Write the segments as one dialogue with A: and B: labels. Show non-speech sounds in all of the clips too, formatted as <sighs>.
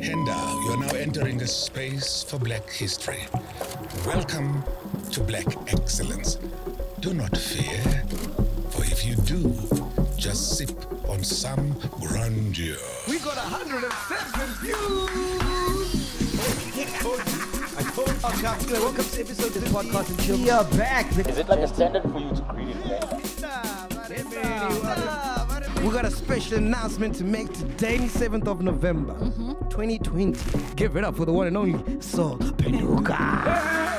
A: Henda, you're now entering the space for black history. Welcome to Black Excellence. Do not fear, for if you do, just sip on some grandeur.
B: We got 107 views! Podcast. Welcome to episode of the podcast and chill.
C: We are back.
D: Is it like a standard for you to create it? man?
B: We got a special announcement to make today, 7th of November, 2020. Give it up for the one and only Saul Penuka.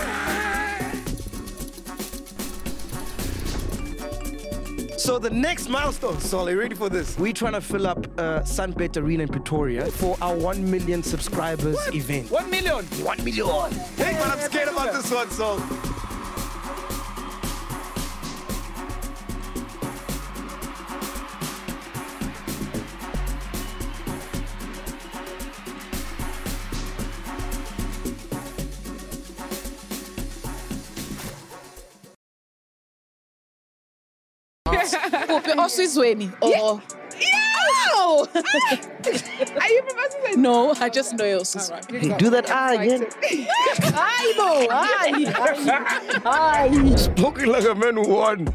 B: So the next milestone, Saul, are you ready for this? We're trying to fill up uh, Sunbet Arena in Pretoria for our 1 million subscribers event. 1 million? 1 million. Hey, but I'm scared about this one, Saul.
E: kuphi osizweni or Ow!
F: Are you professing it?
E: Oh. no i just know osizweni
B: Do that eye again.
F: <laughs>
E: hayi bo hayi hayi
B: Spoken like a man who won.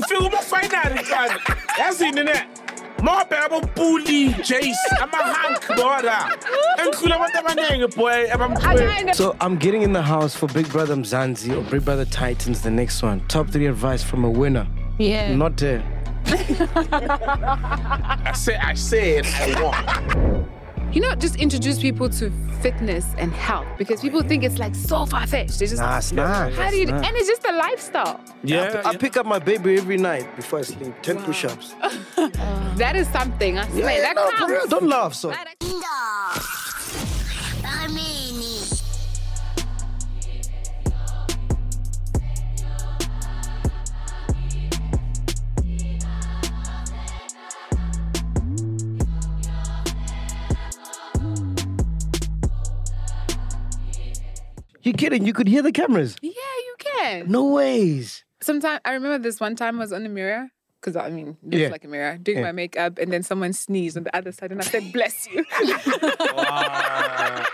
F: Mfika uma final mfana. Yazini ne. Mabheka bompuli Jace ama hunk bora. Enkhulu abantu abanengi boy abamkhulu.
B: So I'm getting in the house for Big Brother Mzanzi or Big Brother Titans, the next one. Top three advice from a winner.
E: yeah
B: Not there.
F: I said I said I won.
G: You know, just introduce people to fitness and health because people think it's like so far fetched. It's just
B: Nah, it's not.
G: how do you? And it's just a lifestyle.
F: Yeah.
B: I pick up my baby every night before I sleep. 10 push ups.
G: That is something. I swear, that
B: no, for real.
G: counts.
B: Don't laugh. So
H: Inda. Barmeni.
B: You're kidding. You could hear the cameras.
G: Yeah, you can.
B: No ways.
G: Sometimes I remember this one time I was on the mirror. Because I mean, looks
B: Yeah.
G: like a mirror, doing
B: Yeah.
G: my makeup, and then someone sneezed on the other side, and I said, Bless you. <laughs>
F: Wow. Ah.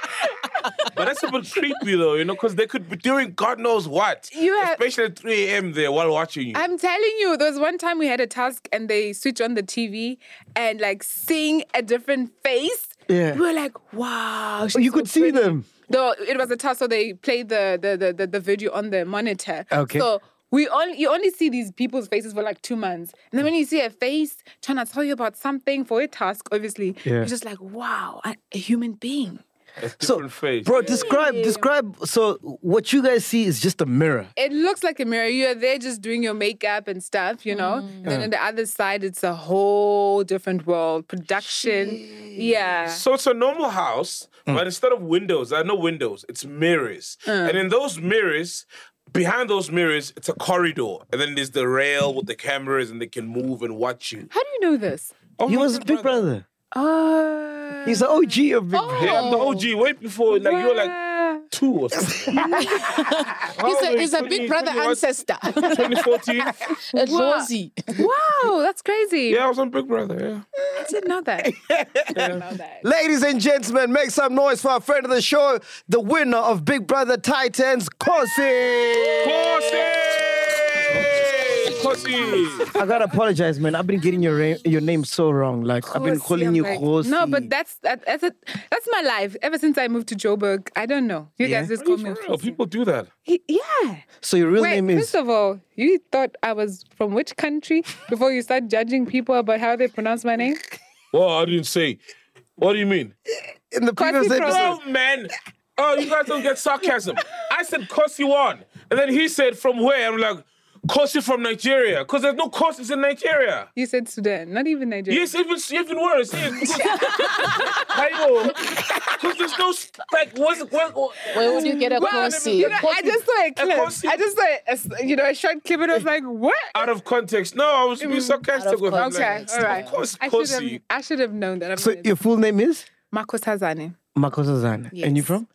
F: But that's a bit creepy though, you know, because they could be doing God knows what.
G: You have-
F: Especially at 3 a.m. there while watching you.
G: I'm telling you, there was one time we had a task, and they switch on the TV and like sing a different face.
B: Yeah.
G: We were like, Wow.
B: Oh,
G: she's
B: you
G: so
B: could see
G: pretty."
B: them.
G: No, it was a task, so they played the the the, the, the video on the monitor.
B: Okay.
G: So we only you only see these people's faces for like two months, and then when you see a face trying to tell you about something for a task, obviously,
B: Yeah.
G: you're just like, wow, a, a human being.
B: So,
F: Different face.
B: bro, describe, describe. So, what you guys see is just a mirror.
G: It looks like a mirror. You're there just doing your makeup and stuff, you know. And then on the other side, it's a whole different world. Production, yeah.
F: So it's a normal house, but instead of windows, there are no windows, it's mirrors.
B: Mm.
F: And in those mirrors, behind those mirrors, it's a corridor. And then there's the rail with the cameras and they can move and watch you.
G: How do you know this?
F: Oh,
B: He
F: my
B: was a
F: good
B: Big Brother.
G: Uh,
B: He's the OG of Big
G: Oh.
B: Brother.
F: Yeah, I'm the OG. Way before, like, you were like
G: yeah.
F: two or something.
E: he's a, he's a big brother ancestor
G: <laughs>
E: <laughs>
F: 2014.
E: Lozi.
G: wow, that's <laughs> crazy.
F: yeah, I was on Big Brother, yeah.
G: I didn't know <laughs> that.
B: Ladies and gentlemen, make some noise for our friend of the show, the winner of Big Brother Titans, Corsi.
F: Corsi! Corsi!
B: I gotta apologize, man. I've been getting your ra- your name so wrong. Like I've been
G: Kosi,
B: calling
G: I'm
B: you
G: like-
B: Corsi.
G: No, but that's that, that's it that's my life. Ever since I moved to Joburg, I don't know. You
B: Yeah?
G: guys just
F: For
G: call me.
F: real, Oh, people do that.
G: He- yeah.
B: so your real
G: Wait,
B: name
G: first
B: is
G: of all, you thought I was from which country before you start judging people about how they pronounce my name?
F: Well, I didn't say. What do you mean?
B: in the
G: Kosi
B: previous
G: from-
B: episode.
F: Oh man. Oh, you guys don't get sarcasm. I said Kosi won. And then he said from where? I'm like, Kosi from Nigeria. Because there's no Kosis in Nigeria.
G: You said Sudan, not even Nigeria.
F: Yes, even even worse.
E: <laughs>
F: Yes, because there's no s- like what's what, what
E: where would you get a
G: Well,
E: kosi
G: you know, I just saw a clip.
F: Kosi-
G: I just saw a- a, s- you know a short clip and I was like, what?
F: out of context. No, I was
G: Mm.
F: being sarcastic with him.
E: context.
G: Okay,
F: Like,
G: all right.
F: Of course,
G: I should
F: Kosi.
G: have I should have known that. I'm
B: So
G: gonna-
B: your full name is
G: Marcos Hazane,
B: Makosazana. And you
G: Yes.
B: from?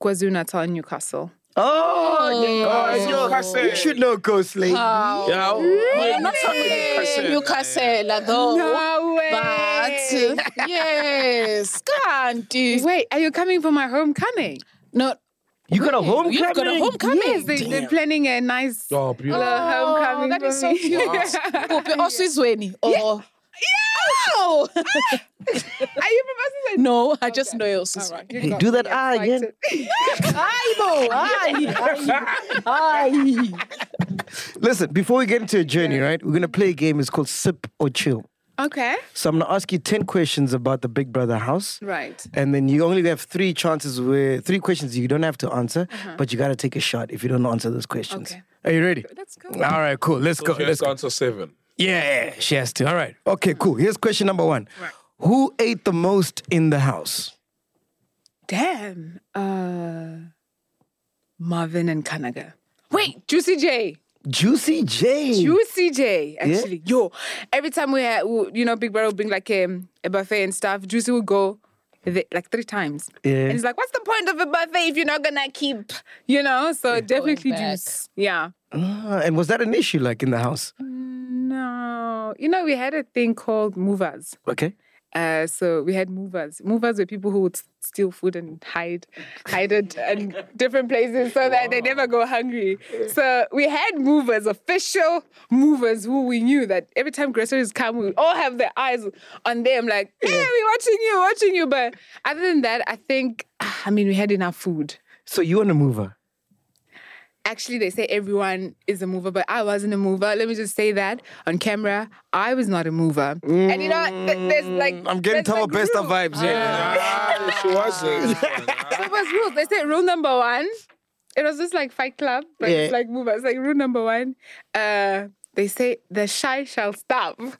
G: KwaZulu Natal, Newcastle.
B: Oh, yeah.
G: Mm.
F: Oh, Kosi.
B: you should know Ghost Lady.
G: Uh,
F: Yeah, I-
E: Well, not from
F: Newcastle.
E: Newcastle, though.
G: No way.
E: But Kanti. Yes.
G: <laughs>
E: Kanti.
G: Wait, are you coming for my homecoming?
E: No.
B: You got a homecoming?
E: You've got a homecoming.
G: Yes, they, they're planning a nice
F: Oh, beautiful.
G: little homecoming.
E: that
G: for
E: is so
G: me. <laughs>
E: cute. Kuphi osizweni or Oh.
G: Are you proposing? that?
E: <laughs> No, I just know your sister.
G: Alright, you
B: Hey,
G: got
B: do
G: me
B: that eye again.
G: excited. <laughs>
B: Listen, before we get into a journey, right, we're going to play a game. It's called Sip or Chill.
G: okay.
B: So I'm going to ask you 10 questions about the Big Brother house.
G: Right.
B: And then you only have three chances where three questions you don't have to answer, but you got to take a shot if you don't answer those questions.
G: Uh-huh. Okay.
B: Are you ready?
G: Let's go.
B: All right, cool. Let's go.
F: Okay,
B: Let's
F: let's
B: go.
F: go until seven.
B: Yeah, she has to. All right. Okay, cool. Here's question number one Who ate the most in the house?
G: Damn. Uh, Marvin and Kanaga. Wait, Juicy J.
B: Juicy J.
G: Juicy J. Actually, yo. Every time we had, we- you know, Big Brother would bring like um, a buffet and stuff. Juicy would go. the- Like three times,
B: Yeah.
G: and it's like, what's the point of a buffet if you're not gonna keep, you know? So definitely
E: back.
G: juice, yeah.
B: Ah, and was that an issue like in the house?
G: No, you know, we had a thing called movers.
B: Okay.
G: Uh, so we had movers. Movers were people who would s- steal food and hide,
B: <laughs>
G: hide it in different places so that they never go hungry. So we had movers, official movers, who we knew that every time groceries come, we all have their eyes on them, like, "Hey, we're watching you, watching you." But other than that, I think, ah, I mean, we had enough food.
B: So you want a mover?
G: Actually, they say everyone is a mover, but I wasn't a mover. Let me just say that on camera, I was not a mover. And you know, th- there's like
B: Mm, I'm getting
G: there's,
B: Tavo
G: like,
B: Besta
G: rules.
B: vibes here.
F: Ah, she was it.
G: <laughs> It was rules. They said rule number one. It was just like Fight Club, but it's
B: Yeah.
G: like movers. Like rule number one, uh, they say the shy shall stop. <laughs> so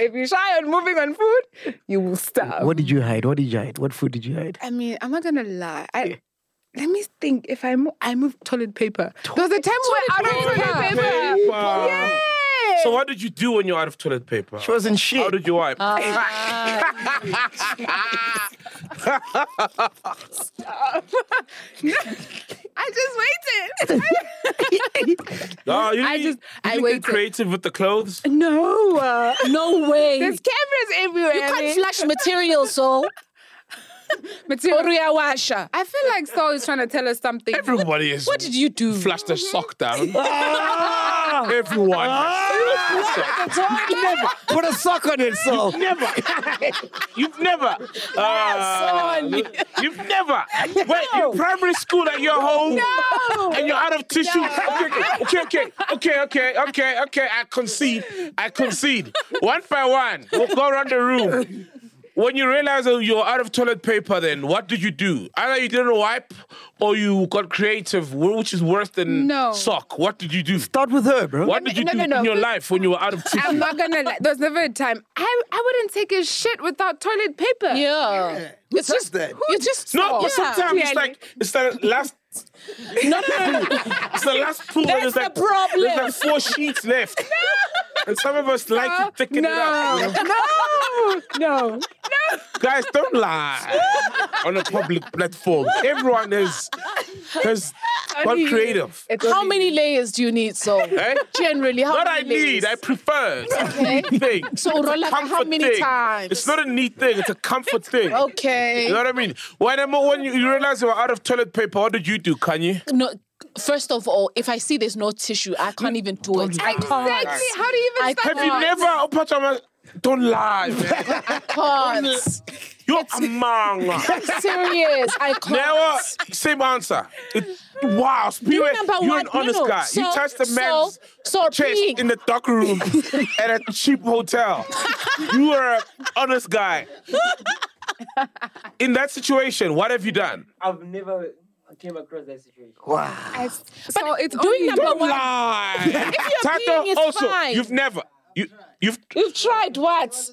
G: if you're shy on moving on food, you will stop.
B: Uh, What did you hide? What did you hide? What food did you hide?
G: I mean, I'm not gonna lie. I, let me think. If I move, I moved toilet paper. there was a time we were out of toilet paper.
F: Paper.
G: Yeah.
F: So what did you do when you're out of toilet paper?
B: She wasn't shit.
F: How did you wipe?
G: <laughs> Uh, I just waited.
F: oh, you
G: I just- I
F: didn't- you didn't get
G: waited.
F: creative with the clothes.
G: no, uh,
E: No way.
G: there's cameras everywhere.
E: you
G: I mean,
E: can't flash materials, so
G: material.
E: Oriawasha.
G: I feel like Saul is trying to tell us something.
F: Everybody is.
E: What did you do?
F: flash the
G: <laughs>
F: sock down? <laughs> Ah! Everyone. has flashed the sock.
B: Ah! Never. Put a sock on it,
C: <laughs>
B: so.
G: <laughs>
F: Never. You've never. Ah,
E: son.
F: you've never.
G: <laughs>
F: Wait, you're primary school at your home and you're out of tissue. Okay, okay, okay, okay, okay, okay, okay. I concede. I concede. One by one, we'll go around the room. When you realize oh, you're out of toilet paper, then what did you do? Either you didn't wipe or you got creative, which is worse than
G: No.
F: sock. What did you do?
B: Start with her, bro.
F: What did you
G: No,
F: do
G: no, no.
F: in your life when you were out of tissue?
G: I'm not gonna lie. There was never a time. I, I wouldn't take a shit without toilet paper.
E: Yeah.
B: Who it's just that.
E: You just
F: No,
E: Yeah.
F: but sometimes it's like it's the last. <laughs> It's the last pool. and
E: That's
F: it's
E: the
F: like,
E: problem.
F: There's like four sheets
E: <laughs>
F: left, and some of us like to thicken it up. you know?
G: No, no,
E: <laughs>
G: no.
F: Guys, don't lie on a public platform. Everyone is has got
G: Only-
F: creative.
G: It's
E: How
G: only-
E: many layers do you need, so?
F: Eh?
E: Generally, how
F: What I
E: many
F: need,
E: layers?
F: I prefer.
E: <laughs>
F: It's <laughs> a neat thing.
E: So,
F: It's a
E: Rolla, how
F: comfort
E: many
F: thing.
E: times?
F: It's not a neat thing. It's a comfort thing.
E: Okay.
F: You know what I mean? When, I'm- when you you realize you were out of toilet paper, what did you do, Kanye?
E: No, first of all, if I see there's no tissue, I can't even do it. I can't.
G: Exactly. How do you even
E: I
G: start?
F: Have you
E: Right.
F: never oh, opened your mouth? Don't lie,
E: <laughs>
F: man.
E: can't.
F: You're a
E: <laughs>
F: man.
E: Serious. I can't.
F: Never, same answer. It- wow, Spirit,
E: number
F: you're
E: one-
F: an
E: no,
F: honest
E: no.
F: guy. you
E: So-
F: touched a
E: so-
F: man's
E: so
F: chest
E: big.
F: in the dark
E: <laughs>
F: room at a cheap hotel. you are an honest guy. In that situation, what have you done?
C: I've never came across that situation.
G: So it's
E: Doing
G: only
E: number one.
F: Lie.
E: <laughs> If you're
F: Tato,
E: being is
F: also,
E: fine.
F: you've never. You, you've,
E: You've tried what?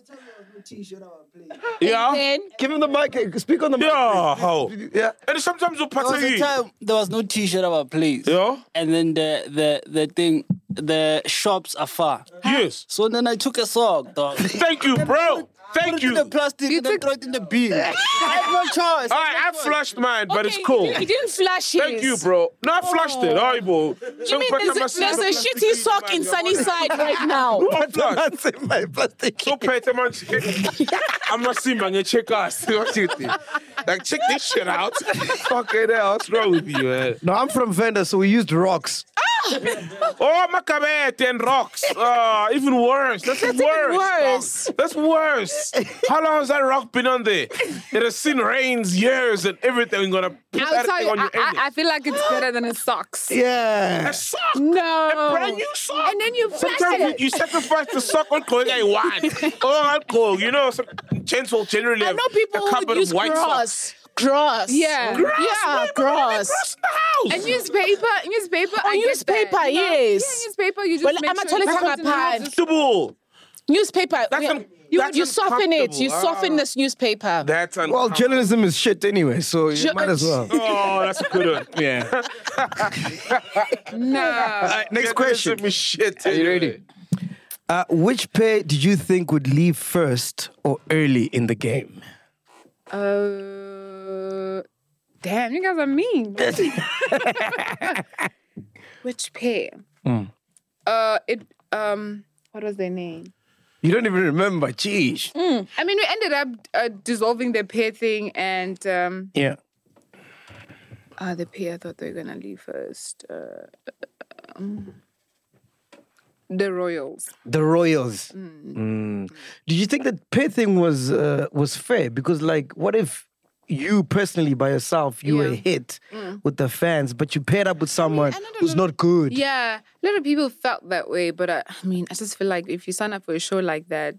F: yeah.
E: Then
B: Give him the mic. Speak on the mic.
F: Yeah. ho.
B: Yeah.
F: And sometimes oh, you
C: There
F: pass
C: was a time there was no T-shirt about place.
F: Yeah.
C: And then the the the thing the shops are far.
F: Yes. <laughs>
C: So then I took a sock, dog.
F: Thank you, bro. Thank
C: Put it in the
F: you.
C: plastic
G: You
C: and then
G: took-
C: throw it in the bin.
B: <laughs>
C: I have no choice.
F: All right, I flushed mine, but it's cool.
E: He didn't flash his.
F: Thank you, bro. No, I flushed it. All right, bro.
E: You mean there's a, there's a shitty sock in Sunnyside right now?
F: I flushed.
B: That's in my plastic.
F: So pet him and I'm not seeing man, you check us. What you think? Like, check this shit out. Fucking hell, what's wrong with you, man?
B: No, I'm from Venda, so we used rocks.
F: Oh, Macabre, 10 <laughs> rocks. Uh, even worse. That's, worse.
E: worse.
F: dog. That's <laughs> worse. How long has that rock been on there? It has seen rains, years, and everything. Gonna put
G: I'll
F: that
G: tell
F: thing
G: you,
F: on
G: I,
F: your
G: I, I
F: anus.
G: feel like it's better than a socks.
B: Yeah.
F: That sucks.
G: No.
F: brand new sock.
G: And then you flash
F: Sometimes you,
G: it.
F: you sacrifice the sock on
G: <laughs>
F: clothing I want. Oh, alcohol. You know, some chains will generally
E: I
F: have
E: know people
F: a
E: who
F: cupboard
E: would
F: of
E: use
F: white socks.
E: grass. Grass.
G: Yeah. Grass?
E: Yeah,
F: Across
E: grass.
F: the house.
G: And newspaper, newspaper. I get that,
E: newspaper,
G: you know?
E: yes.
G: Yeah, newspaper. You just
E: Well,
G: make
E: I'm a
G: sure it's
E: telephone
G: wrapped in
E: pad.
G: houses.
F: Comfortable.
E: Newspaper.
F: That's
E: yeah.
F: un-
E: you
F: that's
E: you soften it. You
F: uncomfortable.
E: soften
F: Ah.
E: this newspaper.
F: That's un-
B: Well, journalism is shit anyway, so you
E: Ju-
B: might as well.
F: Oh, that's a
B: <laughs>
F: good one.
C: <laughs>
F: Yeah.
G: Nah.
B: Next
F: Journalism
B: question.
F: is shit. Are
B: you ready? Uh, which pair did you think would leave first or early in the game?
G: Uh, damn, you guys are mean. <laughs> Which pair? Uh, it um, what was their name?
B: You don't even remember. Jeez.
C: Mm.
G: I mean, we ended up uh, dissolving the pair thing, and um,
B: Yeah.
G: ah, the pair I thought they were gonna leave first. Uh, um, the Royals.
B: The Royals. Mm. Did you think that pay thing was uh, was fair? Because like, what if you personally by yourself you were
G: Yeah. Mm.
B: hit with the fans, but you paired up with someone
G: I don't
B: who's
G: know.
B: not good?
G: Yeah, a lot of people felt that way, but I, I mean, I just feel like if you sign up for a show like that,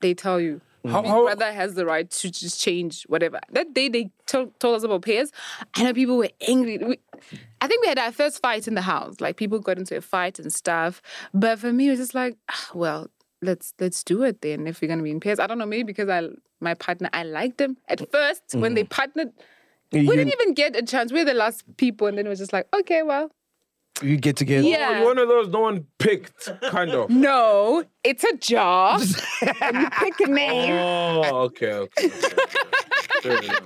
G: they tell you
F: How,
G: Big
F: how,
G: Brother has the right to just change whatever. That day they to- told us about pairs. I know people were angry. We, I think we had our first fight in the house. Like people got into a fight and stuff. But for me, it was just like, ah, well, let's let's do it then. If we're gonna be in pairs, I don't know. Maybe because I my partner, I liked them at 1st when they partnered. We
B: Mm. You,
G: didn't even get a chance. We were the last people, and then it was just like, okay, well,
B: you get together.
G: yeah.
F: Oh, You're one of those no one picked, kind
B: <laughs>
F: of.
G: No, it's a job. and you pick a name.
F: Oh, okay, okay. okay.
B: <laughs>
F: Fair enough.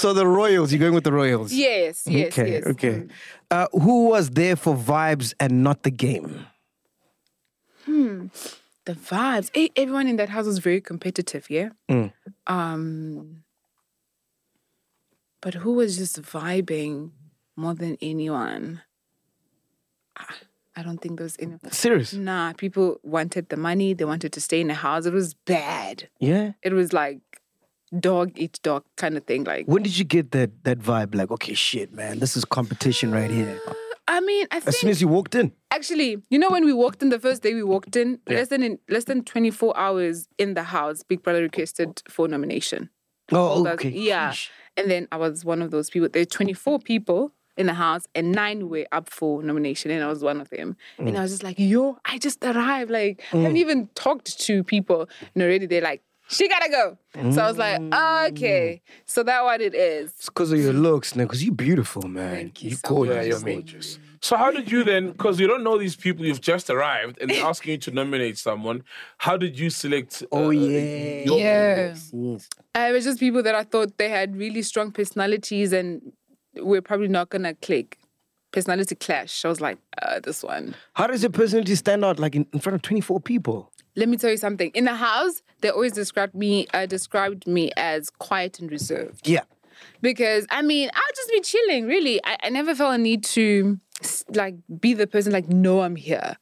B: So the Royals, you're going with the Royals.
G: Yes, yes,
B: okay.
G: yes. Mm.
B: Okay. Uh, who was there for vibes and not the game?
G: the vibes. E- everyone in that house was very competitive, yeah.
B: Mm.
G: Um, but who was just vibing more than anyone? Ah, I don't think there was any.
B: Serious.
G: Nah, people wanted the money. They wanted to stay in the house. It was bad.
B: Yeah.
G: It was like dog eat dog kind of thing. Like,
B: When did you get that that vibe? Like, okay, shit, man, this is competition right here.
G: I mean, I
B: As soon
G: think
B: as you walked in,
G: actually, you know, when we walked in the first day, we walked in less than in, less than twenty four hours in the house. Big Brother requested for nomination.
B: oh,
G: That's-
B: okay,
G: Yeah.
B: sheesh.
G: And then I was one of those people. There were 24 people in the house, and nine were up for nomination, and I was one of them. And I was just like, yo, I just arrived. Like, I
B: Mm.
G: haven't even talked to people, and already they're like, she gotta go. So I was like, okay. So that what it is.
B: Mm. It's because of your looks, nigga. Because you're beautiful, man.
G: Thank you
B: you
G: so
B: gorgeous.
G: much.
F: Yeah, you're majors. So how did you then? Because you don't know these people. You've just arrived, and they're asking you to nominate someone. How did you select? uh,
B: Oh yeah.
F: your-
B: Yes.
G: I was just people that I thought they had really strong personalities and we're probably not gonna click. Personality clash. I was like, uh, this one.
B: How does your personality stand out like in, in front of 24 people?
G: Let me tell you something. In the house, they always described me uh, described me as quiet and reserved.
B: Yeah.
G: because I mean, I'll just be chilling. Really, I, I never felt a need to s- like be the person like, no, I'm here.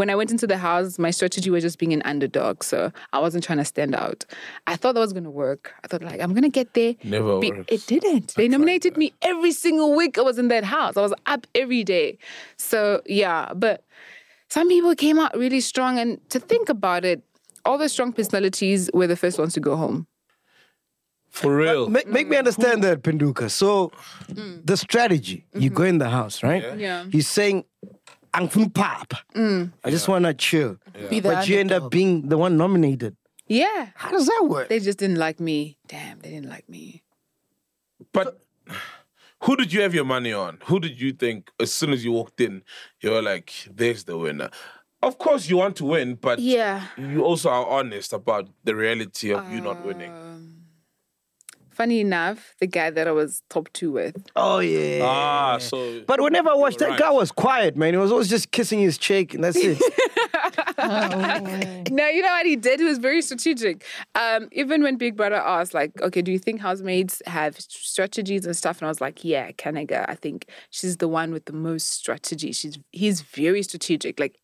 G: When I went into the house, my strategy was just being an underdog, so I wasn't trying to stand out. I thought that was gonna work. I thought like I'm gonna get there.
F: Never
G: Be-
F: works.
G: It didn't. They nominated me every single week. I was in that house. I was up every day. So yeah, but some people came out really strong. And to think about it, all the strong personalities were the first ones to go home.
F: For real.
B: Make, make me understand that, Penduka. So, the strategy you go in the house, right?
G: Yeah.
B: You're saying, I'm from pop. I just want to chill.
E: Be the
B: But you end up
E: underdog.
B: being the one nominated.
G: Yeah.
B: How does that work?
G: They just didn't like me. Damn, they didn't like me.
F: But who did you have your money on? Who did you think as soon as you walked in, you were like, there's the winner? Of course, you want to win, but
G: Yeah.
F: you also are honest about the reality of you not winning.
G: Funny enough, the guy that I was top two with.
B: Oh yeah.
F: Ah, so
B: But whenever I watched that
F: right.
B: guy was quiet, man. He was always just kissing his cheek, and that's it.
G: No, you know what he did? He was very strategic. Um, even when Big Brother asked, like, okay, do you think housemaids have strategies and stuff? And I was like, yeah, Kanaga, I think she's the one with the most strategy. She's he's very strategic. Like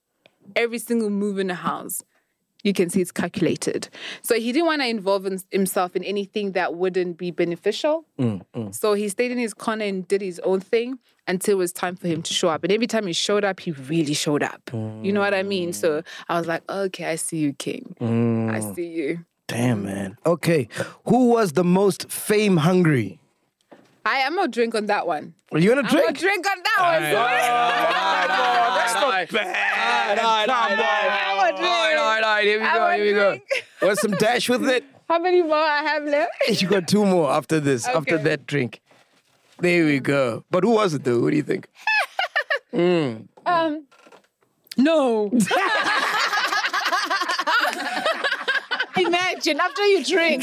G: every single move in the house, you can see it's calculated. So he didn't want to involve him- himself in anything that wouldn't be beneficial. So he stayed in his corner and did his own thing until it was time for him to show up. And every time he showed up, he really showed up. You know what I mean? So I was like, okay, I see you, King. I see you.
B: Damn, man. Okay, who was the most fame hungry?
G: I am not drink on that one.
B: Well, you want to
G: I'm
B: drink?
G: not drink on that one.
F: that's not bad.
G: I'm not drink.
B: right, here we
G: I want drink. <laughs>
B: Want some dash with it?
G: How many more Oh, I have left?
B: You got two more after this, after
G: Okay.
B: that drink. There we go. But who was it though? What do you think?
G: Um, no.
E: Imagine after you drink.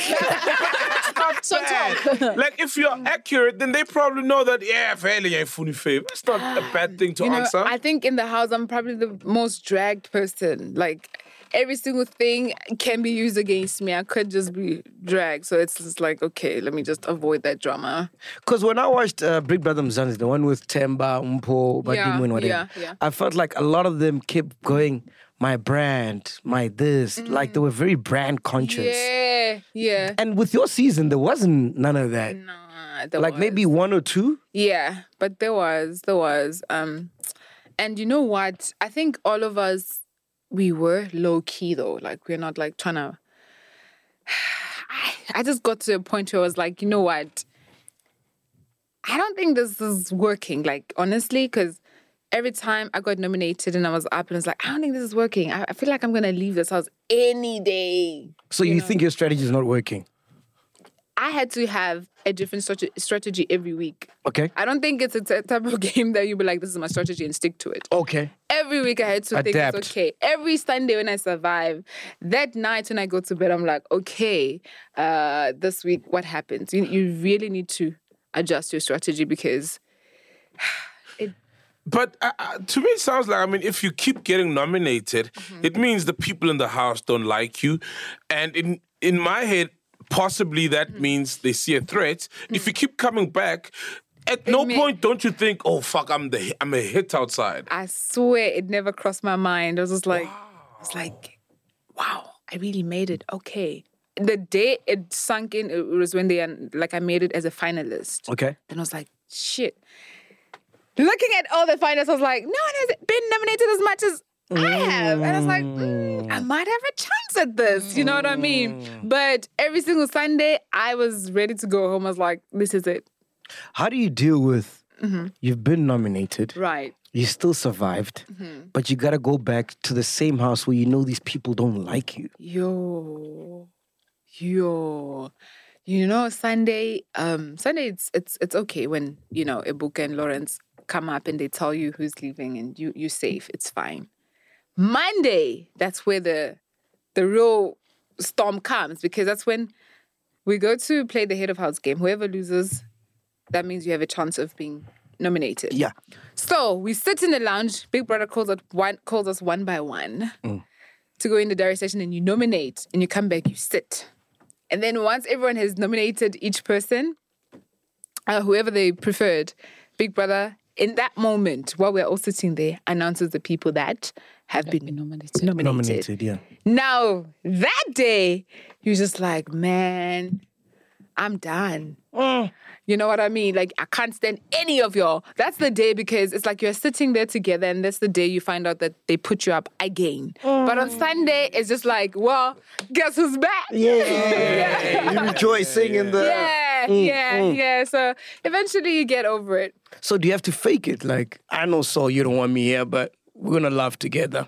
E: so
G: <laughs>
E: talk.
F: Like if you're
G: Mm.
F: accurate, then they probably know that yeah, fairly ain't funny fame. That's not a bad thing to
G: You know,
F: answer.
G: I think in the house, I'm probably the most dragged person. Like every single thing can be used against me. I could just be dragged. So it's just like, okay, let me just avoid that drama.
B: Because when I watched uh, Big Brother Mzanzi, the one with Temba, Umpo, Badimu,
G: Yeah,
B: and whatever,
G: yeah, yeah.
B: I felt like a lot of them kept going, my brand, my this. Like they were very brand conscious.
G: Mm. Yeah, yeah.
B: And with your season, there wasn't none of that.
G: Nah, there
B: like
G: was.
B: maybe one or two.
G: Yeah, but there was, there was. Um, and you know what? I think all of us, we were low key though. Like we're not like trying to. I just got to a point where I was like, you know what? I don't think this is working. Like honestly, because every time I got nominated and I was up and I was like, I don't think this is working. I, I feel like I'm gonna leave this house any day.
B: So you, think your strategy is not working?
G: I had to have a different strate- strategy every week.
B: Okay.
G: I don't think it's a t- type of <laughs> game that you'll be like, this is my strategy and stick to it.
B: Okay.
G: Every week I had to think
B: Adapt.
G: it's okay. Every Sunday when I survive, that night when I go to bed, I'm like, okay, uh, this week what happens? You, you really need to adjust your strategy because
F: But uh, uh, to me, it sounds like I mean, if you keep getting nominated,
G: Mm-hmm.
F: it means the people in the house don't like you, and in in my head, possibly that
G: Mm.
F: means they see a threat. If you keep coming back, at no
G: may-
F: point don't you think, oh fuck, I'm the I'm a hit outside.
G: I swear it never crossed my mind. I was just like, I was like, wow, I really made it. Okay. The day it sunk in, it was when they like I made it as a finalist.
B: Okay.
G: Then I was like, shit. Looking at all the finals, I was like, no one has been nominated as much as I have. And I was like, mm, I might have a chance at this. You know what I mean? But every single Sunday, I was ready to go home. I was like, this is it.
B: How do you deal with you've been nominated,
G: Right.
B: you still survived, but you got to go back to the same house where you know these people don't like you?
G: Yo. Yo. You know, Sunday, um, Sunday it's it's it's okay when, you know, Ebuka and Lawrence come up and they tell you who's leaving and you you're safe. It's fine. Monday, that's where the the real storm comes because that's when we go to play the head of house game. Whoever loses, that means you have a chance of being nominated.
B: Yeah.
G: So we sit in the lounge. Big Brother calls us one, calls us one by one to go in the diary session, and you nominate, and you come back, you sit, and then once everyone has nominated each person, uh, whoever they preferred, Big Brother. In that moment, while we're all sitting there, announces the people that have been,
E: nominated.
G: nominated.
B: Nominated, yeah.
G: Now that day, you're just like, man, I'm done. You know what I mean? Like I can't stand any of y'all. That's the day because it's like you're sitting there together, and that's the day you find out that they put you up again. But on Sunday, it's just like, well, guess who's back?
B: Yeah. <laughs> you rejoicing in the.
G: <laughs> Yeah, yeah, yeah. So eventually you get over it.
B: So do you have to fake it? Like, I know, so you don't want me here, but we're going to laugh together.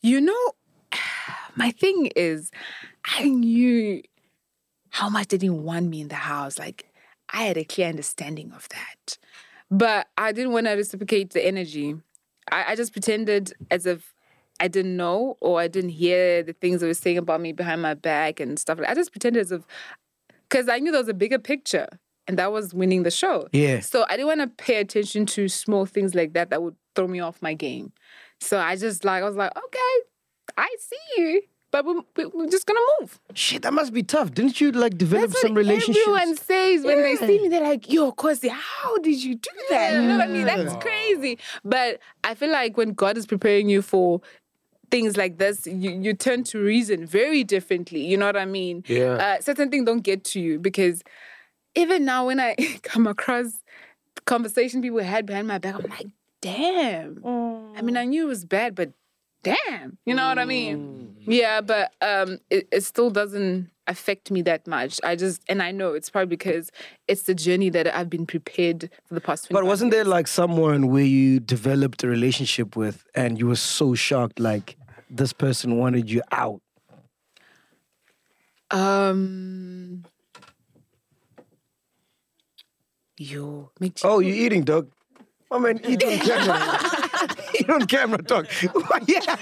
G: You know, <sighs> my thing is, I knew how much they didn't want me in the house. Like, I had a clear understanding of that. But I didn't want to reciprocate the energy. I, I just pretended as if I didn't know or I didn't hear the things they were saying about me behind my back and stuff. Like I just pretended as if because I knew there was a bigger picture and that was winning the show.
B: Yeah.
G: So I didn't want to pay attention to small things like that that would throw me off my game. So I just like I was like, okay, I see you, but we're, we're just gonna move.
B: Shit, that must be tough. Didn't you like develop
G: That's
B: some
G: what
B: relationships?
G: Everyone says when they see me, they're like, "Yo, Kwasi, how did you do that?" You know what I mean? That's crazy. But I feel like when God is preparing you for things like this, you, you turn to reason very differently. You know what I mean?
F: Yeah.
G: Uh, certain things don't get to you because even now when I <laughs> come across conversation people had behind my back, I'm like, "Damn." I mean, I knew it was bad, but damn, you know what I mean?
E: Mm.
G: Yeah, but um, it, it still doesn't affect me that much. I just, and I know it's probably because it's the journey that I've been prepared for the past 20
B: But wasn't there like someone where you developed a relationship with and you were so shocked like this person wanted you out?
G: Um, yo, make
B: Oh, you eating, dog? My man, eat on camera. <laughs> eat on camera, dog. <laughs> yeah.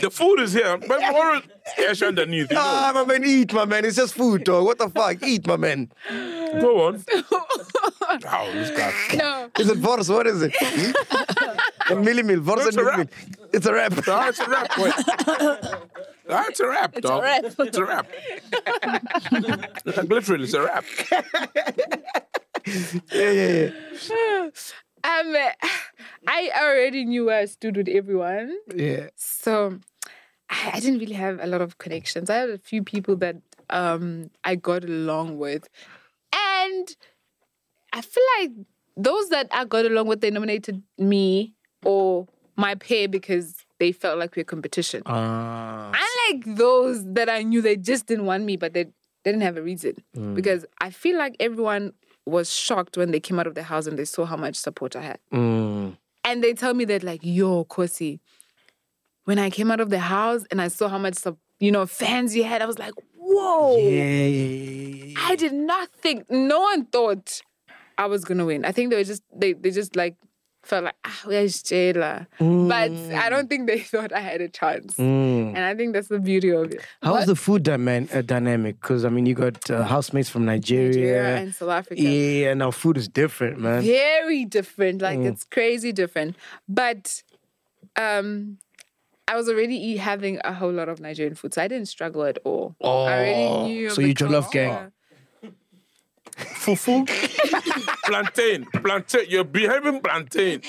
F: The food is here. But
G: <laughs>
F: more is cash underneath. You know.
B: Ah, my man, eat, my man. It's just food, dog. What the fuck? Eat, my man.
F: Go
G: <laughs>
F: on. Oh, this guy.
G: no.
B: Is it Boris? What is it? Hmm? a millimil. Boris
F: It's
B: and
F: a wrap.
B: millimil. It's a wrap.
F: Ah, it's a wrap. Wait. Ah, it's a wrap, dog.
E: wrap.
F: It's a wrap. like, literally, it's a wrap.
B: <laughs> yeah, yeah, yeah.
G: Um, I already knew where I stood with everyone.
B: Yeah.
G: So I, I didn't really have a lot of connections. I had a few people that um, I got along with. And I feel like those that I got along with, they nominated me or my pair because they felt like we are competition. Unlike those that I knew they just didn't want me, but they, they didn't have a reason. Because I feel like everyone was shocked when they came out of the house and they saw how much support I had. And they tell me that, like, yo, Kosi, when I came out of the house and I saw how much sup- you know fans you had, I was like, whoa.
B: Yeah, yeah, yeah.
G: I did not think no one thought I was gonna win. I think they were just they they just like felt like ah where's Jayla? But
B: Mm.
G: I don't think they <laughs> thought I had a chance. And I think that's the beauty of it.
B: How's the food dyman- uh, dynamic? Because, I mean, you got uh, housemates from Nigeria.
G: and South Africa.
B: Yeah, and our food is different, man.
G: very different. Like
B: Mm.
G: it's crazy different. But um I was already e- having a whole lot of Nigerian food, so I didn't struggle at all. Oh, I already knew.
B: so
G: of
B: you
G: the
B: jollof
G: culture.
F: <laughs>
B: gang. Fufu.
F: Plantain. Plantain. You're behaving plantain.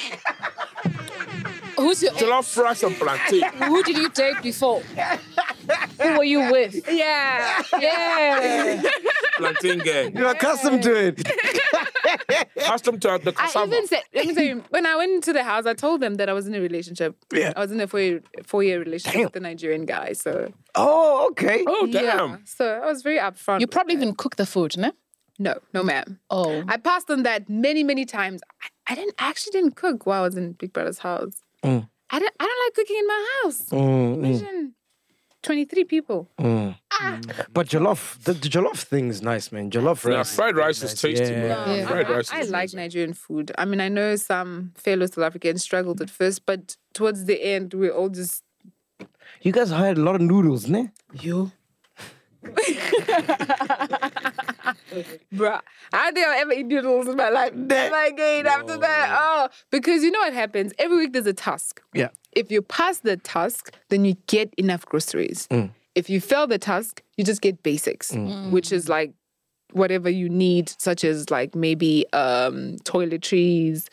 E: Who's your,
F: Jollof rice and plantain.
E: who did you date before? Who were you with? <laughs>
B: <laughs>
G: Yeah, yeah.
F: Plantain gang.
B: You're accustomed to it.
G: <laughs>
F: Ask them to have the
G: I
F: cassava.
G: even said, let me tell you, when I went into the house, I told them that I was in a relationship.
B: Yeah.
G: I was in a four year, four year relationship
B: Damn.
G: with a Nigerian guy. So,
B: Oh, okay.
F: oh, damn.
G: yeah. So I was very upfront.
E: You probably even cook the food, no?
G: no, no, ma'am.
E: Oh.
G: I passed on that many, many times. I, I didn't I actually didn't cook while I was in Big Brother's house. I don't. I don't like cooking in my house.
B: Mm.
G: Imagine Twenty-three people.
B: But jollof, the, the jollof thing is nice, man. Jollof
F: Yeah,
B: rice.
F: fried rice is tasty,
B: Yeah.
F: man.
G: Yeah,
F: Fried
G: I,
F: rice
G: I
F: is
G: like Nigerian food. I mean, I know some fellow South Africans struggled at first, but towards the end, we all just
B: You guys hired a lot of noodles, ne?
G: yo. Bruh, I don't think I'll ever eat noodles in my life ever again after that. Oh, because you know what happens? Every week there's a task.
B: Yeah.
G: If you pass the task, then you get enough groceries. If you fail the task, you just get basics, which is like whatever you need, such as like maybe um, toiletries,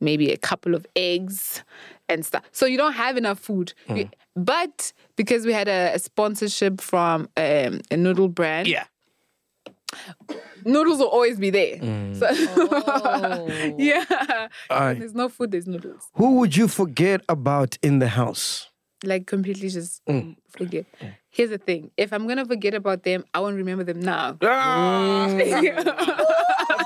G: maybe a couple of eggs and stuff. So you don't have enough food. You- but because we had a, a sponsorship from um, a noodle brand,
B: Yeah.
G: noodles will always be there. So <laughs> yeah,
B: Aye.
G: there's no food, there's noodles.
B: Who would you forget about in the house?
G: like completely just forget. Here's the thing: if I'm gonna forget about them, I won't remember them now. <laughs>
F: Ah,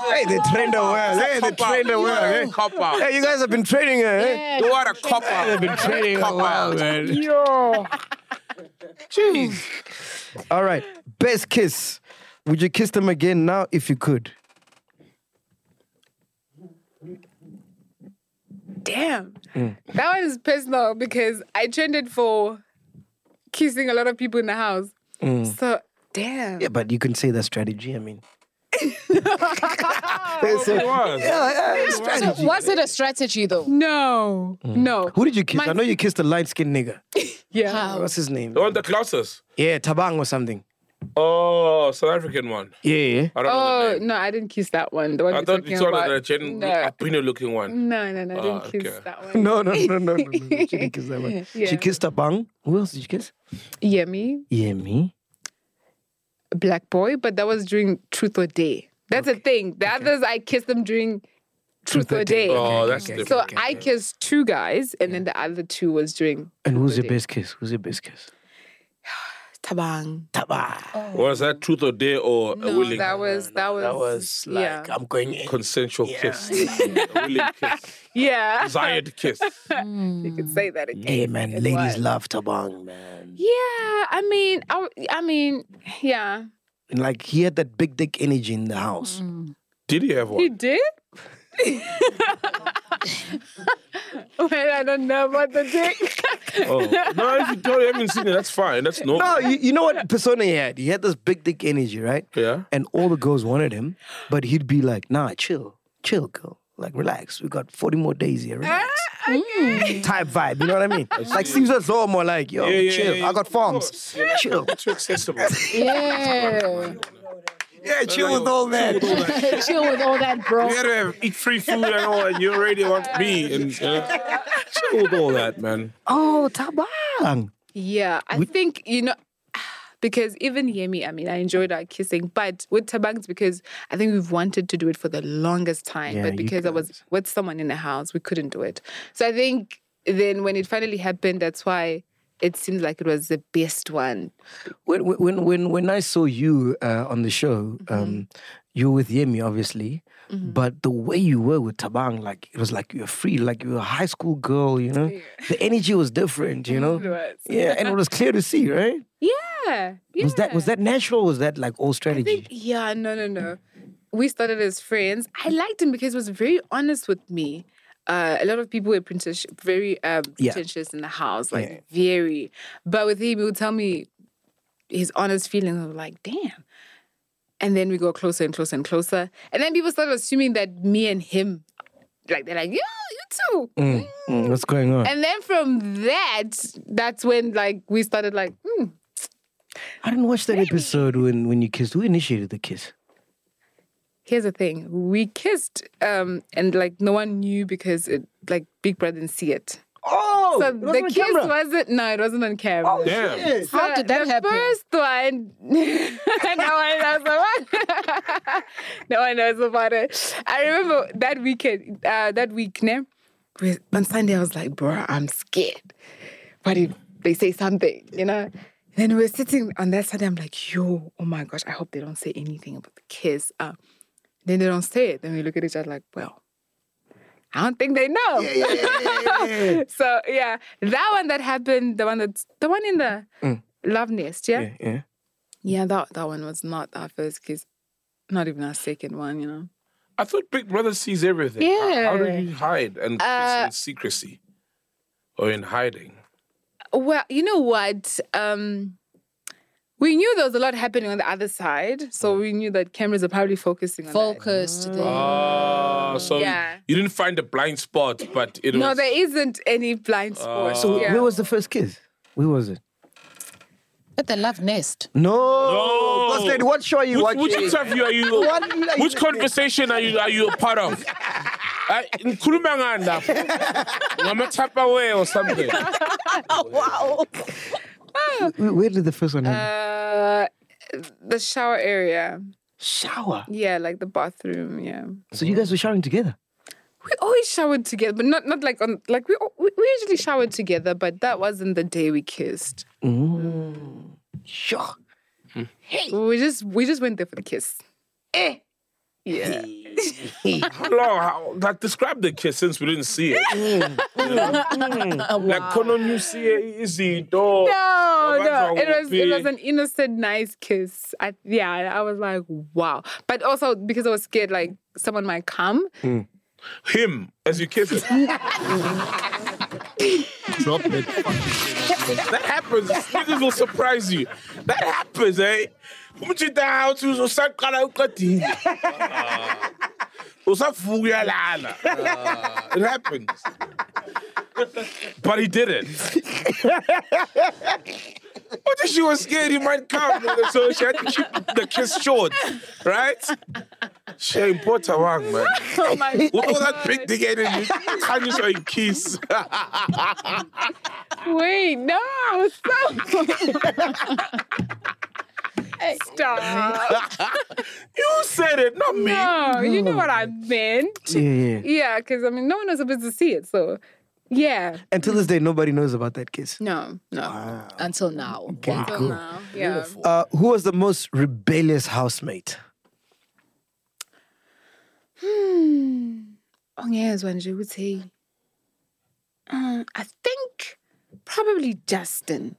B: Mm. Hey, they trained her well. Hey, they
F: copper.
B: trained her well. eh?
F: Yeah,
B: Hey.
F: Copper.
B: Hey, you guys have been training her. eh?
F: You are a copper.
B: They've been training her well, man. <laughs>
F: Yo. Jeez.
B: All right. Best kiss. Would you kiss them again now if you could?
G: damn. That one is personal because I trended for kissing a lot of people in the house. So, damn.
B: Yeah, but you can say that strategy. I
G: <laughs>
B: mean,
F: It
B: uh,
F: was.
E: So was it a strategy though?
G: No, no.
B: who did you kiss?
G: My-
B: I know you kissed a light skinned nigga.
G: Yeah.
E: How?
B: What's his name?
F: The one that clouts us.
B: Yeah, Tabang or something.
F: Oh, South African one.
B: Yeah, yeah.
F: I don't know.
G: Oh
F: the name.
G: no, I didn't kiss that one. The one
F: I
G: you're
F: thought
G: talking
F: you saw
G: about.
F: the Chen
G: no.
F: looking one.
G: no, no, no, I didn't
F: Ah,
G: kiss
F: okay.
G: that one.
B: No, no, no, no, no, no. no. She
G: <laughs>
B: didn't kiss that one.
G: Yeah.
B: She kissed Tabang. Who else did you kiss?
G: Yemi,
B: Yeah, me.
G: black boy, but that was during Truth or Day. That's the thing. The others I kissed them during Truth, or Day.
F: Oh, that's different.
G: So I kissed two guys, and then the other two was during
B: And who's your best kiss? Who's your best kiss?
G: Tabang.
F: Was that truth or dare or a
G: No,
F: willing
G: that was that was yeah.
B: I'm going
F: eh,
B: in.
F: consensual kiss? <laughs> a willing kiss.
G: yeah. <laughs>
F: Desired <laughs> kiss.
G: You could say that again.
B: Hey man, ladies
G: was.
B: love Tabang, man.
G: Yeah, I mean, I, w- I mean, yeah.
B: And like he had that big dick energy in the house.
G: Mm.
F: Did he have
G: You
F: one?
G: did? <laughs> Well, I don't know about the dick.
F: Oh. No, if you don't, you haven't seen it, that's fine. That's normal.
B: No, Oh, you, you know what persona he had? He had this big dick energy, right?
F: Yeah.
B: And all the girls wanted him, but he'd be like, nah, chill, chill, girl. Like, relax. We got 40 more days here. Relax.
G: Ah,
B: Mm. Type vibe, you know what I mean? like, seems as though more like, yo,
F: yeah,
B: chill.
F: yeah, yeah,
B: I got
F: of
B: farms.
F: course. Yeah.
B: Chill.
F: Too accessible.
E: Yeah.
B: Yeah, chill with all that.
E: <laughs> Chill with all that, bro.
F: You gotta have, <laughs> eat free food and all, and you already want me. And uh, chill with all that, man.
B: Oh, Tabang.
G: yeah, I think, you know, <sighs> because even Yemi, I mean, I enjoyed our kissing, but with Tabangs, because I think we've wanted to do it for the longest time,
B: Yeah,
G: but
B: you
G: because I was with someone in the house, we couldn't do it. So I think then when it finally happened, that's why it seems like it was the best one.
B: When, when- when, when, when I saw you uh, on the show,
G: Mm-hmm.
B: um, you were with Yemi, obviously, but the way you were with Tabang, like, it was like you were free, like you were a high school girl, you know? The energy was different, you
G: <laughs>
B: know? Yeah, and it was clear to see, right?
G: Yeah. yeah.
B: Was that was that natural? or Was that like old strategy?
G: think, yeah, no, no, no. We started as friends. I liked him because he was very honest with me. Uh, a lot of people were pretentious, very um,
B: Yeah.
G: pretentious in the house, like very. But with him, he would tell me his honest feelings. I'm like, damn. And then we got closer and closer and closer. And then people started assuming that me and him, like, they're like,
B: <laughs>
G: yeah, you too.
B: Mm, what's going on?
G: And then from that, that's when like we started like, hmm,
B: I didn't watch that episode when when you kissed. Who initiated the kiss?
G: here's the thing we kissed um and like no one knew because it like big brother didn't see it
B: Oh,
G: so the kiss wasn't no it wasn't on camera
F: Damn.
E: Oh, How did that
G: the
E: happen?
G: first one <laughs> no one knows about <laughs> no one knows about it i remember that weekend uh that week ne, we- on sunday i was like bro i'm scared what if they say something you know then we were sitting on that Sunday. I'm like, yo, oh my gosh, I hope they don't say anything about the kiss. Uh, then they don't say it. Then we look at each other like, well, I don't think they know. <laughs> so yeah, that one that happened, the one that's the one in the love nest, yeah? yeah,
B: yeah.
G: that that one was not our first kiss, not even our second one, you know.
F: I thought Big Brother sees everything. How- How, do
G: Yeah.
F: you hide and kiss
G: Uh,
F: in secrecy or in hiding?
G: Well, you know what? Um, we knew there was a lot happening on the other side, so we knew that cameras are probably focusing on that.
E: Focused.
F: Oh, so
G: Mm. Yeah.
F: you didn't find a blind spot, but it
G: No,
F: was.
G: there isn't any blind spot.
B: So
G: yeah.
B: where was the first kiss? Where was it?
E: At the love nest.
B: No,
F: No.
B: First lady, what show are you
F: Oh, which,
B: watching?
F: which interview are you?
B: What are you like-
F: which conversation are you are you a part
B: <laughs>
F: of? I- Ngikhuluma ngani lapho? Ngama-tap away or something.
B: Where where did the first one happen?
G: Uh, the shower area.
B: Shower.
G: Yeah, like the bathroom. Yeah,
B: So you guys were showering together.
G: we always showered together, but not not like on like we al- we we usually showered together, but that wasn't the day we kissed.
B: Sure.
G: We just we just went there for the kiss.
F: How long? How, like describe the kiss since we didn't see it. You know? Like kononyusiye izinto.
G: No,
F: Abantu
G: no, it was it was
F: awukuphi.
G: an innocent, nice kiss. I, yeah, I was like, wow. But also because I was scared, like someone might come.
F: him as you kiss it.
H: Drop it.
F: That happens. Niggas will surprise you. That happens, eh? Umuthi down to usaqala uqedile. Usavuka uyalala. It happens. But he didn't. But if she was scared he might come, so she had to keep the kiss short, right? She important wrong, man.
G: Oh my
F: <laughs> With all that big dick energy, can you show him kiss? <laughs>
G: Wait, no, stop. stop.
F: you said it, not me.
G: No, you know what I meant.
B: Yeah, yeah.
G: Yeah, because I mean, no one was supposed to see it, so yeah.
B: And till this day, nobody knows about that kiss.
G: No, no.
E: until now.
G: So
B: Oh,
G: now, yeah.
B: Uh, who was the most rebellious housemate?
G: ongezwa nje ukuthi uh, I think probably Justin.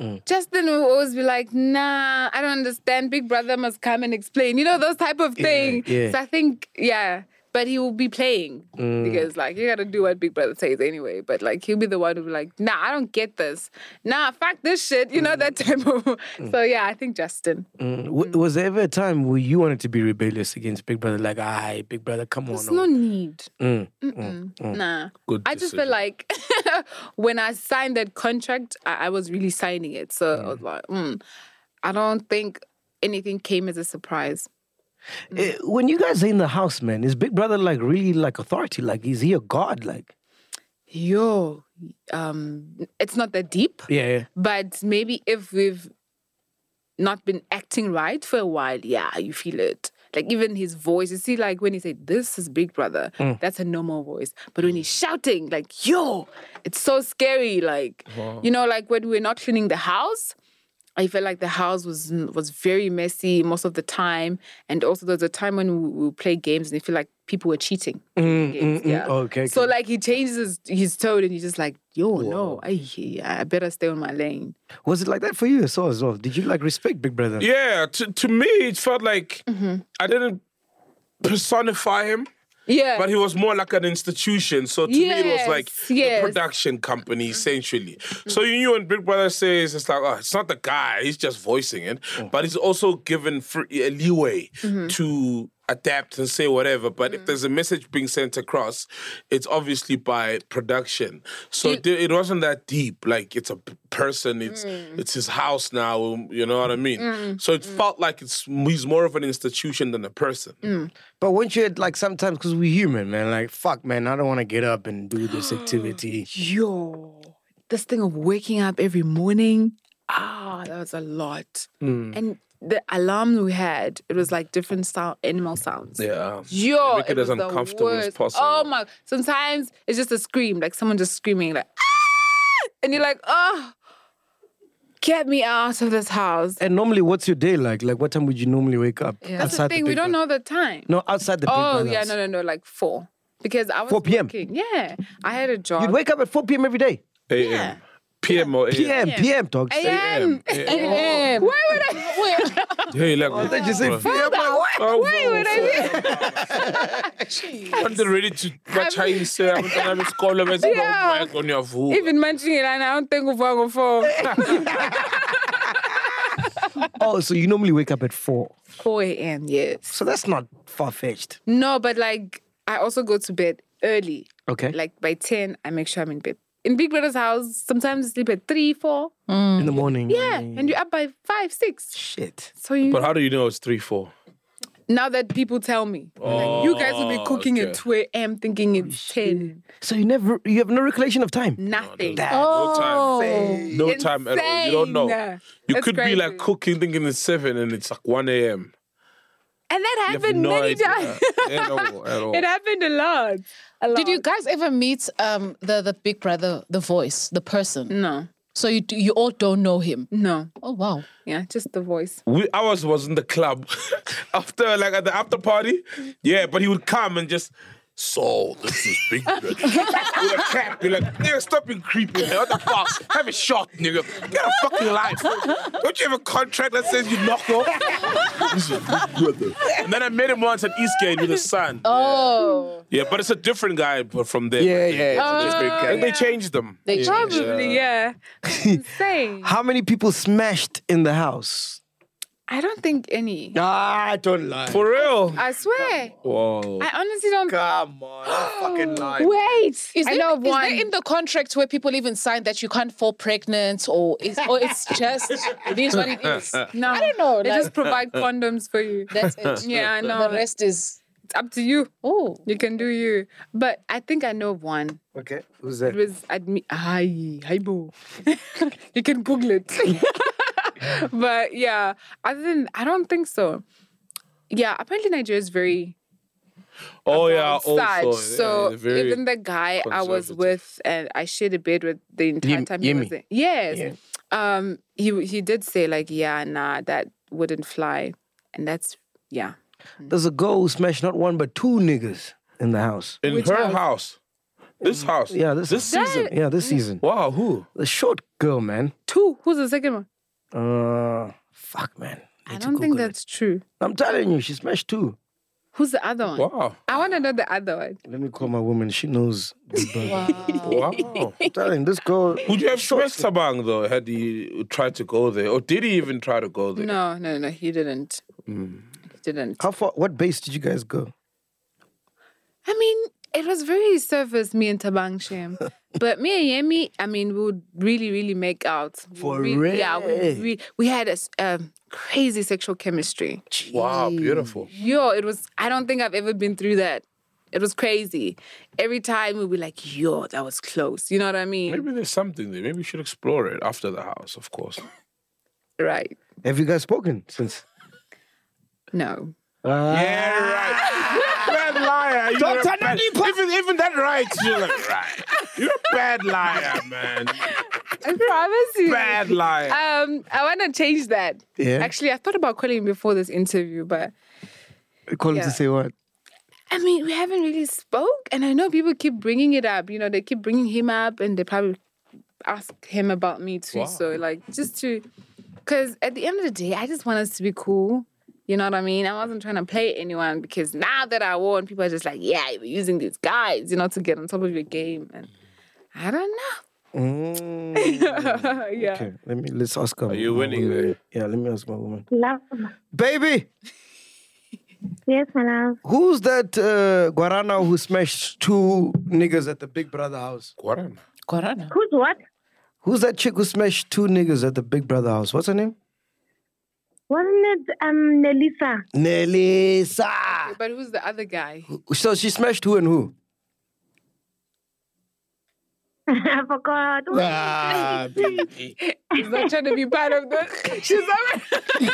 B: Mm.
G: Justin will always be like, nah, I don't understand. Big brother must come and explain. You know, those type of things.
B: yeah. Mm.
G: So I think, yeah. But he will be playing because, like, you gotta do what Big Brother says anyway. But like, he'll be the one who'll be like, "Nah, I don't get this. Nah, fuck this shit." You
B: Mm.
G: know that type of. <laughs> So yeah, I think Justin.
B: W- was there ever a time where you wanted to be rebellious against Big Brother? Like, aye, Big Brother, come on.
G: There's
B: oh."
G: no need.
B: Mm,
G: Nah.
F: Good
G: I just feel
F: decision.
G: like <laughs> when I signed that contract, I, I was really signing it. So I was like, mm, I don't think anything came as a surprise.
B: Eh, when you guys are in the house, man, is Big Brother like really like authority? Like, is he a god? Like,
G: Yo, um, it's not that deep,
B: yeah, yeah.
G: but maybe if we've not been acting right for a while, yeah, you feel it. Like even his voice, you see, like when he said, "This is Big Brother,"
B: Mm.
G: that's a normal voice. But when he's shouting, like "Yo," it's so scary. Like you know, like when we're not cleaning the house, I felt like the house was was very messy most of the time, and also there's a time when we, we would play games and you feel like people were cheating. in games,
B: mm, okay,
G: So
B: okay.
G: like he changes his, his tone, and you're just like, "Yo, no, I, I better stay on my lane."
B: Was it like that for you as well? As well? Did you like respect Big Brother?
F: Yeah, to, to me, it felt like I didn't personify him,
G: Yeah.
F: but he was more like an institution. So to me, it was like
G: Yes,
F: the
G: yes.
F: production company, essentially. So you knew when Big Brother says, it's like, oh, it's not the guy, he's just voicing it, but he's also given free, uh, leeway
G: Mm-hmm.
F: to adapt and say whatever. But
G: Mm.
F: if there's a message being sent across, it's obviously by production. So it, it wasn't that deep. Like it's a p- person, it's
G: Mm.
F: it's his house now. um, You know what I mean? So it felt like it's he's more of an institution than a person.
G: Mm.
B: But weren't you like sometimes because we're human, man? Like, fuck, man, I don't want to get up and do this activity.
G: yo, this thing of waking up every morning, ah, that was a lot.
F: Mm.
G: And the alarm we had, it was like different sound, animal sounds.
F: Yeah.
G: Yo,
F: Make it as
G: was the
F: uncomfortable as
G: worst.
F: possible.
G: Oh my! Sometimes it's just a scream, like someone just screaming, like, ah! and you're like, oh, get me out of this house.
B: And normally, what's your day like? Like, what time would you normally wake up?
G: That's the thing. We don't know the time.
B: No, outside the Big
G: oh
B: Brother.
G: yeah,
B: house.
G: no, no, no, like four. Because I was
B: 4 p.m..
G: working. Yeah, I had a job.
B: You'd wake up at 4 p.m. every day.
F: AM. PM or AM.
B: PM, PM, dog.
G: AM. <laughs> AM. Why would <laughs> I?
F: Hey, like, oh,
B: Did you say PM?
F: Oh,
G: Why would I be?
F: I'm not ready to watch how you say I'm going to school and say,
G: Yeah.
F: work on your
G: <laughs>
F: food.
G: Even mentioning it, and I don't think of what <laughs> for.
B: Oh, so you normally wake up at 4.
G: 4 a.m., yes.
B: So that's not far fetched.
G: No, but like, I also go to bed early.
B: Okay.
G: Like by 10, I make sure I'm in bed. In Big Brother's house, sometimes I sleep at 3, 4.
B: in the morning.
G: Yeah. And you're up by 5, 6.
B: Shit.
G: So you,
F: But how do you know it's 3 4?
G: now that people tell me, like, you guys will be cooking
F: Oh, okay.
G: at 2 a.m., thinking it's
E: Oh,
G: 10.
B: So you never, you have no recollection of time.
G: Nothing. Oh,
F: No time. No time at all. You don't know.
G: Insane.
F: You
G: That's
F: could be like
G: crazy.
F: cooking, thinking it's 7 and it's like 1 a.m.
G: And that
F: You have
G: happened
F: no
G: many
F: idea.
G: times.
F: at all. At all.
G: <laughs> it happened a lot. A lot.
E: Did you guys ever meet um, the the big brother, the voice, the person?
G: No.
E: So you you all don't know him.
G: No.
E: Oh wow.
G: Yeah, just the voice.
F: We, ours was in the club <laughs> after like at the after party. Yeah, but he would come and just. So this is big. Brother." <laughs> With a clap, you're like, nigga, stop being creepy. Man. What the fuck? Have a shot, nigga. Get a fucking life. Don't you have a contract that says you knock off? And then I met him once at Eastgate with his son.
E: Oh,
F: Yeah, but it's a different guy but from there.
B: Yeah, yeah.
F: It's a different guy.
G: Oh, yeah.
F: And they changed them.
E: they changed.
G: Probably, yeah.
F: <laughs>
G: Insane.
B: How many people smashed in the house?
G: I don't think any.
B: Ah, don't lie.
F: For real.
G: I swear.
F: Oh, Whoa.
G: I honestly don't.
B: Come on, don't
E: Oh,
B: fucking lie.
G: Wait.
E: Is
G: I
E: there,
G: know
E: is
G: of
E: there
G: one.
E: in the contract where people even sign that you can't fall pregnant or is
G: <laughs>
E: or it's just it is what it is.
G: no.
E: I don't know,
G: They
E: like-
G: just
E: <laughs>
G: provide condoms for you.
E: That's it.
G: <laughs> Yeah, I know.
E: The rest is
G: It's up to you.
E: oh
G: You can do you. But I think I know of one.
B: Okay, who's
G: It
B: that?
G: was admi- hi, hi boo. <laughs> you can Google it. <laughs> but yeah, other than I don't think so. Yeah, apparently Nigeria is very
F: Oh yeah,
G: on such.
F: also.
G: so
F: yeah, very-
G: even the guy I was
F: conservative.
G: with and I shared a bed with the entire
B: Yem-
G: time he
B: Yemi.
G: was there. Yes. Um he he did say like, yeah, nah, that wouldn't fly. And that's yeah.
B: There's a girl who smashed not one but two niggas in the house.
F: in
G: Which
F: her
G: house?
F: house? This house.
B: Yeah, this,
F: season.
B: Yeah, this season.
F: Wow, who?
B: The short girl, man.
G: Two. Who's the second one?
B: Uh, fuck, man.
G: I
B: Need to
G: don't think
B: Google it.
G: that's true.
B: I'm telling you, she smashed two.
G: Who's the other one?
F: Wow.
G: I wanna know the other one.
B: Let me call my woman. She knows.
G: <laughs>
B: the bird.
F: Wow.
B: I'm telling this girl.
F: Would you have smashed Tabang though had he tried to go there? Or did he even try to go there?
G: No, no, no, he didn't.
B: Hmm.
G: He didn't.
B: How far? What base did you guys go?
G: I mean, it was very surface, me and
B: <laughs>
G: Tabang Shem. but me and Yemi, I mean, we would really, really make out. We
B: For
G: re-
B: real?
G: Yeah, we, we, we had a s- um, crazy sexual chemistry.
F: Wow, beautiful.
G: Yo, it was, I don't think I've ever been through that. It was crazy. Every time we'd be like, yo, that was close. You know what I mean?
F: Maybe there's something there. Maybe we should explore it after the house, of course.
G: Right.
B: Have you guys spoken since?
G: No.
F: Yeah, right. bad liar. <laughs> You're
B: Don't
F: a
B: turn
F: bad, even, even that right, you're like, right. You're a bad liar, man.
G: I promise you.
F: Bad liar.
E: Uh,
G: Um, I want to change that.
B: Yeah.
G: Actually, I thought about calling before this interview, but
B: Calling
G: yeah.
B: to say what?
G: I mean, we haven't really spoke, and I know people keep bringing it up. You know, they keep bringing him up, and they probably ask him about me too. So like, just to, because at the end of the day, I just want us to be cool. You know what I mean? I wasn't trying to play anyone because now that I won, people are just like, yeah, you're using these guys, you know, to get on top of your game, and I don't <laughs>
B: Mm,
G: know. <laughs> yeah.
B: okay, let me let's ask her. Are
F: you winning there?
B: Yeah, let me ask my woman.
H: Love.
B: Baby,
H: Yes, my love.
B: who's that uh, Guarana who smashed two niggas at the Big Brother house?
F: Guarana.
E: Corona.
H: Who's what?
B: Who's that chick who smashed two niggas at the Big Brother house? What's her name?
H: Wasn't it um Nelisa?
B: Nelisa.
G: But who's the other guy?
B: So she smashed who and who?
H: <laughs> I forgot.
B: Ah, baby.
G: He's not trying to be part of
E: <laughs>
G: the. She's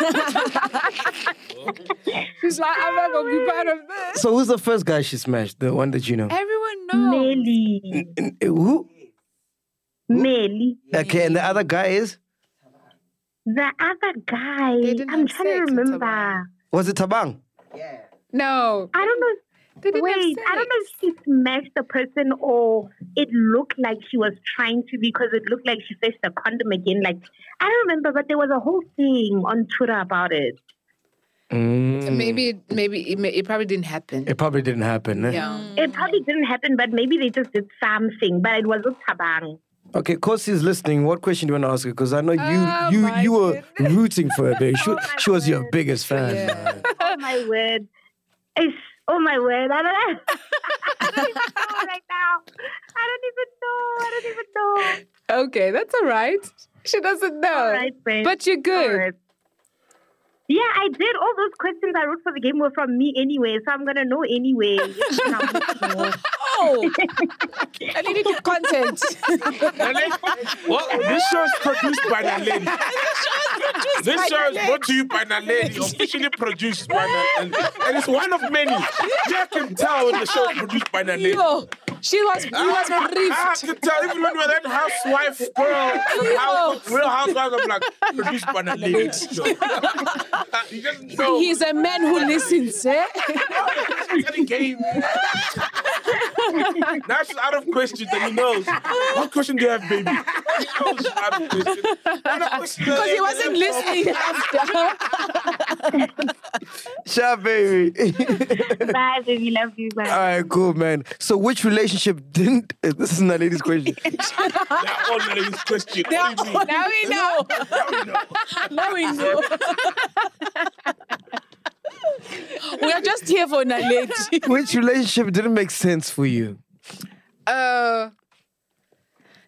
G: not. She's like, I'm not gonna be part of this.
B: So who's the first guy she smashed? The one that you know?
G: Everyone knows.
H: Meli.
B: And eh, who?
H: Meli.
B: Okay, and the other guy is?
H: The other guy.
G: They didn't
H: I'm
G: have
H: trying to
G: sex, it's
H: remember.
G: about-
H: I
B: Was it Tabang?
G: No.
H: don't know.
G: They didn't have
H: Wait, I don't know if she smashed the person or it looked like she was trying to because it looked like she fetched the condom again. Like I don't remember, but there was a whole thing on Twitter about it.
E: Mm.
G: sex. Maybe, it- maybe it, may, it probably didn't happen.
B: It probably didn't happen. eh?
G: yeah.
H: It probably didn't happen, but maybe they just did something. But it was a tabang.
B: Okay, Kosi's listening. What question do you want to ask her? Because I know you
G: Oh,
B: you
G: my Oh
B: you were rooting for her. Babe.
G: <laughs>
B: She, she was your biggest fan. <laughs> man.
H: Oh my word. It's, oh my word. I don't, <laughs> I don't even know right now. I don't even know. I don't even know.
G: Okay, that's all right. She doesn't know.
H: All right, babe.
G: Uh, But you're
H: All
G: good.
H: right. Yeah, I did. All those questions I wrote for the game were from me anyway, so I'm going to know anyway. <laughs> Now,
E: Oh, I needed the content.
F: Naledi. Well, this show is produced by Naledi. <laughs> This show is brought to you by Naledi, officially produced by Naledi. <laughs> And it's one of many. You can tell when the show is produced by Naledi. Ah,
E: Yo, she was he was
F: I
E: briefed.
F: can tell even when we were that housewife girl from House, Real Housewives of Black, produced by <laughs> Naledi. Ah, you just know.
E: He's a man who listens. Eh?
F: Any game. now she's out of question that he knows. What question do you have, baby? He knows she's out of question. Because
E: He wasn't listening after.
B: Sharp baby. <laughs>
H: Bye, baby. Love you. Bye.
B: All right, cool, man. So, which relationship didn't? <laughs> uh, This is not lady's
G: <laughs>
B: question.
F: That all ladies question. What do you
G: Now
F: mean?
G: we
E: <laughs>
G: know.
E: Now we know. we are just here for Naledi.
B: which relationship didn't make sense for you?
G: Uh,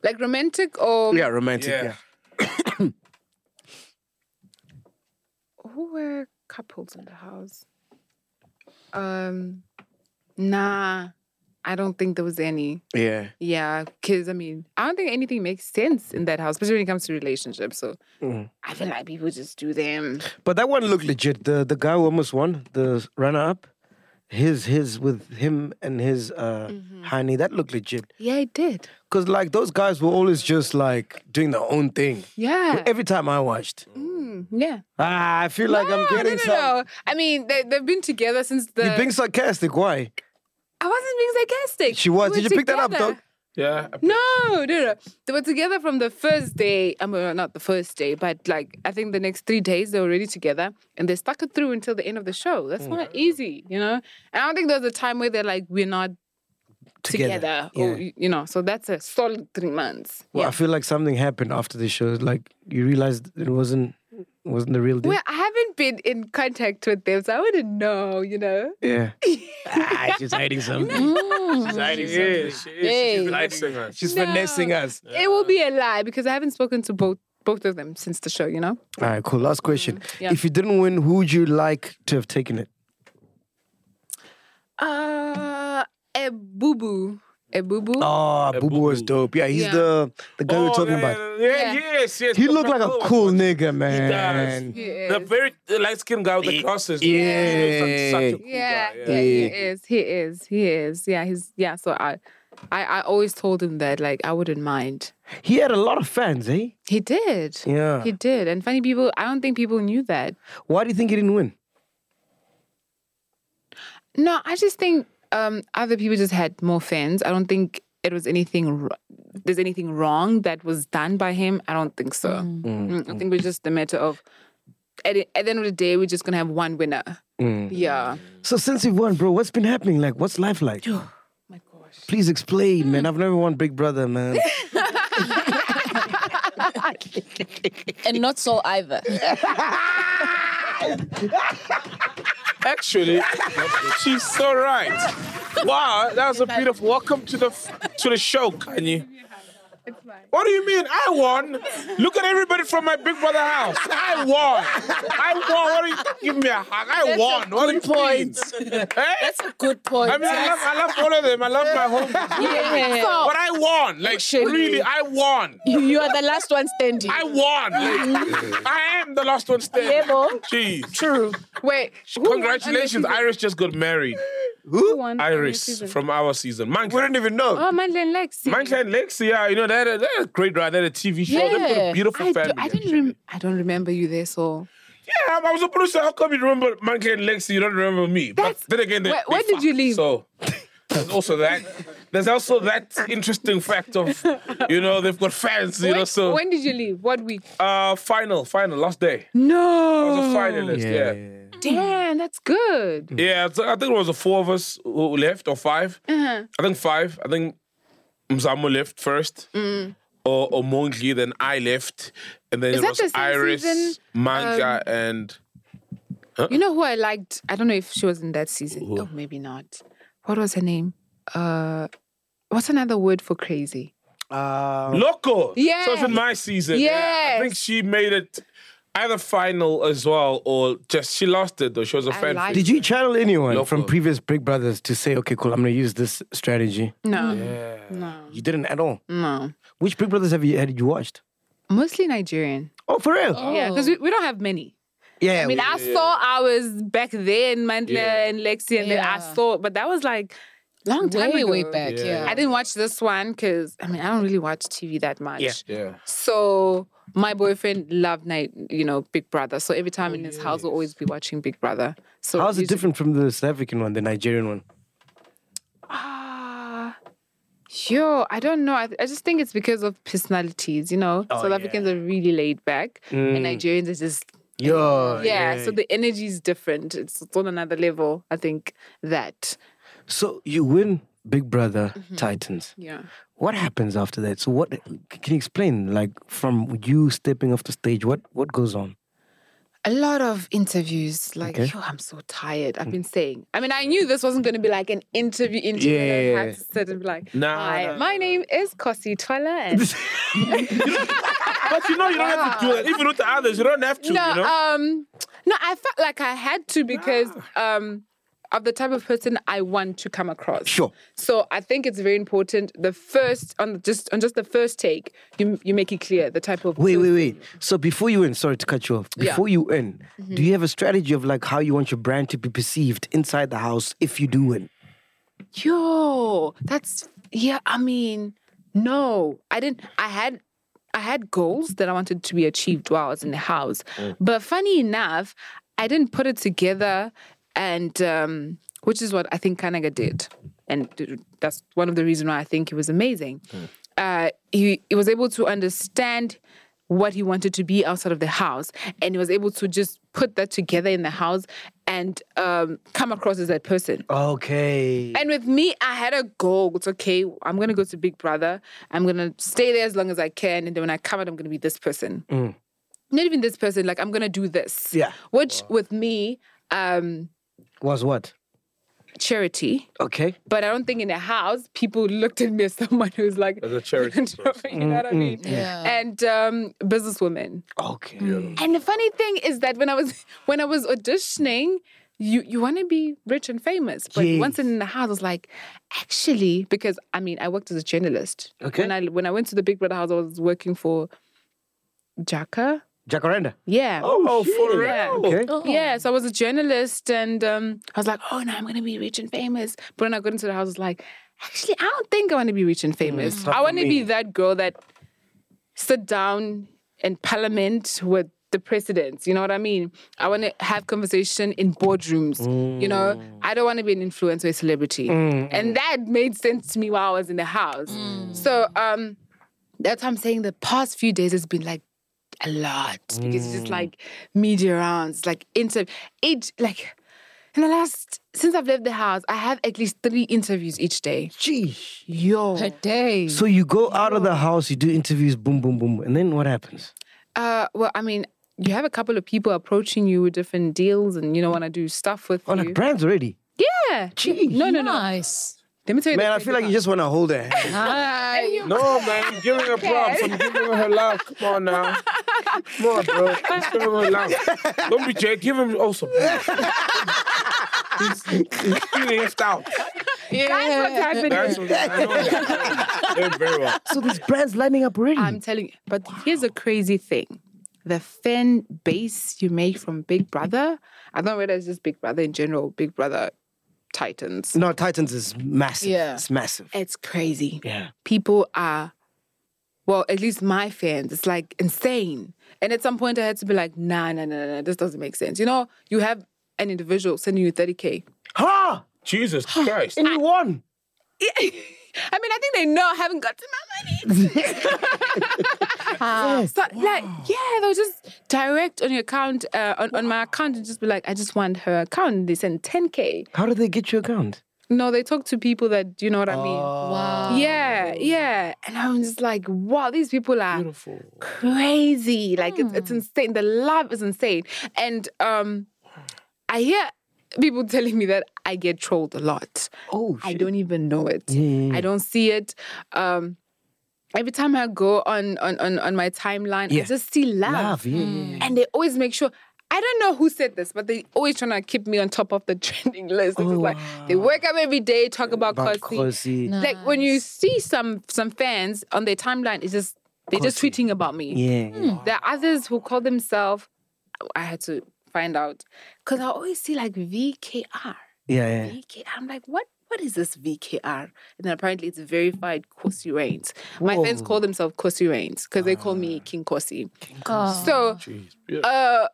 G: like romantic or
B: Yeah, romantic. Yeah.
F: Yeah.
G: who were couples in the house? Um, nah, I don't think there was any.
B: Yeah.
G: Yeah, because I mean, I don't think anything makes sense in that house, especially when it comes to relationships. So
B: Mm-hmm.
G: I feel like people just do them.
B: But that one looked legit. The the guy who almost won, the runner up, his his with him and his uh
G: Mm-hmm.
B: honey, that looked legit.
G: Yeah, it did.
B: Cause like those guys were always just like doing their own thing.
G: Yeah,
B: Every time I watched.
G: Mm, yeah.
B: Ah, I feel like I'm
G: No,
B: getting
G: no, no,
B: some.
G: no. I mean, they, they've been together since the.
B: You're being sarcastic. Why?
G: I wasn't being sarcastic.
B: She was.
G: We
B: Did
G: were
B: you pick that up,
G: together.
B: dog?
F: Yeah. I-
G: No, no, no. They were together from the first day. I mean, not the first day, but like I think the next three days they were already together, and they stuck it through until the end of the show. That's
B: Hmm.
G: not easy, you know. And I don't think there was a time where they're like, we're not together,
B: Together,
G: or
B: yeah.
G: you- you know. So that's a solid three months.
B: Well,
G: yeah.
B: I feel like something happened after the show. Like you realized it wasn't wasn't the real deal.
G: Well, I haven't been in contact with them, so I wouldn't know, you know.
B: yeah.
G: <laughs>
B: ah, she's hiding something.
E: Mm.
F: She's hiding something. She is. She's relaxing us.
B: She's
G: No.
B: finessing us.
G: It will be a lie because I haven't spoken to both both of them since the show, you know.
B: All right, cool. Last question.
E: yeah.
B: If you didn't win, who would you like to have taken it?
G: Uh, a boo boo, a boo boo.
B: Oh, Boo Boo was
F: Uh, Boo.
B: dope. Yeah, he's
G: Yeah.
B: the the guy we we're
F: Oh,
B: talking
F: yeah,
B: about.
F: Yeah,
G: Yeah.
F: yeah, yes, yes.
B: He
F: the
B: looked like a
F: Brazil
B: cool
F: one.
B: nigga,
F: He does.
B: man.
F: The very light skinned guy with the glasses. He looks like such a cool
G: Yeah,
F: guy,
G: yeah, he is. He is. He is. Yeah, he's yeah. So I, I, I always told him that like I wouldn't mind.
B: He had a lot of fans, eh?
G: He did.
B: Yeah.
G: He did. And funny people, I don't think people knew that.
B: Why do you think he didn't win?
G: No, I just think um other people just had more fans. I don't think it was anything. wr- There's anything wrong that was done by him. I don't think so. Mm, I think it was just a matter of. At, the- at the end of the day, we're just gonna have one winner. Mm. Yeah.
B: So since you've won, bro, what's been happening? Like, what's life like?
G: my gosh.
B: Please explain,
E: Hmm.
B: man. I've never won Big Brother,
E: <laughs>
B: man.
E: And not so either.
F: Actually, she's so right. Wow, that was a beautiful welcome to the f- to the show, Kanye. What do you mean? I won. Look at everybody from my Big Brother house. I won. I won. What do you give me a hug? I won. What do you
E: Point.
F: mean? Eh?
E: That's a good point.
F: I mean, I love, I love all of them. I love my home.
E: Yeah.
F: But I won. Like,
E: Actually.
F: really, I won.
E: <laughs> You, you are the last one standing.
F: I won. <laughs> Like, I am the last one standing.
E: Able.
F: Jeez.
E: True.
G: Wait. who won under
F: Congratulations.
G: season-
F: Iris just got married.
G: who won under
F: Iris
G: season?
F: from our season. Mankind. We didn't even
G: Oh,
F: know.
G: Mandela Lexi.
F: Mankind Lakes, yeah, you know, they had a, they had a great ride. They had a TV show. They put
E: Yeah.
F: a beautiful
G: I,
F: family.
G: do, I didn't.
F: actually.
G: Rem- I don't remember you there, so.
F: yeah, I was a producer. How come you remember Mankind Lakes? You don't remember me.
G: That's-
F: but then again, they,
G: Where- where
F: they
G: did you
F: fucked,
G: leave?
F: So there's also that. There's also that interesting fact of, you know, they've got fans, you know,
G: when,
F: so.
G: when did you leave? What week?
F: uh, final, final, last day. I
G: No.
F: was a finalist, yeah.
G: Damn, that's good.
F: Yeah, so I think it was the four of us who left or 5
G: Uh-huh.
F: I think five. I think Mzamo left first, or, or Mongi, then I left, and
G: Mm.
F: then
G: Is
F: it
G: that
F: was
G: the same
F: Iris,
G: season, Um,
F: Manga, and
G: You know who I liked? I don't know if she was in that season. Oh, maybe not. What was her name? Uh, what's another word for crazy?
F: Um,
B: Uh,
F: Loco.
G: Yes.
F: so it's in my season. I think
G: Yes.
F: she made it either final as well, or just she lost it though. She was a fan.
G: like
F: favorite.
B: did you channel anyone from
F: Local.
B: previous Big Brothers to say, okay, cool, I'm gonna use this strategy?
G: No,
B: You didn't at all.
G: no.
B: Which Big Brothers have you had you watched?
G: Mostly Nigerian.
B: Oh, for real?
G: Yeah, because we, we don't have many.
B: yeah.
G: I mean, I saw ours back then, Mandla
F: Oh, Yeah.
G: and Lexi, and then I
E: Yeah.
G: saw, but that was like
E: Long time
G: Way
E: way, way
G: ago.
E: back. Yeah.
G: I didn't watch this one because I mean I don't really watch TV that much.
B: Yeah.
F: Yeah.
G: So my boyfriend loved night, you know, Big Brother. So every time in his house, we'll always be watching Big Brother. So
B: How's it
G: usually-
B: different from the South African one, the Nigerian one?
G: Ah, yo, I don't know. I, I just think it's because of personalities, you know. South Africans are really laid back, and Nigerians are just
B: Yo,
G: yeah, so the energy is different. It's, it's on another level. I think that.
B: So you win Big Brother Titans.
G: Mm-hmm. Yeah.
B: What happens after that? So what can you explain? Like from you stepping off the stage, what what goes on?
G: a lot of interviews. Like,
B: Okay.
G: yo, I'm so tired. I've been saying. I mean, I knew this wasn't going to be like an interview. Interview. Yeah,
B: Yeah.
G: I had to sit and be like,
F: Nah,
G: Hi,
F: nah,
G: my name is Kossi Twala. and-"
F: But you know, you don't have to do that. If you do to others, you don't have to,
G: no,
F: you know?
G: um, no, I felt like I had to because um, of the type of person I want to come across.
B: Sure.
G: So I think it's very important. The first on the, just on just the first take, you you make it clear the type of
B: Wait, wait, wait. So before you in, sorry to cut you off.
G: Yeah. Mm-hmm.
B: Before you in, do you have a strategy of like how you want your brand to be perceived inside the house if you do win?
G: yo that's yeah i mean no i didn't i had i had goals that i wanted to be achieved while i was in the house but funny enough i didn't put it together and um which is what i think kanaga did and that's one of the reasons why i think he was amazing uh he, he was able to understand what he wanted to be outside of the house and he was able to just put that together in the house and um, come across as that person
B: Okay.
G: and with me, I had a goal. It's okay. I'm gonna go to Big Brother. I'm gonna stay there as long as I can, and then when I come out, I'm gonna be this person.
F: Mm.
G: Not even this person. Like I'm gonna do this.
B: Yeah.
G: Which with me, um,
B: Was what?
G: charity.
B: Okay.
G: But I don't think in the house people looked at me as someone who's like
F: As
G: <laughs>
F: a charity Mm-hmm.
G: you know what I mean?
E: Yeah.
G: And um, businesswoman.
B: Okay.
G: And the funny thing is that when I was <laughs> when I was auditioning, you you want to be rich and famous, but
B: Yes.
G: once in the house, I was like, actually, because I mean, I worked as a journalist.
B: Okay.
G: When I when I went to the Big Brother house, I was working for Jaka.
B: Jacaranda.
G: Yeah.
F: Oh, for real.
G: Yeah.
B: Okay.
G: Yeah, so I was a journalist and um, I was like, oh no, I'm going to be rich and famous. But when I got into the house, I was like, actually, I don't think I want to be
F: Mm,
G: rich and famous. I want to be that girl that sit down in parliament with the presidents. You know what I mean? I want to have conversation in boardrooms. You know,
F: Mm.
G: I don't want to be an influencer or a celebrity. And that made sense to me while I was in the house. So um, that's why I'm saying the past few days has been like a lot because
B: Mm.
G: it's just like media rounds, like inter each like in the last since I've left the house, I have at least three interviews each day.
B: Jeez.
G: Yo,
E: Per day.
B: So you go out of the house, you do interviews, boom, boom, boom, and then what happens?
G: uh, well, I mean, you have a couple of people approaching you with different deals, and you know want to do stuff with
B: Oh, like
G: you.
B: brands already.
G: Yeah,
B: Jeez.
G: no, no, no.
E: Nice.
G: Let me tell you, the
B: Man, I
G: crazy
B: feel like you
G: part.
B: just want to hold her hand.
E: Nice.
F: No, man, I'm giving her props. I'm giving her her love. Come on now. Come
G: <laughs>
F: on, bro. Just give her her love. Don't be Jay. Give him also. He's, he's feeling left out.
G: That's what's happening.
F: That's what I know. that. Yeah, very well.
B: <laughs> so these brands lining up already.
G: I'm telling you. But here's a crazy thing. The fan base you make from Big Brother, I don't know whether it's just Big Brother in general, Big Brother Titans.
B: no, Titans is massive.
E: Yeah.
B: It's massive.
G: It's crazy.
B: Yeah.
G: People are, well, at least my fans, it's like insane. And at some point I had to be like, nah, nah, nah, nah, nah, this doesn't make sense. You know, you have an individual sending you 30K.
B: Ha!
F: Jesus Christ.
B: And you won.
G: I mean, I think they know I haven't gotten my money. so, like, yeah, they'll just direct on your account, uh, on, on my account, and just be like, I just want her account. And they send 10K.
B: How did they get your account?
G: No, they talk to people that, you know what I mean?
E: Wow.
G: Yeah, yeah. And I'm just like, wow, these people are crazy. Like it's,
B: Hmm.
G: it's insane. The love is insane. And um I hear people <laughs> telling me that I get trolled a lot.
B: Oh,
G: I
B: shit. Hmm.
G: don't even know it.
B: yeah,
G: I don't see it. Um Every time I go on on on, on my timeline,
B: Yeah.
G: I just see love.
B: Love, yeah, yeah, yeah.
G: And they always make sure. I don't know who said this, but they always trying to keep me on top of the <laughs> trending list. It's just like they wake up every day, talk about,
B: Oh, About
G: Kosi.
B: Kosi.
G: Like when you see some some fans on their timeline, it's just they're just tweeting about me.
B: Yeah. yeah.
G: There are others who call themselves. I had to find out because I always see like VKR,
B: Yeah, yeah.
G: VKR. I'm like, what? What is this VKR? And then apparently it's verified Kosi Reigns. My fans
B: Whoa. Ah.
G: call themselves Kosi Reigns because they call me King Kosi.
E: God.
G: So
F: Jeez. Yeah.
G: uh,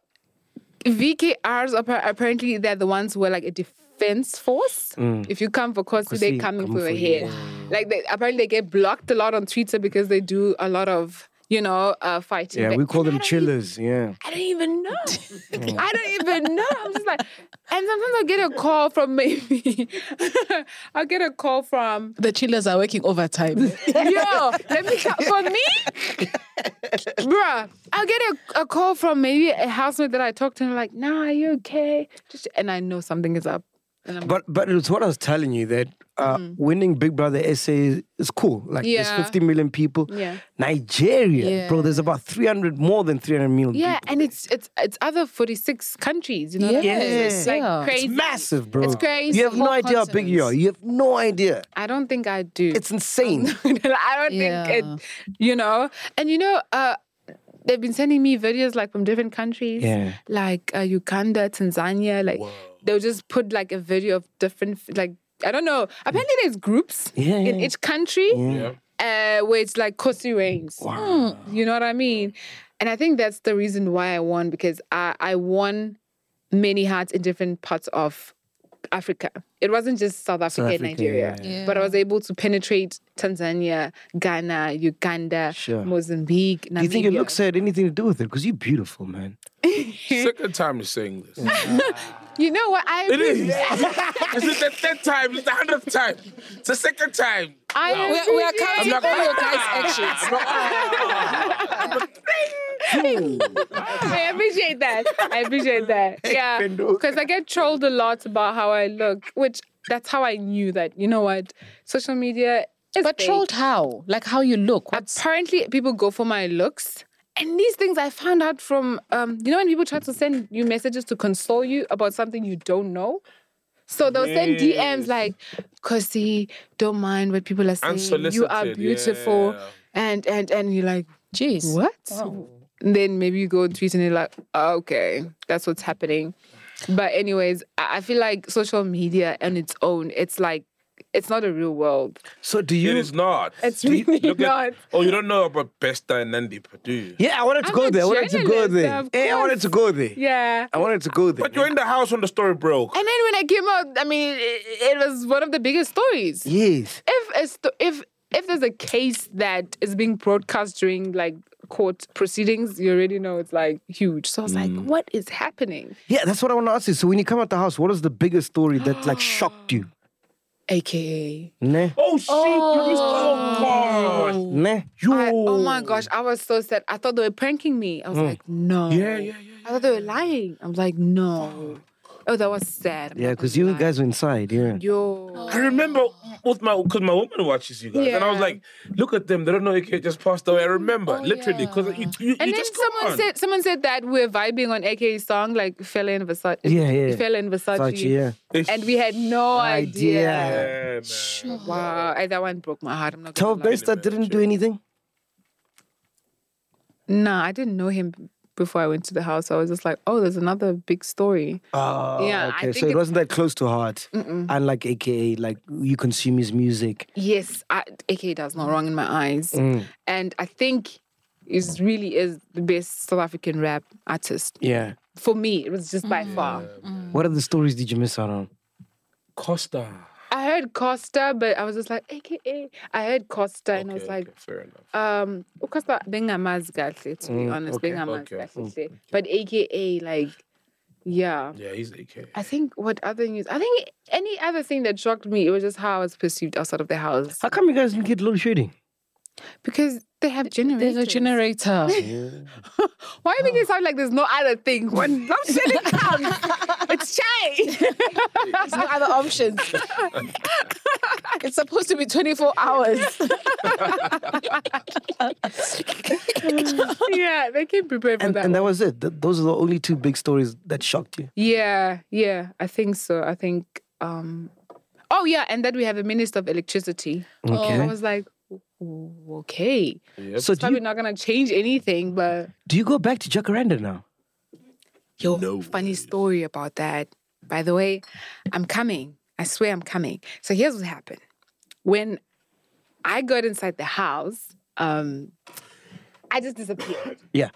G: VKRs appa- apparently they're the ones who are like a defense force. If you come for Kosi, they're
B: Kosi, Mm.
G: coming
B: come
G: for your
B: for
G: head.
B: you.
G: Like they apparently they get blocked a lot on Twitter because they do a lot of you know, uh, fighting.
B: Yeah,
G: back.
B: we call
G: And I
B: them
G: don't e-,
B: chillers. Yeah.
G: I don't even know. <laughs> I don't even know. I'm just like, and sometimes I'll get a call from maybe, <laughs> I'll get a call from,
E: The chillers are working overtime.
G: yo, let me, ca- for me, bruh, I'll get a, a call from maybe a housemate that I talked to and I'm like, nah, are you okay? Just, and I know something is up. And I'm
B: But but it's what I was telling you that uh, winning Big Brother SA is, is cool. Like there's
G: Mm-hmm. Yeah.
B: 50 million people.
G: Yeah.
B: Nigeria, bro. There's
G: Yeah.
B: about 300 more than 300 million.
G: yeah,
B: people.
G: and it's it's it's other forty six countries, you know. what I mean?
B: Yes.
G: it's like
E: Yeah. It's
G: crazy,
B: massive, bro.
G: It's crazy.
B: You have no
E: Whole
B: idea how big you are.
E: continents.
B: You have no idea.
G: I don't think I do.
B: It's
G: Oh,
B: insane.
G: <laughs> I don't think
E: Yeah.
G: it, you know. And you know, uh, they've been sending me videos like from different countries,
B: Yeah.
G: like uh, Uganda, Tanzania. Like they'll just put like a video of different, like I don't know. Apparently, there's groups
B: Yeah,
G: in
B: yeah.
G: each country
F: Yeah.
G: uh, where it's like Kosi reigns. You know what I mean? And I think that's the reason why I won because I, I won many hearts in different parts of Africa. It wasn't just South Africa,
B: South
G: and
B: Africa,
G: Nigeria,
B: yeah,
E: yeah.
G: but I was able to penetrate Tanzania, Ghana, Uganda,
B: Sure.
G: Mozambique. Namibia.
B: Do you think your looks had anything to do with it? Because you're beautiful, man.
F: Second time you're saying this.
G: You know what? I
F: It
G: agree.
F: is. this is the third time. It's the hundredth time. It's the second time. Ah,
G: I
E: we, are, we are
G: agree.
E: counting all your guys' actions.
G: <laughs> I appreciate that. I appreciate that. Yeah. Because I get trolled a lot about how I look, which that's how I knew that, you know what, social media is.
E: <laughs> But
G: fake.
E: trolled how? Like how you look? What's
G: Apparently, people go for my looks. And these things I found out from, um, you know, when people try to send you messages to console you about something you don't know? So they'll send DMs like, Kosi, don't mind what people are saying. You are
F: Unsolicited,
G: beautiful.
F: yeah.
G: And, and, and you're like,
E: jeez.
G: what? And then maybe you go and tweet and you're like, okay, that's what's happening. But anyways, I I feel like social media on its own, it's like it's not a real world.
B: So do
F: It
B: you?
F: is not.
G: It's really
F: Look
G: not.
F: At, oh, you don't know about Besta and Nandi Padu.
B: Yeah, I wanted to
G: I'm
B: go
G: a
B: there. I wanted to go
G: journalist,
B: there.
G: of
B: Hey, I wanted to go there.
G: Yeah.
B: I wanted to go there.
F: But you're in the house when the story broke.
G: And then when I came out, I mean, it, it was one of the biggest stories.
B: yes.
G: If a sto- if if there's a case that is being broadcast during like court proceedings, you already know it's like huge. So I was
B: Mm.
G: like, what is happening?
B: Yeah, that's what I want to ask you. So when you come out the house, what is the biggest story that <gasps> like shocked you?
G: AKA.
B: Nah.
F: Oh, shit. Oh,
B: Nah.
G: I, oh my gosh, I was so sad. I thought they were pranking me.
B: Mm.
G: I was like, no.
F: Yeah, yeah, yeah,
G: I thought they were lying. I'm like, no. Oh, that was sad. I'm
B: Yeah,
G: not
B: because
G: gonna
B: you
G: lie.
B: guys were inside. Yeah.
G: Yo.
F: I remember with my because my woman watches you guys, and I was
G: Yeah. Oh,
F: like, "Look at them! They don't know AK just passed away." I remember literally because you, you,
G: And
F: you
G: then
F: just go
G: someone
F: on.
G: said someone said that we're vibing on AK's song like Fella in Versace.
B: Yeah, yeah.
G: Fella in Versace.
B: Such, yeah.
F: It's-
G: And we had no idea.
B: Idea.
F: Yeah, man.
G: Wow. And that one broke my heart. I'm not
B: Tell
G: gonna lie.
B: Besta didn't do anything.
G: Nah, I didn't know him before I went to the house. I was just like, oh, there's another big story.
B: Oh,
G: Yeah, I
B: okay.
G: think
B: So it
G: it's-
B: wasn't that close to heart. And like AKA, like you consume his music.
G: Yes, I, AK does not wrong in my eyes,
F: Mm.
G: and I think is really is the best South African rap artist
B: Yeah.
G: for me. It was just by
F: Mm.
G: far.
B: What other stories did you miss out on?
F: Costa.
G: I heard Costa, but I was just like AKA. I heard Costa, and I was
F: Okay,
G: like,
F: okay, fair enough.
G: um, Costa bengamaz kahle, to be honest, bengamaz
F: Mm, Okay.
G: kahle. But AKA, like, yeah.
F: Yeah, he's AK.
G: I think what other news? I think any other thing that shocked me, it was just how I was perceived outside of the house
B: How come you guys didn't get load shading?
G: because they have generators.
E: There's a oh. generator.
G: Why make it sound like there's no other thing?
E: <laughs>
G: When love sharing comes, it's chai.
E: There's no
G: <laughs>
E: other options. it's supposed to be 24 <laughs> hours.
G: <laughs> yeah, they can prepare for
B: And,
G: that.
B: and that
G: one.
B: was it. Th- those are the only two big stories that shocked you.
G: yeah, yeah, I think so. I think. um Oh yeah, and that we have a minister of electricity. Oh, I
B: Okay.
G: was like, "Ooh, okay,
B: so do
G: probably
B: you,
G: not gonna change anything, but
B: do you go back to Jacaranda now?
G: Yo, funny story about that. By the way, I'm coming. I swear I'm coming. So here's what happened. When I got inside the house, um, I just disappeared.
B: Yeah.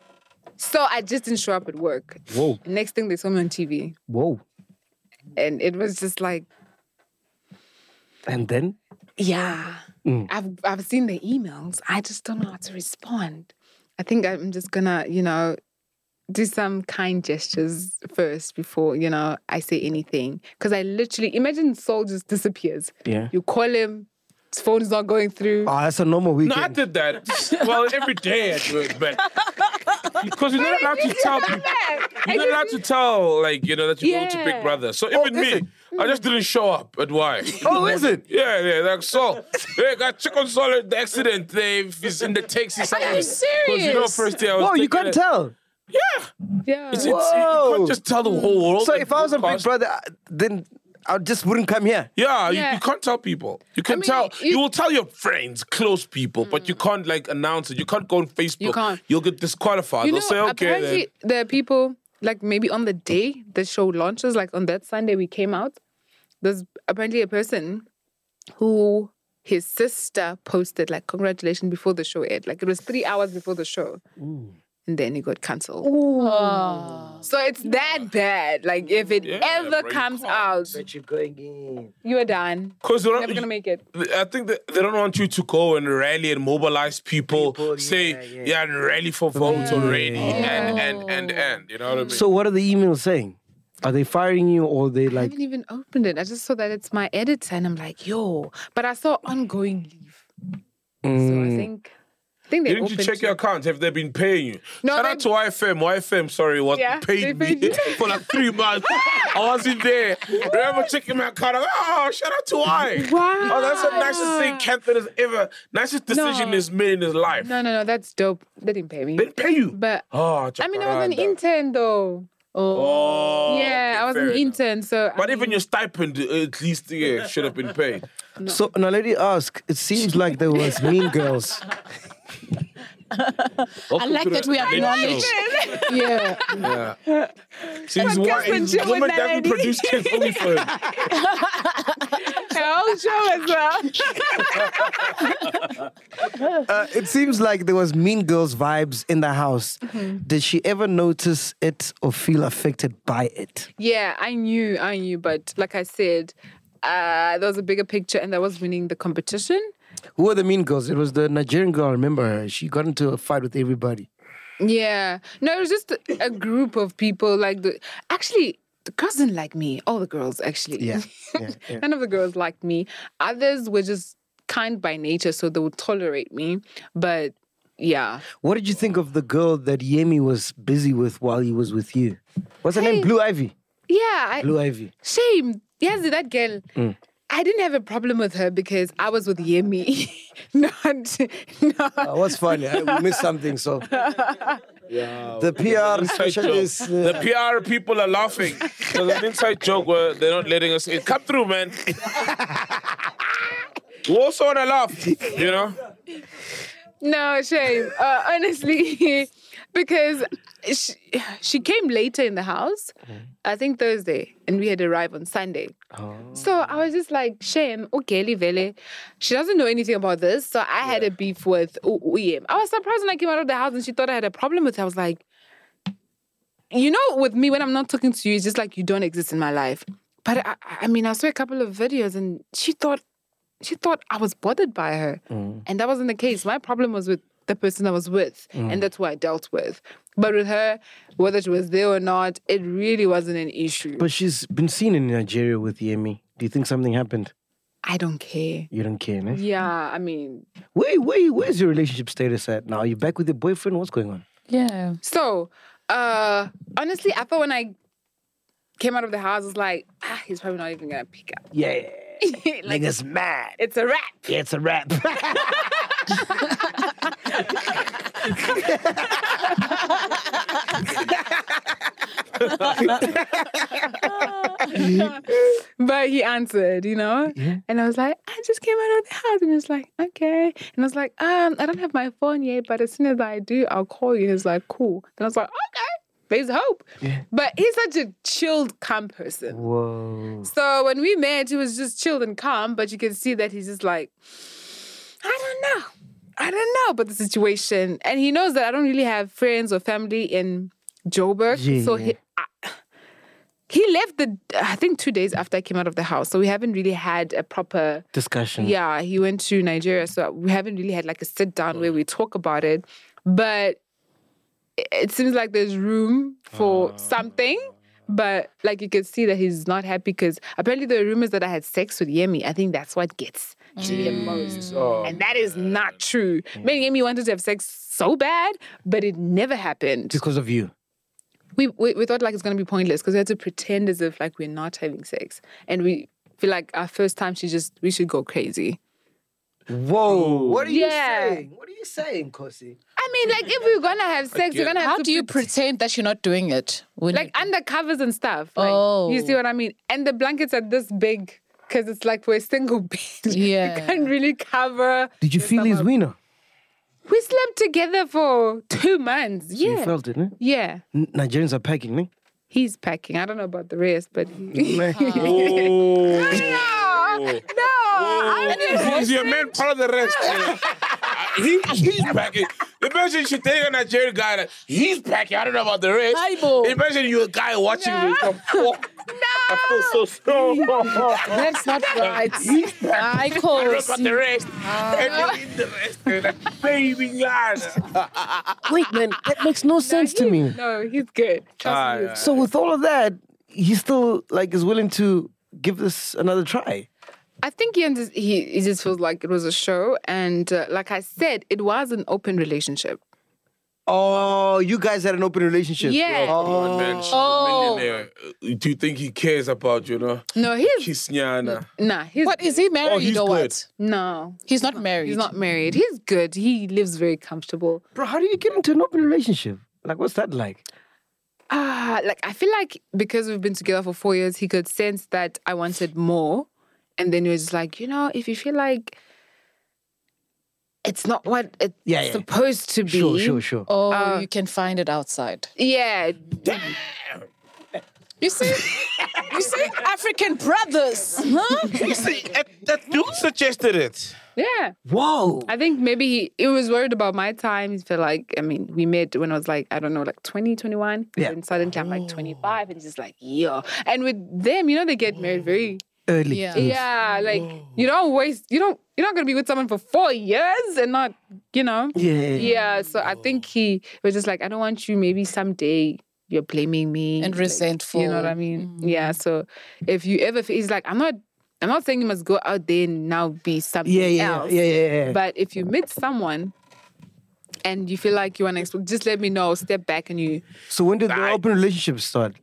G: So I just didn't show up at work.
B: Whoa.
G: Next thing they saw me on TV.
B: Whoa.
G: And it was just like,
B: And then? Mm.
G: yeah, I've I've seen the emails. I just don't know how to respond. I think I'm just gonna, you know, do some kind gestures first before, you know, I say anything. Because I literally imagine Soul just disappears.
B: Yeah.
G: You call him, his phone's not going through. <laughs>
B: Oh, that's a normal
F: No, I
B: weekend.
F: did that. Well, every day I do it,
G: <laughs>
F: but because you're not allowed to tell people. You're not allowed to tell, like, you know, that you're going to Big
G: Yeah.
F: Brother. So even
B: is
F: me, I just didn't show up at Y.
B: oh, is it?
F: Yeah, yeah, like so. Hey, got chicken solid the accident. They he's in the taxi
E: Are you
F: Because you know,
E: serious?
F: first day I was.
B: Whoa, you
F: taking
B: can't
F: it-
B: tell.
G: Yeah.
F: It's, it's, you
B: Whoa.
F: can't just tell the whole world.
B: So
F: like,
B: if I was a big
F: broadcast.
B: brother, I- then I just wouldn't come here.
F: Yeah, You,
G: Yeah.
F: you can't tell people. You can
G: mean,
F: tell. You,
G: you-
F: will tell your friends, close people, but you can't like announce it. You can't go on Facebook.
G: can't.
F: You'll get disqualified.
G: You
F: They'll
G: know,
F: say, okay, then.
G: apparently there are people like maybe on the day the show launches, like on that Sunday we came out. There's apparently a person who his sister posted like congratulations before the show aired. Like it was three hours before the show, and then it got cancelled. Oh. So it's that bad. Like if it
F: Yeah,
G: ever
F: bro, you
G: comes
F: can't.
G: out,
C: You're going in.
G: you are done.
F: 'Cause they're
G: You're
F: not-
G: never gonna make it.
F: I think that they don't want you to go and rally and mobilize people,
C: People,
F: say,
C: yeah,
F: yeah,
C: yeah.
F: and rally for votes already, and, and, and, and, you know what I mean?
B: So what are the emails saying? Are they firing you or they
G: I
B: like?
G: haven't even opened it. I just saw that it's my editor, and I'm like, yo. But I saw ongoing leave, so I think I think they
F: Didn't you
G: opened
F: check
G: it.
F: your account? Have they been paying you?
G: No,
F: Shout
G: they-
F: out to YFM. YFM, sorry, was
G: Yeah,
F: paid
G: they
F: me
G: paid you.
F: <laughs> for like three months. I wasn't there. Remember checking my account? I'm like, oh, shout out to Y.
G: Wow.
F: Oh, that's the nicest thing Kempton has ever, nicest decision
G: No.
F: he's made in his life.
G: No, no, no, that's dope. They didn't pay me.
F: They didn't pay you.
G: But
F: oh,
G: I mean, I was an
F: Jacaranda.
G: intern though.
F: Oh,
G: yeah,
F: okay,
G: I was
F: fair
G: an
F: enough.
G: intern, so.
F: But
G: I
F: even
G: mean,
F: your stipend, uh, at least, yeah, should have been paid.
B: So now, let me ask. It seems like there was Mean
G: <laughs>
B: Girls.
E: I like that we acknowledge. yeah.
F: <laughs> Since why
G: Podcast and
F: is
G: chill with
F: women
G: that
F: doesn't
G: lady.
F: produce kids only
G: <laughs>
F: for
G: I'll show as well.
B: Uh, it seems like there was Mean Girls vibes in the house.
G: Mm-hmm.
B: Did she ever notice it or feel affected by it?
G: Yeah, I knew, I knew, but like I said, uh, there was a bigger picture, and that was winning the competition.
B: Who were the Mean Girls? It was the Nigerian girl. I remember her. She got into a fight with everybody.
G: Yeah, no, it was just a- a group of people. Like the actually, the girls didn't like me. All the girls actually.
B: Yeah.
G: <laughs>
B: yeah, yeah.
G: None of the girls liked me. Others were just kind by nature, so they would tolerate me. But yeah,
B: What did you think of the girl that Yemi was busy with while he was with you? What's her name?
G: Hey.
B: Blue Ivy.
G: yeah, I,
B: Blue Ivy.
G: shame. Yes, that girl. I didn't have a problem with her because I was with Yemi, <laughs> not, not
B: Uh, what's funny? I, we missed something. So <laughs> the PR specialist. uh,
F: The PR people are
B: <laughs>
F: laughing. There's an inside joke where they're not letting us in. Come through, man.
B: <laughs>
F: we also want to laugh,
B: <laughs>
F: you know?
G: No, shame.
F: <laughs>
G: Uh, honestly, <laughs> because she, she came later in the house, I think Thursday, and we had arrived on Sunday. So I was just like, shame, okay, Vele. She doesn't know anything about this. So I had a beef with Uyem. I was surprised when I came out of the house and she thought I had a problem with her. I was like, you know, with me, when I'm not talking to you, it's just like you don't exist in my life. But I, I mean, I saw a couple of videos and she thought she thought I was bothered by her. And that wasn't the case. My problem was with the person I was with, and that's who I dealt with. But with her, whether she was there or not, it really wasn't an issue.
B: But she's been seen in Nigeria with Yemi. Do you think something happened?
G: I don't care.
B: You don't care, no?
G: Yeah, I mean,
B: Wait, wait, where's your relationship status at now? Are you back with your boyfriend? What's going on?
E: Yeah.
G: so uh honestly, I thought when I came out of the house, I was like, ah, he's probably not even gonna pick up. <laughs>
B: Yeah.
G: like,
B: Niggas mad.
G: it's a wrap.
B: Yeah, it's a <laughs> wrap.
G: But he answered, you know? And I was like, I just came out of the house. And he was like, okay. And I was like, um, I don't have my phone yet, but as soon as I do, I'll call you. And he's like, cool. And I was like, okay, there's hope. But he's such a chilled, calm person.
B: Whoa.
G: So when we met, he was just chilled and calm, but you can see that he's just like, I don't know. I don't know about the situation. And he knows that I don't really have friends or family in Joburg.
B: Yeah,
G: so
B: yeah.
G: he I- he left the I think two days after I came out of the house. So we haven't really had a proper
B: Discussion.
G: yeah, he went to Nigeria. So we haven't really had like a sit down where we talk about it. But it seems like there's room for something. But like you can see that he's not happy because apparently there are rumors that I had sex with Yemi. I think that's what gets to me the most. and that is not true. Me and Yemi wanted to have sex so bad, but it never happened.
B: because of you.
G: We we, we thought like it's gonna be pointless because we had to pretend as if like we're not having sex. And we feel like our first time she just we should go crazy.
B: Whoa. What are you
G: Yeah.
B: saying? What are you saying, Kosi?
G: I mean, like if we're gonna have sex, we're
F: get it.
G: gonna have
E: How
G: to
E: do you
G: pret-
E: pretend that you're not doing it? When
G: like
E: you-
G: under covers and stuff. Like, you see
E: Oh.
G: what I mean? And the blankets are this big because it's like we're single <laughs> bed.
E: Yeah.
G: you can't really cover.
B: Did you feel his wiener?
G: We slept together for two months. Yeah,
B: You felt it, eh?
G: yeah.
B: N- Nigerians are packing, <laughs> me.
G: He's packing. I don't know about the rest, but
B: <laughs>
G: he- <laughs> no,
F: Oh.
G: no. I'm
F: Is your man part of the rest? Yeah. Uh, he, he's packing. Imagine you take a Nigerian guy that he's packing. I don't know about the rest.
E: Aibo.
F: Imagine you a guy watching
G: No.
F: me come. Oh, I feel so strong.
E: that's not right. I
F: I don't know
E: call.
F: about the rest. and you're in the rest. You're like, baby guys.
B: Wait, man, that makes
G: <laughs>
B: no sense to me.
G: No, he's good. Trust
F: Ah,
G: me.
F: yeah.
B: So with all of that, he still like is willing to give this another try.
G: I think he, under- he he just feels like it was a show, and uh, like I said, it was an open relationship.
B: Oh, you guys had an open relationship.
G: Yeah.
F: Oh, man, she's
E: Oh.
F: a millionaire. Uh, Do you think he cares about you, no?
G: No, he's
F: Kiss Nyana.
G: nah. He's
E: What is he married
F: Oh, he's
E: or
F: good.
E: what?
G: no.
E: He's not married.
G: He's not married. He's good. He lives very comfortable.
B: Bro, how do you get into an open relationship? Like, what's that like?
G: Ah, like I feel like because we've been together for four years, he could sense that I wanted more, and then he was just like, you know, if you feel like it's not what it's
B: Yeah, yeah.
G: supposed to be,
B: Sure, sure, sure.
E: Oh, you can find it outside.
G: yeah,
E: You <laughs> see, you see, African brothers, huh?
F: That dude suggested it.
G: yeah.
B: Whoa.
G: I think maybe he, he was worried about my time. He felt like, I mean, we met when I was like, I don't know, like 20, 21.
B: Yeah.
G: And suddenly I'm like 25. And he's just like, yeah. And with them, you know, they get married very
B: Early.
E: Yeah.
B: days.
G: Yeah, like you don't waste. You don't. You're not gonna be with someone for four years and not. You know.
B: Yeah.
G: Yeah. So I think he was just like, I don't want you. Maybe someday you're blaming me
E: <laughs> And
G: like,
E: resentful. Mm.
G: You know what I mean? Yeah. So if you ever, feel- he's like, I'm not. I'm not saying you must go out there and now be something
B: Yeah, yeah,
G: else.
B: yeah, yeah, yeah.
G: But if you meet someone. And you feel like you want to explore, just let me know. Step back and you.
B: So when did the open relationship start?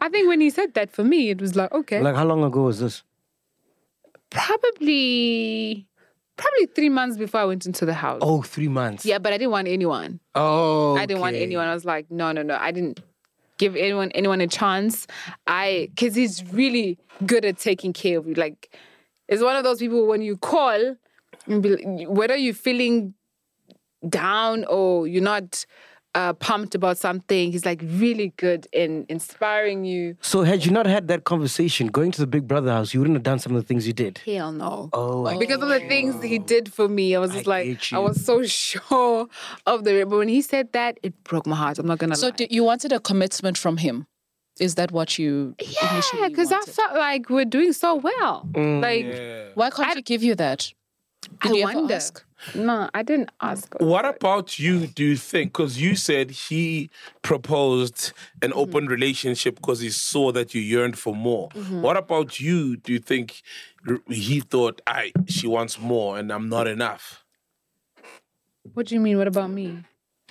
G: I think when he said that for me, it was like, okay.
B: Like, how long ago was this?
G: probably probably three months before I went into the house.
B: Oh, three months.
G: Yeah, but I didn't want anyone.
B: Oh.
G: I didn't want
B: okay.
G: anyone. I was like, no, no, no. I didn't give anyone anyone a chance. I because he's really good at taking care of you. Like, it's one of those people when you call, and be, like- whether you're feeling down or you're not uh, pumped about something, he's like really good in inspiring you.
B: So had you not had that conversation, going to the Big Brother house, you wouldn't have done some of the things you did.
G: Hell no.
B: Oh, I-
G: because of the things he did for me, I was just
B: I
G: like,
B: get
G: I was so <laughs> sure of the. But when he said that, it broke my heart. I'm not gonna
E: So
G: lie.
E: d- you wanted a commitment from him. Is that what you initially
G: yeah, because I
E: wanted?
G: felt like we're doing so well. like,
E: Why can't he give you that? Did
G: I
E: you ever
G: wonder.
E: ask?
G: no, I didn't ask.
F: What about you, do you think? Because you said he proposed an
G: Mm-hmm.
F: open relationship because he saw that you yearned for more.
G: Mm-hmm.
F: What about you, do you think r- he thought, I she wants more and I'm not enough?
G: What do you mean? What about me?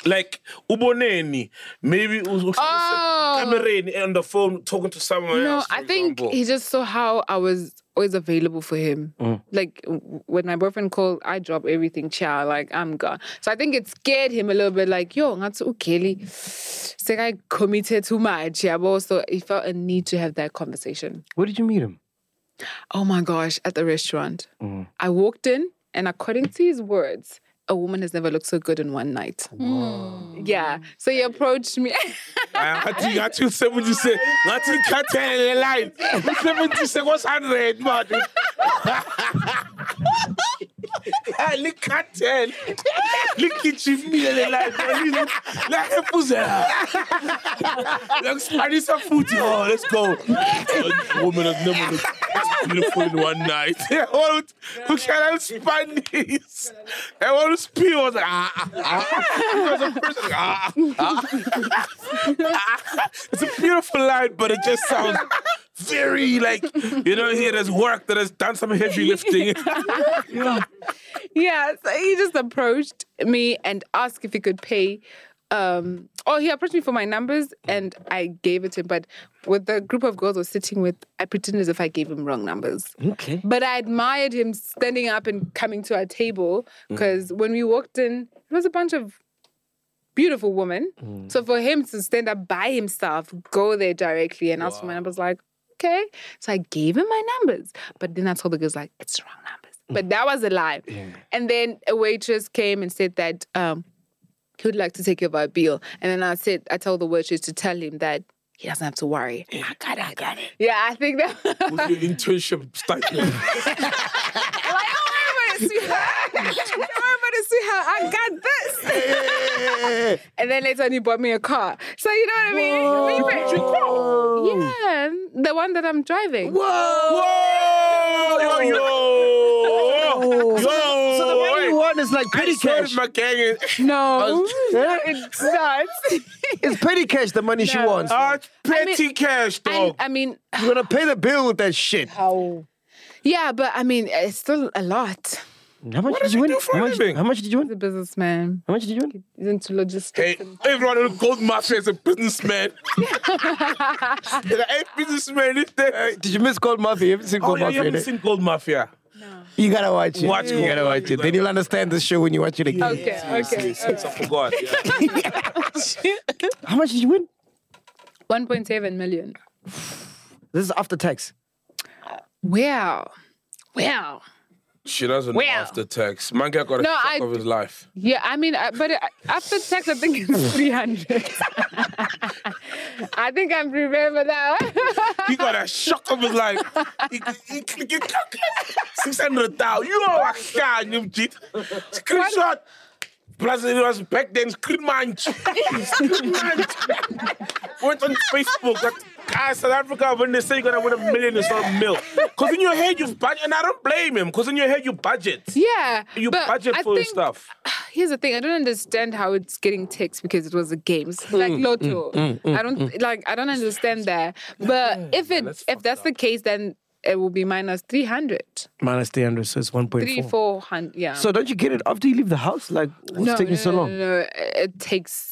F: Like, Uboneni, maybe Uzu-
G: Oh.
F: Kamereni on the phone talking to someone
G: No,
F: else. for
G: I think
F: example.
G: he just saw how I was always available for him.
F: Oh.
G: Like w- when my boyfriend called, I drop everything, child. Like I'm gone. So I think it scared him a little bit. Like yo, that's okay. Say I committed too much. Yeah, but also he felt a need to have that conversation.
B: Where did you meet him?
G: Oh my gosh, at the restaurant, I walked in, and according to his words. A woman has never looked so good in one night.
E: Mm.
G: Yeah. So he approached <laughs> me.
F: ngathi ngathi usebenzise ngathi ikhathele le line usebenzise kos-hundred mani likhathele ligijimile le line lahefuzela lakusibanisa futhi oh let's go woman has never looked It's beautiful in one night. Everyone would- who can Spanish? Everyone who speaks was like, ah, ah, ah. Because the person, ah, ah, ah. It's a beautiful line, but it just sounds very like, you know, here there's work, there's done some heavy lifting.
G: Yeah, so he just approached me and asked if he could pay. Um, oh, he approached me for my numbers and I gave it to him. But with the group of girls I was sitting with, I pretended as if I gave him wrong numbers.
B: Okay.
G: But I admired him standing up and coming to our table because when we walked in, it was a bunch of beautiful women. So for him to stand up by himself, go there directly and ask for my numbers, like, okay. So I gave him my numbers. But then I told the girls, like, it's wrong numbers. But that was a lie. And then a waitress came and said that um, he would like to take over a bill. And then I said, I told the waitress to tell him that he doesn't have to worry. I got it, I got it. Yeah, I think that. <laughs>
F: With your internship stipend.
G: like, oh, everybody see her. everybody see her. I got this. and then later on, he bought me a car. So you know what I mean? We were- Yeah, the one that I'm driving.
F: Whoa! Yo, yo! Yo!
B: So
C: Oh,
B: the money you want is like petty
F: I
B: <laughs>
F: swear
B: cash.
F: to my gang is
G: <laughs> No,
C: Yeah.
G: it's not.
C: It's petty cash, the money she
G: No.
C: wants.
F: uh, petty
G: mean-
F: cash,
G: I,
F: dog.
G: I mean,
C: You're gonna pay the bill with that shit.
G: yeah, but I mean, it's still a lot.
B: How much
F: did you do for a
B: How much,
F: living?
B: how much did you
G: He's
B: win?
G: a businessman.
B: How much did you win?
G: He's into logistics.
F: Hey, everyone in the gold mafia is a businessman. They're like, hey, businessman, this day.
C: Did you miss Gold Mafia? You haven't seen
F: Oh,
C: Gold
F: yeah, you
C: Mafia.
F: haven't
C: innit?
F: seen Gold Mafia.
C: You gotta watch it.
F: Watch
C: you
F: Gold
C: gotta watch
F: Mafia.
C: it. Then you'll understand the show when you watch it again.
G: Okay, okay.
F: Since I forgot. yeah.
B: How much did you win?
G: 1.7 million.
B: This is after tax.
G: Wow. Wow.
F: She doesn't know
G: Well.
F: after tax. Man guy got a
G: No,
F: fuck
G: I-
F: of his life.
G: Yeah, I mean, I, <laughs> but I- after tax, I think it's 300. I think I remember that.
F: He got a shock of his life. He, he, he, he, 600,000. You are a guy, you cheat. Screenshot. Plus, it was back then, screen man. Screen man. Went on Facebook. That guy, South Africa, when they say you're going to win a million, it's not a mil. Because in your head, you've budget, and I don't blame him, because in your head, you budget.
G: yeah.
F: You
G: but
F: budget
G: I
F: for your
G: think-
F: stuff.
G: Here's the thing: I don't understand how it's getting ticks because it was a game, It's like
F: Mm,
G: Lotto. I don't like. I don't understand that. But if it if that's the case, then it will be minus 300,
B: Minus 300, so it's 1.4.
G: three, four hundred. Yeah.
B: So don't you get it after you leave the house? Like, what's
G: no,
B: taking
G: no,
B: so
G: no,
B: long?
G: No, no, it takes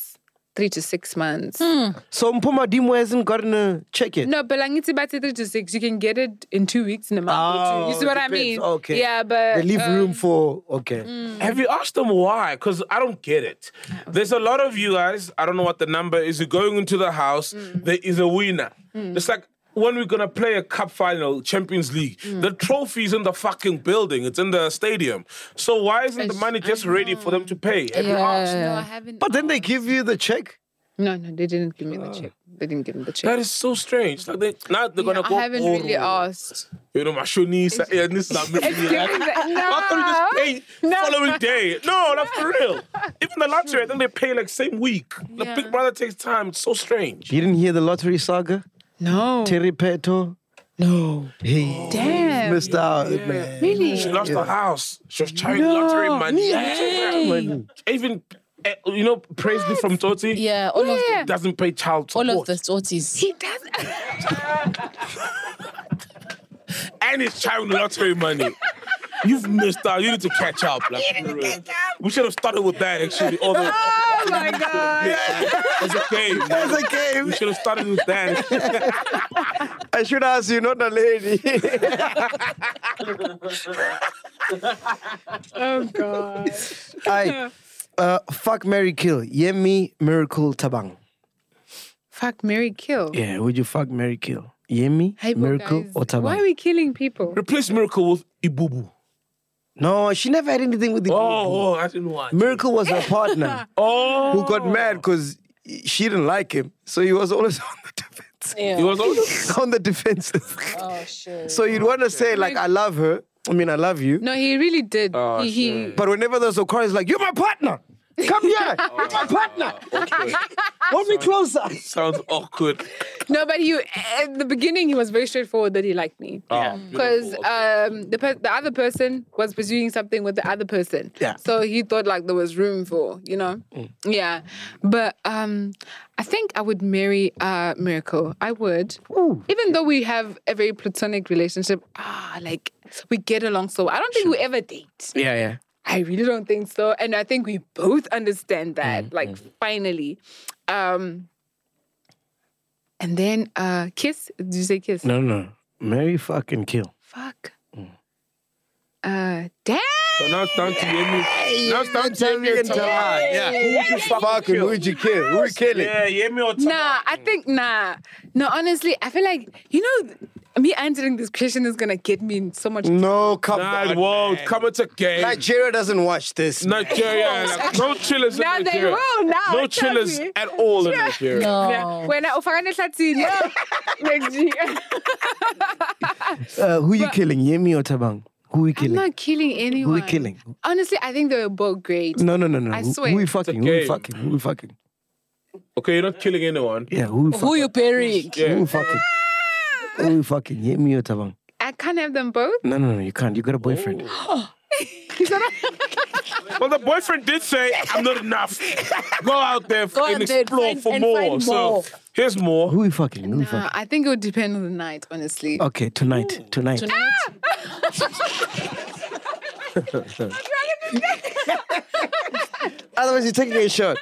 G: three to six months.
B: So Mpuma Dimo hasn't gotten a check yet.
G: Hmm. No, but like it's about three to six. You can get it in two weeks in a month. or two. You
B: Oh,
G: see what
B: depends.
G: I mean?
B: Okay.
G: Yeah, but
B: They leave
G: um, mm.
B: room for okay.
F: Have you asked them why? Because I don't get it. There's a lot of you guys, I don't know what the number is, you're going into the house,
G: Mm.
F: there is a winner. It's like when we're gonna play a cup final, Champions League,
G: Mm.
F: the trophy's in the fucking building, it's in the stadium. So why isn't the
G: It's-
F: money
G: I
F: just ready for them to pay? Have you asked?
G: No, I haven't.
B: But then they give you the check.
G: No, no, they didn't give me
F: Uh,
G: the check. They didn't give me the check.
F: That is so strange. Like they, now they're
G: Yeah,
F: gonna go.
G: I haven't really
F: "Oh,
G: asked.
F: You know, my shonies, yeah, this
G: <laughs>
F: is not me.
G: giving that-
F: Why can't we just pay
G: No.
F: following day? No, that's for real. Even the lottery, I think they pay like same week. The
G: Yeah.
F: Big Brother takes time. It's so strange.
B: You didn't hear the lottery saga?
G: No.
B: Terry Peto? No. He
G: Damn.
B: missed out, man.
G: Really?
F: She lost her house. She was trying lottery money. Even, eh, you know, praise me from Toti.
E: Yeah, all of
G: Yeah.
F: Doesn't pay child
E: all
F: support.
E: of the sorties.
G: He does.
F: And it's child lottery money. You've missed out. You need to catch up. Like, for real. We should have started with that actually. All the,
G: Oh my god.
F: as a game.
C: It's a game.
F: We should have started with that.
C: I should ask you, not a lady.
G: <laughs> <laughs> Oh <laughs> god.
B: I uh fuck Mary Kill. Yemi Miracle Tabang.
G: Fuck Mary Kill.
B: Yeah, would you fuck Mary Kill? Yemi,
G: Hey, bro,
B: Miracle
G: guys,
B: or Tabang?
G: Why are we killing people?
F: Replace Miracle with Ibubu.
B: No, she never had anything with the
F: Oh, oh I didn't watch.
B: Miracle was her
G: <laughs>
B: partner
F: Oh,
C: Who got mad because she didn't like him. So he was always <laughs> on the defense.
F: He
B: <laughs>
F: was always
C: on the defensive.
E: Oh shit.
C: So you'd want to say like, "I love her." I mean, I love you.
G: No, he really did. he, he
C: But whenever there's a car, it's like, "You're my partner."
B: Come here. It's my partner.
C: <laughs>
F: Awkward.
B: Want me closer.
F: Sounds awkward.
G: No, but he at the beginning he was very straightforward that he liked me.
F: Yeah.
G: Because um, the per- the other person was pursuing something with the other person.
B: Yeah. Mm.
G: So he thought like there was room for you know. Yeah, but um, I think I would marry uh Miracle. I would. Even though we have a very platonic relationship, ah, like we get along so. I don't think we ever date.
B: Yeah, yeah.
G: I really don't think so. And I think we both understand that.
B: Mm,
G: like finally. Um and then uh kiss. Did you say kiss?
B: No, no. Mary fucking kill.
G: Fuck. Uh damn.
F: So now it's down to Yemi. Now it's down to
C: tell me
F: Yemi and
C: until
F: Tamar.
C: I-
F: Yeah.
C: Who would you fuck and who would you kill? Who would kill it?
F: Yeah, Yemi or Tamar.
G: Nah, I think nah. No, honestly, I feel like you know me answering this question is gonna get me in so much
B: Mm.
C: No, come
F: Nah,
C: on.
F: it won't. Come it's a game.
C: Nigeria doesn't watch this.
F: Nigeria. like, no chillers
G: Now
F: in
G: they
F: Nigeria.
G: will, now,
F: No
G: trust
F: chillers
G: me.
F: at all in Nigeria.
G: Yeah.
E: No.
G: When I offer
B: Uh, who you killing? Yemi or Tabang? Who you
G: I'm
B: killing?
G: not killing anyone.
B: who you killing?
G: Honestly, I think they were both great.
B: No, no, no, no.
G: I
B: Who-
G: swear.
B: Who you
G: It's
B: fucking? Who you
F: game.
B: fucking? Who you fucking?
F: Okay, you're not killing anyone.
B: Yeah, who you
E: Who
B: fucking?
E: you burying?
B: Who
F: Yeah.
B: you fucking? Who you fucking? Yemi or Tabang?
G: I can't have them both.
B: No, no, no. You can't. You got a boyfriend.
F: Well, the boyfriend did say, I'm not
E: <laughs>
F: enough. Go out there
E: Go out
F: and
E: there,
F: explore
E: find-
F: for
E: and
F: more.
E: find more.
F: So here's
E: <laughs>
F: more.
B: Who you fucking? Who you
G: Nah,
B: fucking?
G: I think it would depend on the night, honestly.
B: Okay, tonight, tonight.
C: <laughs> Otherwise, you're taking a shot.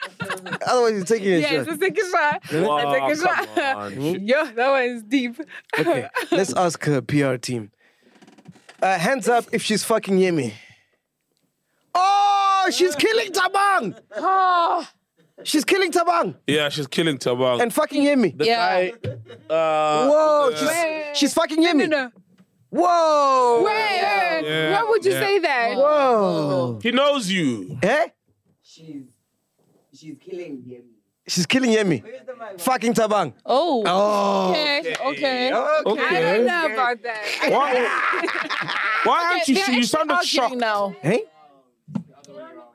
C: Otherwise, you're taking a
G: Yes,
C: shot.
G: let's take a shot. Let's take
F: Wow,
G: a
E: <laughs>
F: come
G: shot.
F: on.
G: <laughs> Yo, that one is deep.
C: Okay, let's ask her PR team. Uh, hands up if she's fucking Yemi. Oh, she's killing Tabang. She's killing Tabang
F: Yeah, she's killing Tabang.
C: and fucking Yemi.
E: Yeah.
F: Uh,
C: Whoa, she's, she's fucking Yemi.
G: <laughs> No, no.
C: Whoa.
G: Wait, why would you
F: Yeah.
G: say that?
C: Whoa.
F: he knows you.
C: Eh?
I: She's she's killing him.
C: She's killing Yemi. Fucking Tabang.
E: Oh.
C: Oh.
E: Okay. Okay.
G: I
F: Okay.
G: don't know about that.
F: <laughs> Why, why aren't you?
E: They're
F: You
E: actually
F: sounded
E: arguing
F: shocked. <laughs>
E: now.
C: Hey?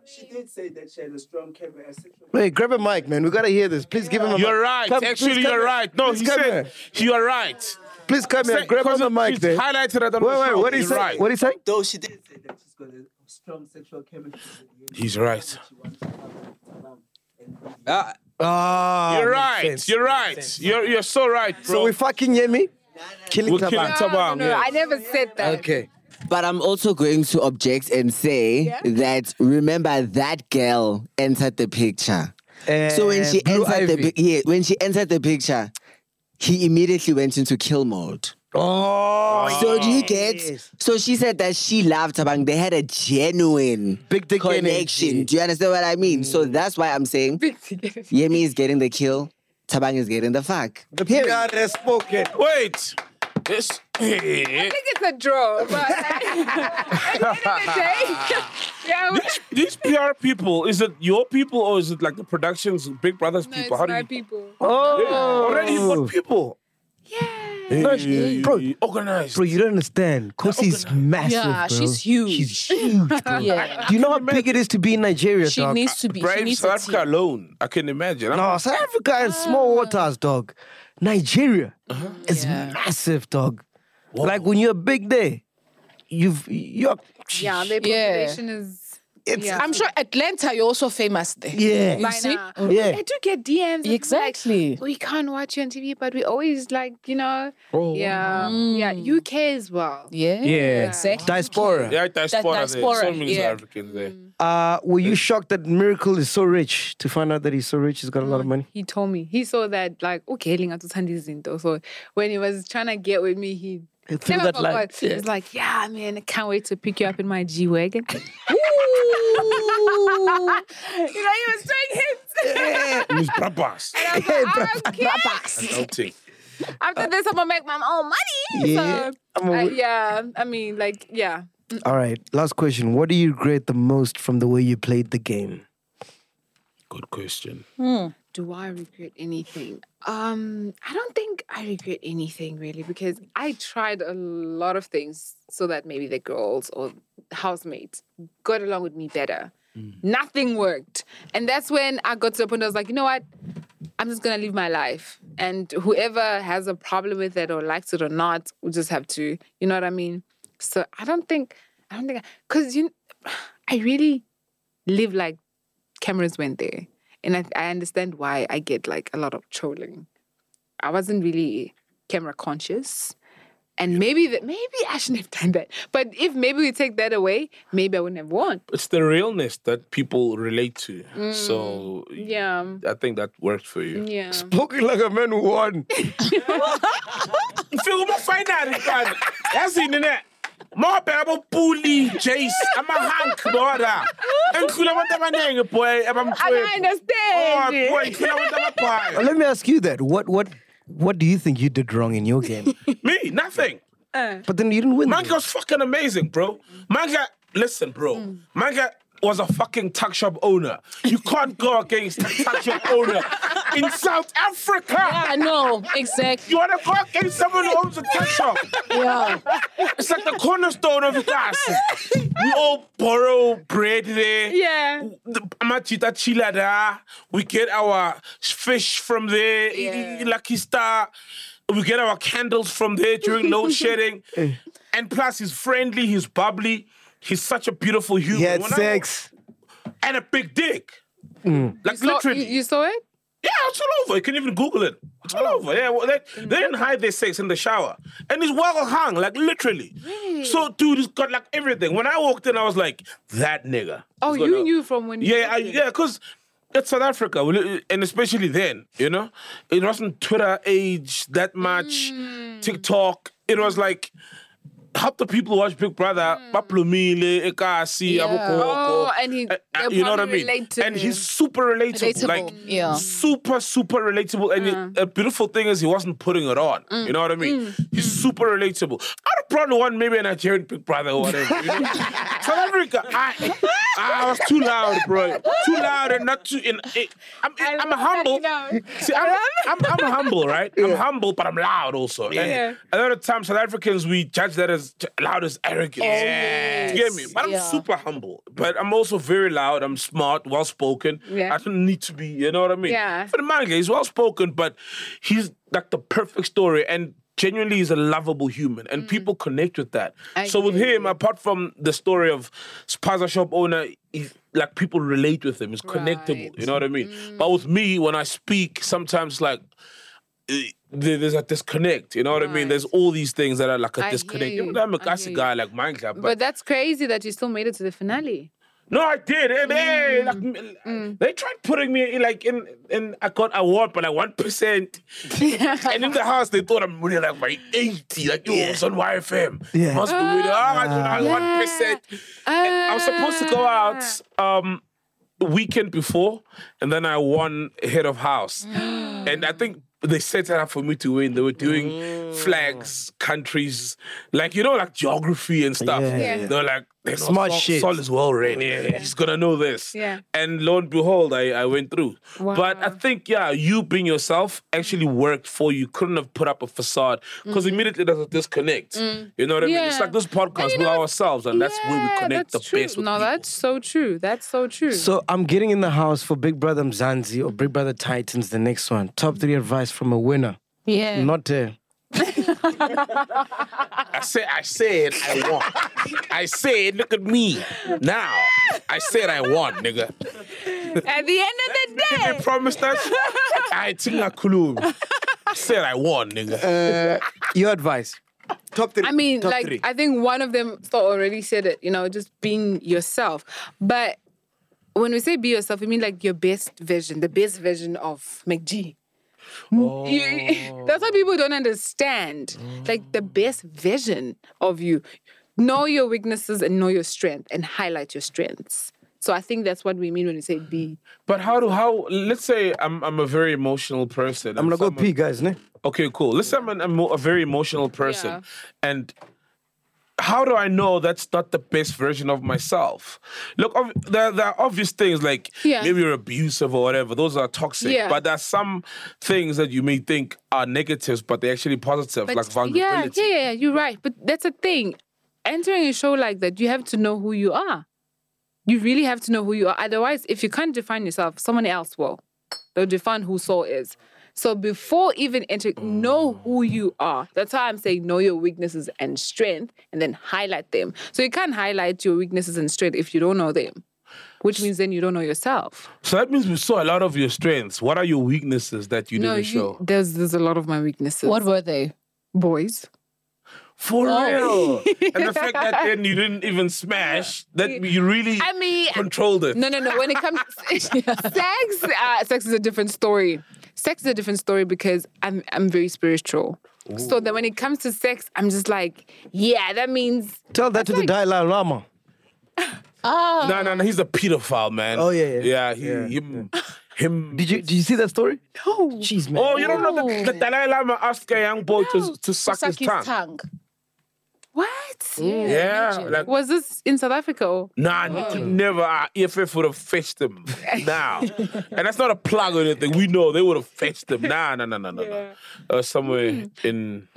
I: She did say that she had a strong camera.
C: Wait, grab a mic, man. We gotta hear this. Please give him a
F: You're
C: mic.
F: right.
C: Come- please
F: Actually,
C: come
F: you're
C: here.
F: right. No,
C: Please
F: he
C: come
F: said you are right.
C: Please come here.
F: Say-
C: Grab on
F: because
C: the mic
F: she's
C: there. Wait,
F: Highlighted it on the
C: wait,
F: show.
C: what is
F: He's
C: he
F: right.
C: What is he
I: Though she did say that she's got a strong sexual chemistry. with him.
F: He's right.
I: She wants to have him around and be
C: Ah.
F: You're
C: makes
F: right.
C: sense.
F: You're right. You're you're so right, bro.
C: So we're fucking Yemi? Killing
F: We're
C: Tabang.
F: killing
G: No, no,
F: Tabang.
G: no,
F: yeah.
G: I never said that.
C: Okay.
I: But I'm also going to object and say that remember that girl entered the picture. so when
C: Uh,
I: she
C: Blue
I: entered the
C: Ivy.
I: pi- yeah, when she entered the picture, he immediately went into kill mode.
F: Um,
C: Oh,
I: So do you get? So she said that she loved Tabang. They had a genuine
C: Big dick
I: connection.
C: energy.
I: Do you understand what I mean? So that's why I'm saying Yemi is getting the kill. Tabang is getting the fuck.
C: the PR has spoken.
F: Wait. This. <laughs>
G: I think it's a draw, but at the end of the day, <laughs> yeah, we-
F: These PR people, is it your people or is it like the productions, Big Brothers
G: no,
F: people?
G: it's my
F: do you
G: people.
C: Oh,
F: already what people?
G: Yeah.
C: Bro,
F: organized.
B: Bro, you don't understand. Kosi's massive.
E: Yeah,
B: bro.
E: she's huge.
B: She's huge, bro.
E: <laughs> Yeah.
B: Do you know how big it is to be in Nigeria,
E: She
B: dog?
E: needs to be. She
F: Brave
E: needs
F: South
E: a
F: Africa
E: team.
F: alone. I can imagine. I'm-
B: No, South Africa is small waters, dog. Nigeria is
E: Yeah.
B: massive, dog. Like when you're big there, you've you're
G: Yeah, their
E: Yeah.
G: population is.
B: It's-
G: yeah.
E: I'm sure Atlanta, you're also famous there.
B: yeah.
E: You see?
G: now.
B: yeah.
G: I do get DMs. and people like,
E: Exactly.
G: we can't watch you on TV, but we always like, you know,
F: Oh.
G: yeah, yeah, UK as well.
E: Yeah.
B: Yeah.
E: Exactly.
B: Diaspora.
F: Yeah, diaspora. there.
E: diaspora,
F: So many
E: yeah.
F: South Africans there.
B: Uh, were you shocked that Miracle is so rich? To find out that he's so rich, he's got a lot of money.
G: He told me he saw that like okay, linga tuthanda izinto. So when he was trying to get with me, he
B: He threw
G: never
B: that line,
G: forgot.
B: yeah.
G: He's like, yeah, man, I can't wait to pick you up in my
B: <laughs>
G: G wagon. you know, <laughs> he was throwing hints.
F: It was Brabas.
G: I was <laughs> like, okay.
F: Outing.
G: After this, I'm gonna make my own money.
B: Yeah,
G: So,
B: I'm
G: uh,
B: awa-
G: yeah, I mean, like, yeah.
B: All right, last question. What do you regret the most from the way you played the game?
F: Good question.
G: do I regret anything? Um, I don't think I regret anything really because I tried a lot of things so that maybe the girls or housemates got along with me better. Nothing worked. And that's when I got to the point I was like, you know what? I'm just gonna live my life. And whoever has a problem with it or likes it or not, we just have to, you know what I mean? So I don't think I don't think because you <sighs> I really live like cameras went there. And I, I understand why I get like a lot of trolling. I wasn't really camera conscious. And maybe that maybe I shouldn't have done that. But if maybe we take that away, maybe I wouldn't have won.
F: It's the realness that people relate to. So
G: Yeah.
F: I think that worked for you.
G: Yeah.
B: Spoken like a man who won.
F: Phil, mo find out man. That's in it. More bearable bully, Jace. I'm a hank, brother. And cool about the man, boy. And I'm
G: I don't
F: Oh,
G: understand.
F: boy, cool about
B: Uh, <laughs>
F: the boy.
C: Let me ask you that. What what what do you think you did wrong in your game?
F: Me, nothing.
C: but then you didn't win.
F: Manga was fucking amazing, bro. Manga, listen, bro. Manga was a fucking tuck shop owner. You can't go against a tuck shop owner in South Africa.
E: I know, exactly.
F: You want to go against someone who owns a tuck shop?
E: Yeah.
F: It's like the cornerstone of gas. We all borrow bread there.
G: Yeah.
F: The amachita chila da. We get our fish from there,
G: Yeah.
F: Lucky Star. We get our candles from there during
G: <laughs>
F: load shedding. and plus, he's friendly, he's bubbly. He's such a beautiful human.
C: He had
F: When I-
C: sex. Mm.
F: and a big dick. Like
G: So, you,
F: literally.
G: you Oh. saw it?
F: Yeah, it's all over. You can even Google it. It's all over. Yeah, well, they, they didn't hide their sex in the shower, and it's well hung, like literally. So, dude, he's got like everything. When I walked in, I was like, "That nigga."
G: Oh,
F: He's got
G: you
F: a-
G: knew from when you
F: Yeah, I,
G: watched it.
F: yeah, because it's South Africa, we li- and especially then, you know, it wasn't Twitter age that much,
G: Mm.
F: TikTok. It was like. Help the people watch Big Brother, Baplumile, Ekasi,
E: Yeah.
G: Mm.
F: Abokoko.
G: Oh, and he-
F: Uh, uh,
G: they
F: you know what I
G: probably
F: mean?
G: relate to
F: and
G: him.
F: he's super relatable.
E: Relatable,
F: Like,
E: yeah.
F: super, super relatable. And
G: Mm.
F: the a beautiful thing is he wasn't putting it on. You know what I mean? He's
G: Mm.
F: super relatable. I'd have probably won maybe a Nigerian Big Brother or whatever. you
G: <laughs>
F: know? South Africa, I, I was too loud, bro. Too loud and not too. In, it, I'm,
G: I
F: I'm
G: love
F: humble.
G: that you know.
F: See, I'm, I'm, I'm humble, right? I'm humble, but I'm loud also. And
G: Yeah.
F: a lot of times, South Africans, we judge that as loud as arrogance.
G: Oh,
F: You get me?
E: yes.
F: But I'm
E: Yeah.
F: super
G: Uh-huh.
F: humble. But I'm also very loud. I'm smart, well spoken.
G: Yeah.
F: I don't need to be, you know what I mean?
G: Yeah.
F: For the manga, he's well spoken, but he's like the perfect story. And genuinely is a lovable human and
G: Mm-hmm.
F: people connect with that so with him apart from the story of spaza shop owner he's, like people relate with him it's connectable you know what i mean
G: Mm.
F: but with me when i speak sometimes like eh, there- there's a disconnect you know what i mean there's all these things that are like a
G: I hear
F: disconnect
G: you.
F: i'm
G: I
F: a classic
G: hear
F: guy like mine but,
G: But, that's crazy that you still made it to the <laughs> finale.
F: no, I did. And hey, like, they tried putting me in, like in, in I got award, but like one percent. and in the house, they thought I'm really like my eighty. Like yo, it's on YFM.
C: Yeah.
F: must be with ah, one percent. I was supposed to go out um weekend before, and then I won head of
G: <gasps>
F: house, and I think. They set it up for me to win. They were doing
C: Mm.
F: flags, countries, like you know, like geography and stuff.
C: Yeah,
G: Yeah. yeah.
F: They're like, they know
C: Smart
F: Sol,
C: shit.
F: Sol is well read. Yeah, yeah, he's gonna know this.
G: Yeah.
F: And lo and behold, I, I went through. But I think yeah, you being yourself actually worked for you. Couldn't have put up a facade because immediately there's a disconnect. You know what I mean?
G: Mm-hmm.
F: It's
G: Mm. Yeah.
F: like this podcast
G: you
F: with
G: know-
F: ourselves, and that's where we
G: Yeah,
F: connect the
G: that's true.
F: best with
G: No,
F: people.
G: that's so true. That's so true.
C: So I'm getting in the house for Big Brother Mzanzi or Big Brother Titans, the next one. Top three advice from a winner.
E: Yeah.
C: Not uh, a
F: I said, I said, I won. I said, look at me now. I said, I won, nigga.
G: At the end of the
F: They
G: day,
F: promised us. I think I could. I said, I won, nigga.
C: Uh, your advice. Top three.
G: I mean,
C: top
G: like
C: three.
G: I think one of them so- already said it. You know, just being yourself. But when we say be yourself, we mean like your best version, the best version of McG.
C: Oh.
G: You- <laughs> that's what people don't understand.
C: Mm.
G: Like the best version of you. Know your weaknesses and know your strength and highlight your strengths. So I think that's what we mean when we say be.
F: But how do how? Let's say I'm I'm a very emotional person.
C: I'm
F: and
C: gonna go
F: someone-
C: pee, guys. Ne?
F: Okay, cool. Let's say I'm an, emo- a very emotional person,
G: Yeah.
F: and how do I know that's not the best version of myself? Look, ob- there, there are obvious things like
G: Yeah.
F: maybe you're abusive or whatever. Those are toxic.
G: Yeah.
F: But there are some things that you may think are negatives, but they're actually positive,
G: But
F: like
G: yeah,
F: vulnerability.
G: yeah, yeah, you're right. But that's the thing. Entering a show like that, you have to know who you are. You really have to know who you are. Otherwise, if you can't define yourself, someone else will. They'll define who Saul is. So before even entering, know who you are. That's why I'm saying know your weaknesses and strength and then highlight them. So you can't highlight your weaknesses and strength if you don't know them, which means then you don't know yourself.
F: So that means we saw a lot of your strengths. What are your weaknesses that you
G: no,
F: didn't
G: you,
F: show?
G: there's, there's a lot of my weaknesses.
E: What were they?
G: Boys.
F: For
G: Oh.
F: real.
G: <laughs>
F: and the fact that then you didn't even smash, that you really
G: I mean,
F: controlled it.
G: No, no, no. When it comes <laughs> sex, uh, sex is a different story. Sex is a different story because I'm I'm very spiritual. So that when it comes to sex, I'm just like, yeah, that means
C: Tell that to the Dalai Lama.
E: Oh,
F: No, no, no. He's a pedophile, man.
C: Oh, yeah, yeah.
F: Yeah, he, him.
C: <laughs>
F: Him.
C: Did you did you see that story? No. Jeez, man.
F: Oh, you don't know that the Dalai Lama asked a young boy to, to suck,
E: suck his tongue.
G: what?
F: Mm. Yeah, like
G: Was this in South Africa? or-
F: nah, you could never. Our EFF would have fetched him now, and that's not a plug or anything. We know they would have fetched him. Nah, nah, nah, nah, nah, nah. Uh, somewhere in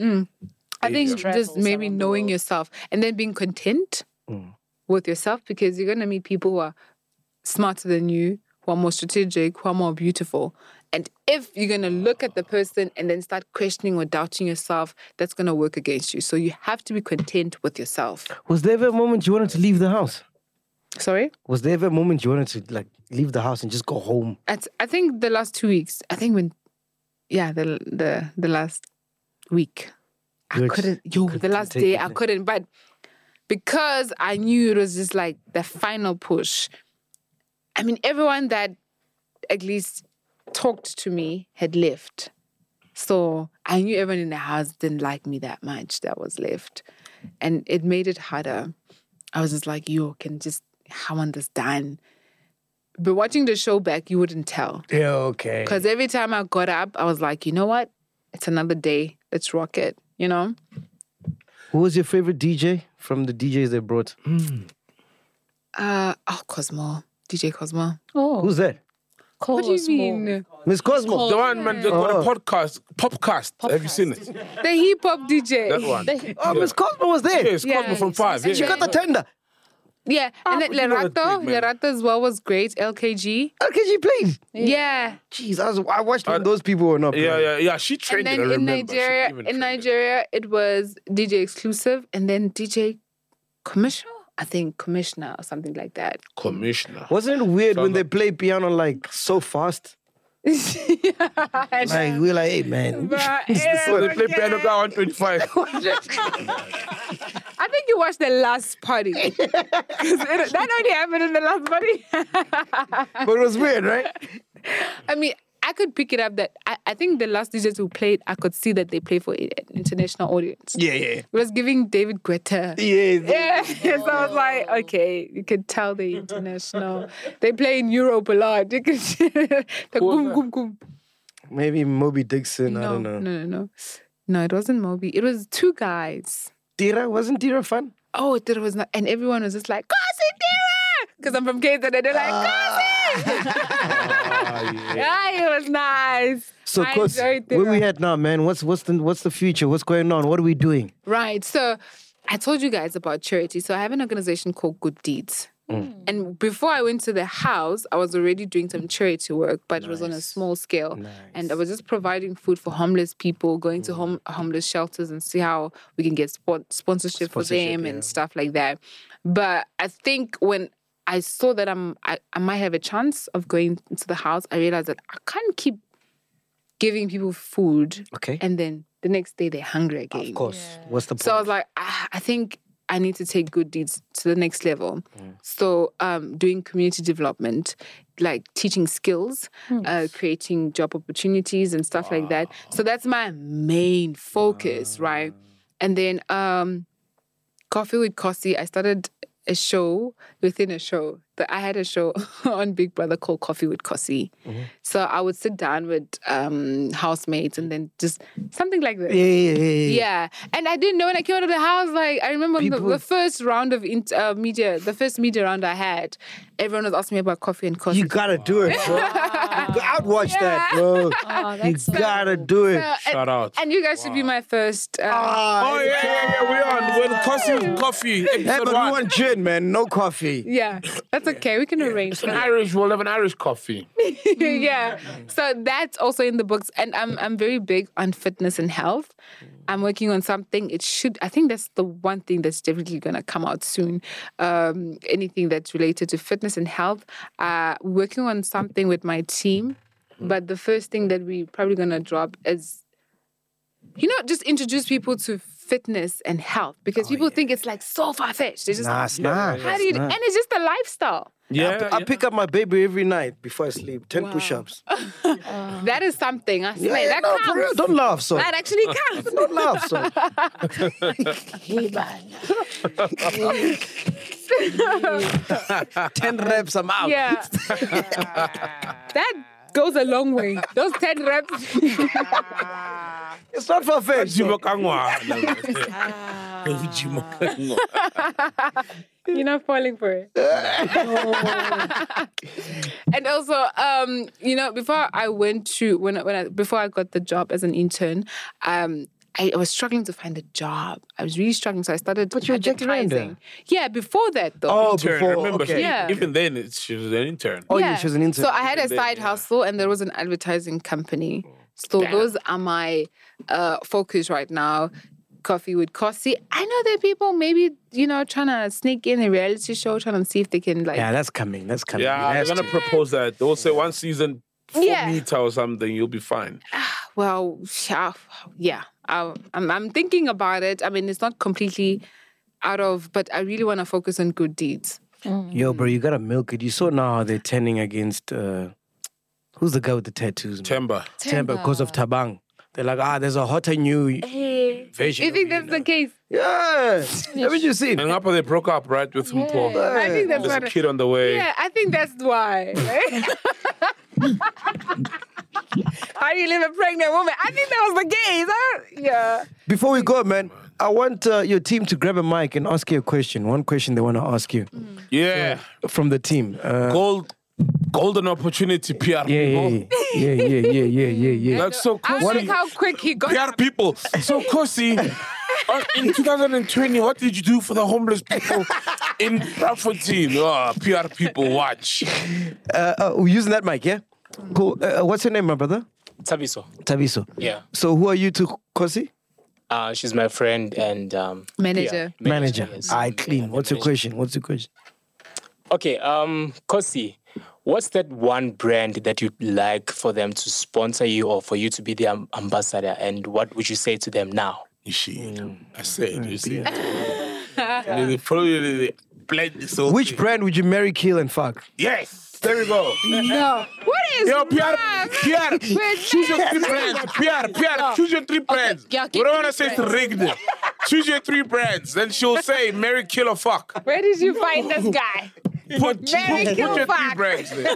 G: I think
E: Asia.
G: just
E: Travels
G: maybe
E: around the
G: knowing
E: world. Mm.
G: yourself and then being content with yourself because you're gonna meet people who are smarter than you, who are more strategic, who are more beautiful. And if you're gonna look at the person and then start questioning or doubting yourself, that's gonna work against you. So you have to be content with yourself.
C: Was there ever a moment you wanted to leave the house?
G: Sorry?
C: Was there ever a moment you wanted to like leave the house and just go home?
G: At, I think the last two weeks, I think when yeah, the the the last week. I
C: You're
G: couldn't
C: just-
G: yo,
C: couldn't
G: the last
C: take
G: day
C: it,
G: I
C: eh?
G: couldn't, but because I knew it was just like the final push. I mean, everyone that at least talked to me had left. So I knew everyone in the house didn't like me that much that was left. And it made it harder. I was just like, yo, can just how want this done? But watching the show back, you wouldn't tell.
C: Yeah, okay.
G: Because every time I got up, I was like, you know what? It's another day. Let's rock it, you know?
C: Who was your favorite DJ from the DJs they brought?
G: Uh, oh, Cosmo. DJ Cosmo.
E: Oh,
C: Who's that?
G: What do you mean?
C: Miss Cosmo.
F: the one man that got a
C: Oh.
F: podcast, popcast. Have you seen it?
G: The hip hop DJ.
F: That one.
E: They,
C: Oh, Miss Cosmo was there.
F: Yeah, it's Cosmo
G: Yeah,
F: from Five. Yeah.
C: She got the tender.
G: Yeah. And then
F: but you know that
G: Lerato.
F: big man.
G: Lerato as well was great. LKG.
C: LKG played.
G: Yeah.
C: Jeez, I, was, I watched when those people were not playing.
F: yeah, yeah, yeah. She
G: And
F: trained it.
G: then
F: I
G: in
F: remember. She
G: Nigeria,
F: even
G: in
F: trained it.
G: Nigeria, it was DJ Exclusive and then DJ Commercial. I think Commissioner or something like that. <laughs>
F: commissioner.
C: Wasn't it weird when
F: Sound
C: they play piano like so fast? Like we're like, hey man, <laughs>
F: So they
G: <laughs>
F: play
G: Okay.
F: piano guy <laughs> 125.
G: I think you watched the last <laughs> party. 'Cause it- that only happened in the last party.
C: but it was weird, right?
G: I mean, I could pick it up that I, I think the last DJs who played, I could see that they play for an international audience.
C: Yeah, yeah,
G: It was giving David Guetta.
C: yeah.
G: Yeah, <laughs> so I was like, okay, you could tell the <laughs> international. they play in Europe a lot. <laughs> You could, the goom, goom, goom.
C: Maybe Moby Dixon. I
G: No,
C: don't
G: no,
C: know.
G: no, no. No, it wasn't Moby. It was two guys.
C: Dira wasn't Dira fun?
G: Oh, it was not. And everyone was just like, Kosi Dira! Because I'm from Cape Town and they're like,
C: <laughs>
G: <laughs> Kosi! yeah. it was nice.
C: So,
G: I
C: Kos,
G: enjoyed
C: where we
G: Dira.
C: at now, man? What's what's the what's the future? What's going on? What are we doing?
G: Right. So I told you guys about charity. So I have an organization called Good Deeds. And before I went to the house, I was already doing some charity work, but it was on a small scale. And I was just providing food for homeless people, going to home, homeless shelters and see how we can get spon- sponsorship, for them and stuff like that. But I think when I saw that I'm, I, I might have a chance of going into the house, I realized that I can't keep giving people food
C: Okay.
G: and then the next day they're hungry again.
C: Of course. What's the point?
G: So I was like, ah, I think I need to take good deeds to the next level. So um, doing community development, like teaching skills, uh, creating job opportunities and stuff like that. So that's my main focus, right? And then um, Coffee with Kossi, I started a show within a show. That I had a show <laughs> on Big Brother called Coffee with Kossi.
C: Mm-hmm.
G: So I would sit down with um, housemates and then just something like this.
C: yeah, yeah, yeah, yeah, yeah.
G: Yeah, and I didn't know when I came out of the house. Like I remember the,
C: People-
G: the first round of int uh, media, the first media round I had, everyone was asking me about coffee and coffee.
C: You gotta do it,
G: <laughs>
C: bro. I'd watch that, bro.
G: Oh,
C: you
E: that's so
C: gotta do it.
G: Uh, and,
F: Shout out.
G: and you guys should be my first. Uh,
C: Ah.
F: Oh, yeah, yeah, yeah. We're on. We're on Coffee, Coffee.
C: Hey,
F: Episode
C: but we
G: <laughs>
F: one.
C: want gin, man. No coffee.
G: yeah, that's okay. We
C: <laughs>
G: can arrange
J: An
G: that.
J: Irish will have an Irish coffee.
G: <laughs> yeah.
B: Mm.
G: So that's also in the books. And I'm I'm very big on fitness and health.
B: Mm.
G: I'm working on something. It should I think that's the one thing that's definitely gonna come out soon. Um, anything that's related to fitness and health. Uh working on something with my team.
B: Mm.
G: But the first thing that we probably gonna drop is you know, just introduce people to fitness and health because people think it's like so far fetched. They just
B: Oh, Nah, it's not.
G: how do you and it's just a lifestyle.
B: I, p- I pick up my baby every night before I sleep. 10 push ups.
G: That is something. I swear, that
B: no,
G: counts.
B: for real. Don't laugh, so.
G: That
B: <laughs>
G: actually counts.
B: Don't laugh, so. <laughs> Ten reps, I'm out. <laughs>
G: yeah. that goes a long way. Those 10 reps. <laughs>
B: It's not for fetched. So.
F: <laughs>
G: You're not falling for it. <laughs> and also, um, you know, before I went to when I, when I before I got the job as an intern, um, I, I was struggling to find a job. I was really struggling, so I started but
B: you were Jack Randa.
G: Yeah, before that
B: <laughs>
G: though.
B: Oh,
F: Intern,
B: before.
F: remember,
B: okay.
F: she-
G: Yeah.
F: even then, it, she was an intern.
B: Oh, yeah, she was an intern.
G: So I had a side hustle, and Oh, there was an advertising company. So those are my uh, focus right now. Coffee with Cossie. I know there are people maybe you know trying to sneak in a reality show, trying to see if they can like.
B: yeah, that's coming. That's coming.
F: Yeah, they're
B: That's
F: gonna propose that. They'll say one season, four
G: Yeah.
F: meter or something, you'll be fine.
G: Well, yeah, yeah. I, I'm I'm thinking about it. I mean, it's not completely out of, but I really want to focus on good deeds.
B: Yo, bro, you gotta milk it. You saw now how they're turning against uh who's the guy with the tattoos? man?
F: Timber.
B: Temba because of Tabang. They're like, ah, there's a hotter new version.
G: You
B: of
G: think
B: you
G: that's
B: now."
G: the case?
B: Yeah. Haven't you seen?
F: And after they broke up, right, with Mpo.
G: I think that's
F: There's a
G: what.
F: kid on the way.
G: Yeah, I think that's why. <laughs> How do you leave a pregnant woman? I think that was the gays. huh? yeah.
B: Before we go, man, I want uh, your team to grab a mic and ask you a question. One question they want to ask you
F: Yeah.
B: from the team. Uh,
F: Gold, golden opportunity, PR
B: yeah, yeah,
F: people.
B: yeah, yeah, yeah, yeah, yeah, yeah.
F: That's so
G: I
F: cool.
G: like how quick he got.
F: PR people. So, Kosi, uh, in 2020, what did you do for the homeless people in Braffordine? Oh, PR people, watch.
B: Uh, we're using that mic, yeah? Cool. Uh, what's your name, my brother?
I: Tabiso.
B: Tabiso.
I: Yeah.
B: So who are you to Kosi?
I: Uh, she's my friend and um,
G: Manager.
I: yeah,
B: Manager.
I: yes.
B: I clean. What's your question? What's your question?
I: Okay, um, Kosi, what's that one brand that you'd like for them to sponsor you or for you to be their am- ambassador? And what would you say to them now?
F: You see, I said, you see. And they probably they blend this whole
B: Which
F: thing.
B: brand would you marry, kill, and fuck?
F: Yes, there we go.
G: No. What is
F: Yo, PR,
G: wrong?
F: PR,
G: With
F: choose your
G: that?
F: three brands. PR, PR, choose your three brands.
E: yeah,
F: we
E: give
F: don't
E: me
F: want to say
E: three
F: it's rigged. choose your three brands. Then she'll say, Mary, kill or fuck.
G: Where did you find this guy?
F: Put,
G: Mary, kill,
F: put, put your three
G: fuck.
F: brands there.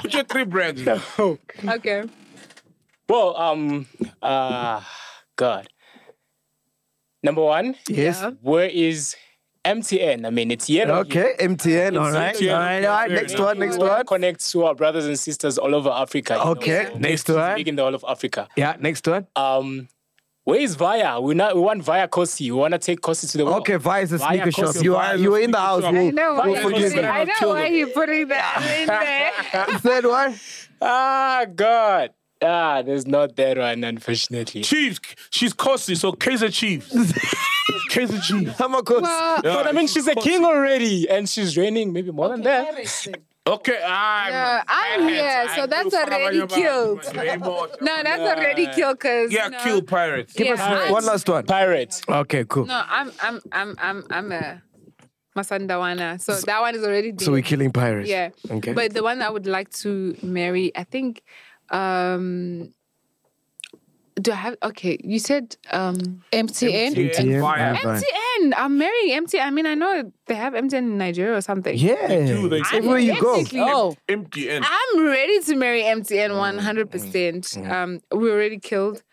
F: put your three brands there.
G: Okay.
I: Well, um, uh, God. Number one,
B: Yes.
I: where is MTN? I mean, it's yet
B: Okay, MTN. All right.
F: MTN,
B: All right. All right.
F: fair
B: Next
F: enough.
B: one. Next
I: We wanna
B: one.
I: Connect to our brothers and sisters all over Africa. you know,
B: Okay.
I: so
B: Next
I: it's
B: one.
I: Big in the whole of Africa.
B: Yeah. Next one.
I: Um, where is Via? We not we want Via Kosi. We want to take Kosi to the world.
B: Okay. Via is a
I: Via
B: sneaker shop.
I: Kosi.
B: You are you were in the house.
F: shop.
G: I
B: We'll,
G: know why,
B: we'll
G: you're
B: forgive
G: putting,
B: you.
G: I know why you're putting that in there.
B: Third one.
I: Ah, God. Ah, there's not that one, unfortunately.
F: Chiefs, she's costly, so Kaiser
I: <laughs>
F: Chiefs. Kaiser Chiefs.
B: Come on, coach.
G: Well,
I: But I mean, she's a king already, and she's reigning maybe more than that.
F: Okay, I'm.
G: Yeah, Uh, I'm here, so that's already killed. <laughs> no, that's already kill because
F: Yeah,
G: you know,
F: kill pirates.
G: yeah, I-
B: One last one.
I: Pirate.
B: Okay. Cool.
G: No, I'm I'm I'm I'm I'm a Masandawana. So, that one is already dead.
B: So we're killing pirates.
G: yeah.
B: Okay.
G: But the one I would like to marry, I think um do I have okay, you said um
E: MTN.
B: MTN.
F: Fire.
B: Via.
G: MTN. I'm marrying MTN. I mean I know they have MTN in Nigeria or something.
F: do,
B: Yeah.
F: they do.
B: Everywhere you go. Mm,
G: Technically,
E: Oh,
F: Empty end.
G: I'm ready to marry MTN 100%. Um, we already killed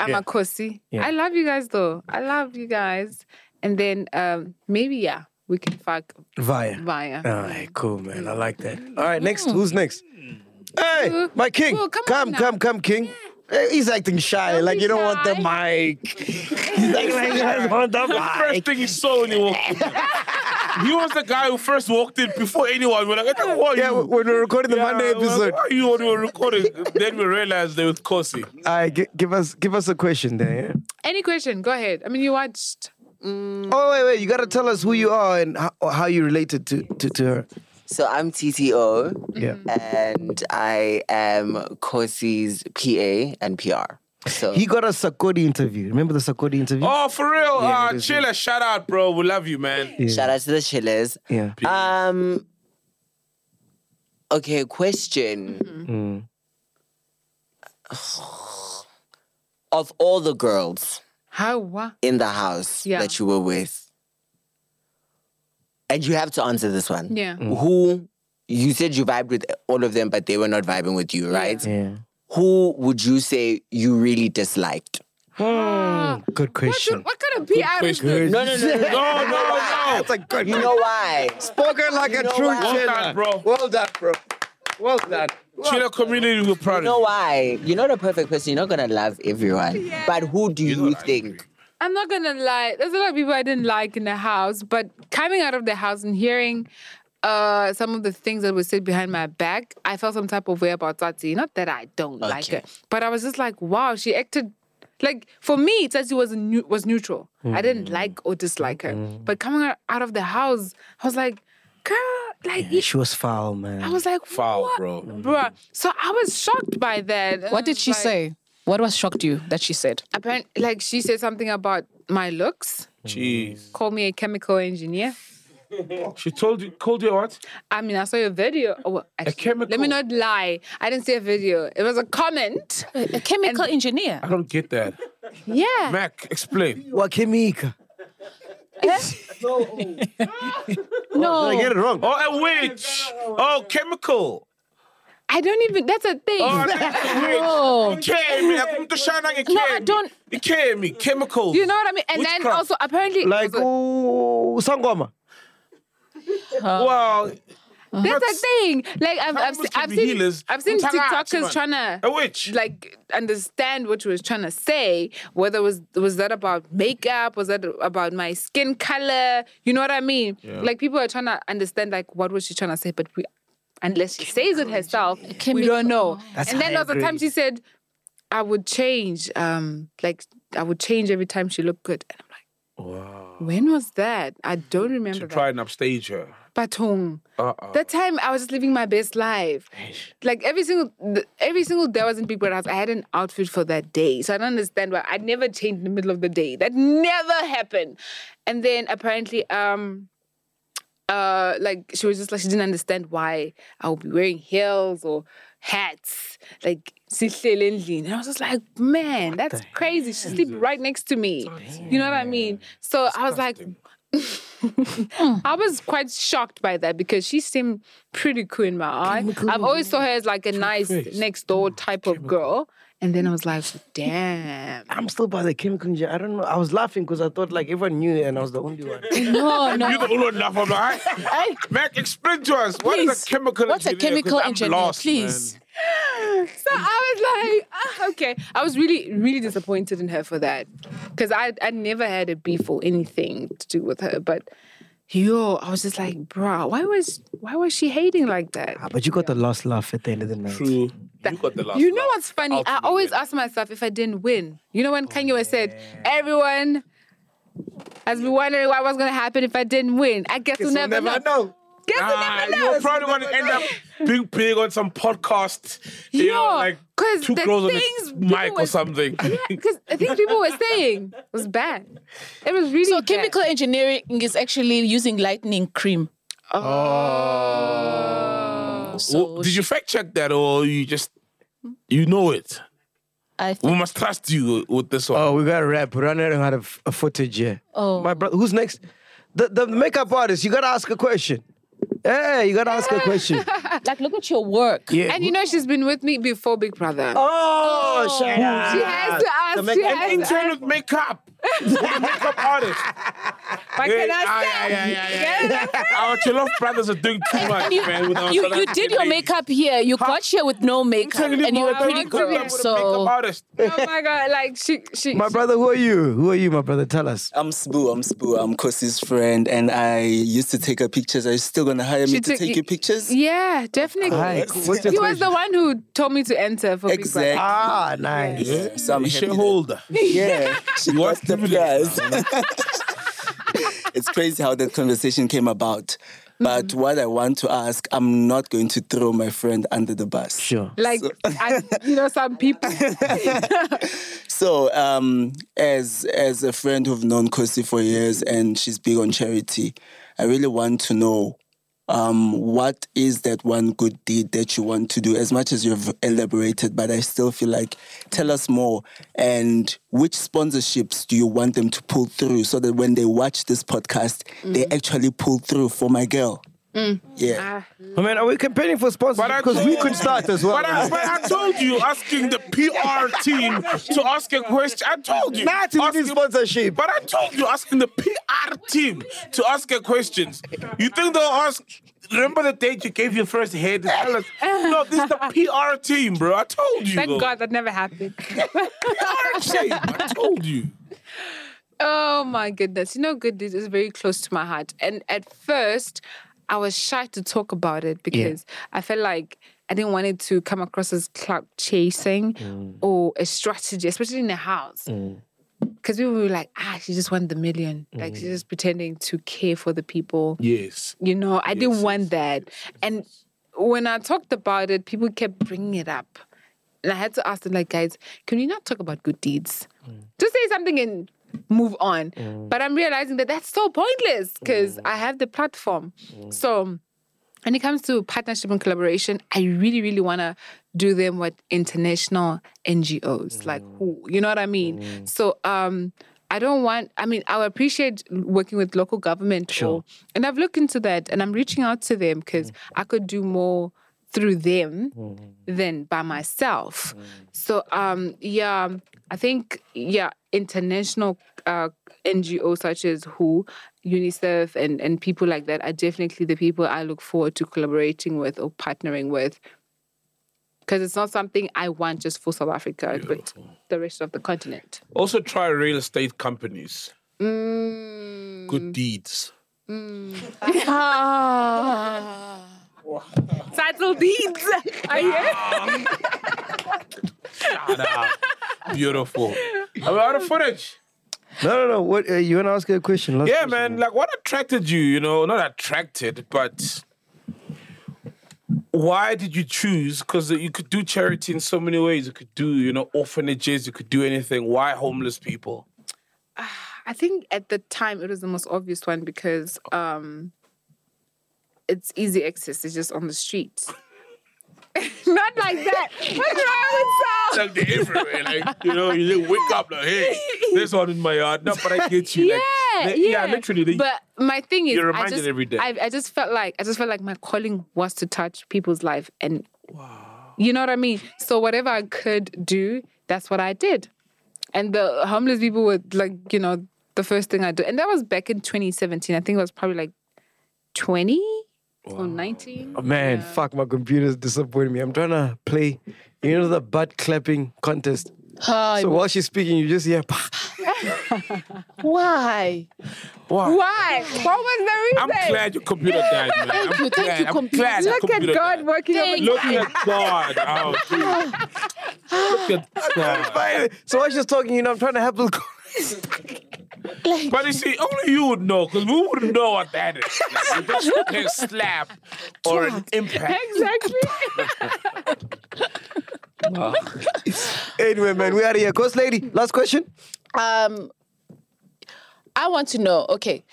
G: Amakosi.
B: Yeah.
G: I love you guys though. I love you guys. And then um, maybe yeah, we can fuck
B: Via.
G: via.
B: All right. Cool, man. I like that.
G: Mm.
B: All right. Next. Who's next? Hey, my king.
G: Cool, come on
B: Come,
G: now.
B: come, come, king. Hey, He's acting shy,
G: Don't
B: like
G: be
B: you don't want the
G: <laughs>
B: mic. He's acting like you don't want the mic.
F: First thing he saw when he walked in.
G: <laughs>
F: he was the guy who first walked in before anyone. We're like, who are
B: Yeah,
F: you?
B: when we were recording the Monday
F: we're like,
B: episode.
F: who are you when we were recording? then we realized they was Kosi.
I: Hmm?
B: All right, gi- give us give us a question there. yeah?
G: Any question? Go ahead. I mean, you watched. Mm,
B: Oh wait, wait! You gotta tell us who you are and how, how you related to, to, to her.
I: So I'm TTO,
B: Yeah.
I: and I am Kosi's PA and PR. So
B: He got a Sakodi interview. Remember the Sakodi interview?
F: Oh, for
B: Yeah,
F: real? Ah,
B: it
F: uh,
B: is.
F: Chilla, shout out, bro. We love you, man.
B: Yeah.
I: shout out to the chillers.
B: Yeah.
I: Um. Okay, question.
B: Mm.
I: Of all the girls
G: how? What?
I: in the house
G: Yeah.
I: that you were with, and you have to answer this one.
B: Mm.
G: Yeah.
I: Who you said you vibed with all of them, but they were not vibing with you, right?
G: <gasps>
B: Yeah.
I: Who would you say you really disliked?
G: Ah,
B: Good
G: what,
B: question.
G: what kind of PR is
F: question.
G: this?
I: No, no, no, no,
F: No,
I: no.
F: no,
B: That's a good.
I: You know why?
B: Spoken like
I: You
B: a
I: know
B: true
I: why?
F: Well
B: chiller.
F: done, bro.
B: Well done, bro. Well done.
F: no. Chilla community, we're proud
I: You
F: of
I: know
F: you.
I: why? You're not a perfect person. You're not gonna love everyone.
G: Yeah.
I: But who do
F: You're
I: you
F: not angry.
I: think?
G: I'm not gonna lie. There's a lot of people I didn't like in the house, but coming out of the house and hearing uh, some of the things that were said behind my back, I felt some type of way about Tati. Not that I don't like
I: Okay.
G: her, but I was just like, wow, she acted like for me, Tati was new, was neutral. I didn't like or dislike her, but coming out- out of the house, I was like, girl, like
B: Yeah, she was foul, man.
G: I was like,
F: Foul,
G: what?
F: bro.
G: Bruh. So I was shocked by that.
E: What did she
G: Like,
E: say? What was shocked you that she said?
G: Apparently, like she said something about my looks.
F: Jeez.
G: Call me a chemical engineer.
F: She told you, called you what?
G: I mean, I saw your video. Oh, well, actually, Let me
F: chemical.
G: not lie. I didn't see a video. It was a comment.
E: A chemical engineer.
F: I don't get that.
G: Yeah. <laughs>
F: Mac, explain.
B: Wakimika.
F: <laughs>
G: no.
B: Did I get it wrong?
F: Oh, a witch. Oh,
G: <laughs>
F: chemical.
G: I don't even. That's a thing.
F: Oh, I think it's a witch.
E: No.
F: Chemi, I'm to shine like a
G: No, I don't-
F: Chemi, chemicals.
G: you know what I mean? And then
F: Witchcraft.
G: also, apparently,
B: Like,
G: also-
B: ooh, Sangoma.
F: Well,
G: that's a thing. Like I've,
F: Some
G: I've,
F: people
G: se-
F: can
G: I've
F: be
G: seen,
F: healers.
G: I've seen
F: Don't tell her,
G: TikTokers
F: man.
G: trying to
F: a witch.
G: like understand what she was trying to say. Whether it was was that about makeup? Was that about my skin color? You know what I mean? Like people are trying to understand like what was she trying to say, but we unless she says it herself, we don't know.
B: That's
G: and then there
B: high
G: was a time
B: grade.
G: she said, "I would change, um, like I would change every time she looked good." And I'm like,
F: Wow.
G: when was that? I don't remember. um,
F: To
G: that.
F: try and upstage her.
G: Patong.
F: Uh-uh.
G: That time I was just living my best life. Like every single th- every single day I was in Big Brother house, I had an outfit for that day. So I don't understand why I never changed in the middle of the day. That never happened. And then apparently, um, uh, like she was just like she didn't understand why I would be wearing heels or hats. Like sihlele endlini. and I was just like, man, that's crazy. She sleep right next to me. You know what I mean? So I was like, I was quite shocked by that because she seemed pretty cool Mm, in my eye. I've always saw her as like a nice next door type of girl. And then I was like, <laughs> damn.
B: I'm still by the chemical engineer. I don't know. I was laughing because I thought like everyone knew and I was the only one.
G: <laughs> Oh,
E: No, no.
F: You don't know enough about it.
E: I-
F: Mac, explain to us. what is
E: Please.
F: a chemical
E: What's a
F: engineer? 'Cause
E: chemical
F: I'm
E: engineer?
F: lost,
E: Please.
F: man.
G: So I was like, ah, okay. I was really, really disappointed in her for that. Because I I never had a beef or anything to do with her. But yo, I was just like, bruh, why was why was she hating like that?
B: Ah, but you got the last laugh at the end of the night.
F: True. You got the last
G: You know
F: laugh.
G: what's funny? I
F: Ultimately,
G: always
F: yeah.
G: ask myself if I didn't win. You know when Kanye West said, "Everyone has been wondering what was gonna happen if I didn't win." I guess we'll never, know. Guess we'll
F: Ah,
G: never
F: you're
G: know.
F: probably gonna end
G: <laughs>
F: up being big on some podcast, you know,
G: Yeah,
F: like
G: 'cause
F: two
G: the
F: girls on
G: things
F: the
G: people
F: mic or
G: was-
F: something. <laughs>
G: Because I think people were saying it was bad. It was really
E: So
G: bad.
E: chemical engineering is actually using lightning cream.
F: Well,
E: So
F: did you fact check that, or you just you know it?
E: I
F: We
E: think.
F: must trust you with this one.
B: Oh, we got a rap. We're running out of a footage here.
E: Oh.
B: My brother, who's next? The, the makeup artist, you gotta ask a question. Hey, you gotta ask a question.
G: <laughs>
E: Like, look at your work.
B: Yeah.
G: And you know she's been with me before Big Brother.
B: oh, shut up.
G: She has to ask.
B: The
G: she
B: makeup-
G: has to
F: Intern
G: ask. <laughs>
F: with makeup. Makeup artist.
G: What
F: Yeah,
G: can I
F: ah,
G: say?
F: yeah, yeah, yeah, yeah. Our Chilof brothers are doing
E: <laughs>
F: too much,
E: you,
F: man. with our
E: you,
F: South
E: you did your
F: African
E: makeup here. You got here with no makeup, and you were pretty good. So
G: Oh my god! Like she, she.
B: My
G: she-
B: brother, who are you? Who are you, my brother? Tell us.
I: I'm Spoo. I'm Spoo. I'm Kosi's friend, and I used to take her pictures. Are you still gonna hire me
G: She
I: to
G: took
I: take
G: y- <laughs>
I: your pictures?
G: Yeah, definitely.
I: Alright, cool. What's
G: he
I: your
G: was the one who told me to enter for Big
I: Exactly.
G: Brother.
B: Ah, nice.
I: Yeah. So I'm
F: shareholder.
I: Yeah, she got the prize. <laughs> it's crazy how that conversation came about. But
G: Mm.
I: what I want to ask, I'm not going to throw my friend under the bus. Sure.
G: Like I, you know, some people.
I: So, um, as as a friend who've known Kosi for years and she's big on charity, I really want to know um, what is that one good deed that you want to do. As much as you've elaborated, but I still feel like tell us more and which sponsorships do you want them to pull through so that when they watch this podcast, they actually pull through for my girl. Yeah.
B: I mean, are we campaigning for sponsors? Because we could start as well.
F: But
B: <laughs>
F: I, but I told you, asking the PR team to ask a question. I told you.
B: Not in
F: asking,
B: sponsorship.
F: But I told you, asking the PR team to ask a questions. You think they'll ask? Remember the date you gave your first head? Tell us. No, this is the PR team, bro. I told you.
G: Thank
F: though.
G: God that never happened. <laughs>
F: PR team. I told you.
G: Oh my goodness. You know, good deeds is very close to my heart. And at first, I was shy to talk about it because I felt like I didn't want it to come across as clout chasing or a strategy, especially in the house. Because people were like, ah, she just won the million. Like, she's just pretending to care for the people.
F: Yes.
G: You know, I didn't want that. And when I talked about it, people kept bringing it up. And I had to ask them, like, guys, can we not talk about good deeds? Just say something and move on. But I'm realizing that that's so pointless because I have the platform. So um, when it comes to partnership and collaboration, I really, really want to do them with international NGOs, like who, you know what I mean? So, um, I don't want, I mean, I appreciate working with local government. Sure. and I've looked into that and I'm reaching out to them because I could do more through them than by myself. So, um, yeah, I think, yeah, international uh, NGOs such as WHO, UNICEF, and, and people like that are definitely the people I look forward to collaborating with or partnering with. Because it's not something I want just for South Africa, but the rest of the continent.
F: Also, try real estate companies.
G: Mm.
F: Good deeds.
G: Subtle <laughs> deeds. Are you?
F: Ah, Beautiful. I'm out of footage.
B: No, no, no. What uh, you want to ask her a question? Last
F: yeah,
B: question.
F: man. Like, what attracted you? You know, not attracted, but why did you choose? Because you could do charity in so many ways. You could do, you know, orphanages. You could do anything. Why homeless people?
G: I think at the time it was the most obvious one because um, it's easy access. It's just on the streets. <laughs> Not like that. What's wrong with Saul?
F: Like they're everywhere. Like you know, you just wake up like, hey, there's one in my yard. No, but I get you.
G: Yeah,
F: Like,
G: <laughs>
F: they-
G: yeah,
F: Literally, they,
G: But my thing is,
F: You're
G: I
F: reminded
G: just,
F: every day.
G: I, I just felt like I just felt like my calling was to touch people's life, and you know what I mean. So whatever I could do, that's what I did. And the homeless people were like, you know, the first thing I do, and that was back in 2017. I think it was probably like 20 or 19.
B: Oh, man, fuck, my computer's disappointing me. I'm trying to play, you know, the butt clapping contest.
E: Hi.
B: So while she's speaking, you just hear. <laughs> "Pah."
E: why?
G: Why? What was
F: I'm
G: the reason?
F: glad your computer died, man.
E: Thank
F: I'm
E: you, thank
F: glad.
E: you,
F: I'm
E: computer.
F: glad your
G: Look at
F: computer
G: God
F: died.
G: working
E: Thank
G: on
E: you.
F: Look at God. Oh, dude. Look at God.
B: Fine. so while she's talking, you know, I'm trying to help. the-
F: But you see, only you would know, because we wouldn't know what that is. Like, you just hear a slap or an impact.
G: Exactly.
B: <laughs> anyway, man, we out of here. Ghost lady, last question.
E: Um, I want to know. Okay,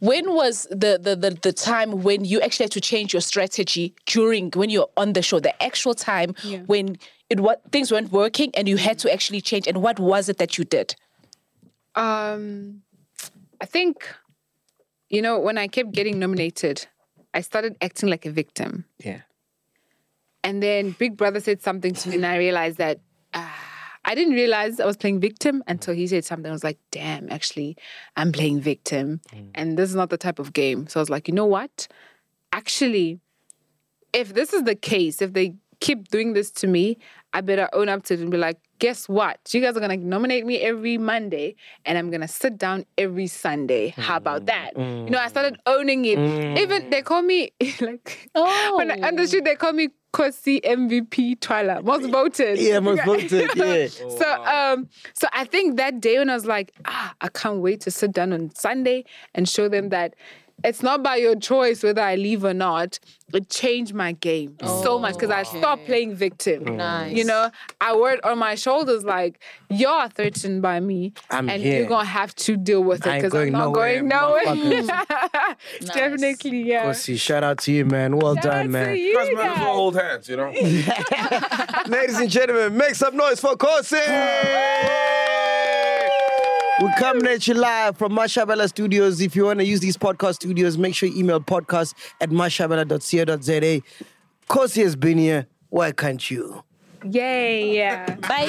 E: when was the, the the the time when you actually had to change your strategy during when you're on the show? The actual time
G: Yeah.
E: when it what things weren't working and you had to actually change. And what was it that you did?
G: Um, I think, you know, when I kept getting nominated, I started acting like a victim.
B: Yeah.
G: And then Big Brother said something to me, and I realized that ah, I didn't realize I was playing victim until he said something. I was like, damn, actually, I'm playing victim.
B: Mm.
G: And this is not the type of game. So I was like, you know what? Actually, if this is the case, if they keep doing this to me, I better own up to it and be like, guess what? You guys are gonna nominate me every Monday and I'm gonna sit down every Sunday. How
B: Mm.
G: about that? You know, I started owning it. Even they call me <laughs> like when
B: Oh.
G: I, on the street they call me Kosi MVP Twala, most voted.
B: Yeah, most
G: <laughs>
B: voted, <laughs> yeah.
G: so um so I think that day when I was like, ah, I can't wait to sit down on Sunday and show them that it's not by your choice whether I leave or not. It changed my game so much because I stopped playing victim.
E: Oh,
B: Mm.
E: Nice.
G: You know, I wore it on my shoulders like you're threatened by me,
B: I'm
G: and
B: here.
G: you're gonna have to deal with
B: I
G: it
B: ain't
G: because I'm
B: going
G: not
B: nowhere,
G: going nowhere.
E: Nice.
G: <laughs> Definitely, yeah.
B: Kosi, shout out to you, man. Well
G: Shout out
B: done,
G: to
B: man.
G: you
D: That's man,
G: guys.
D: for old hands, you know.
B: Ladies and gentlemen, make some noise for Kosi! We come at you live from Mashabella Studios. If you want to use these podcast studios, make sure you email podcast at mashabella.co.za. Kosi has been here. Why can't you?
G: Yay, yeah.
E: Bye.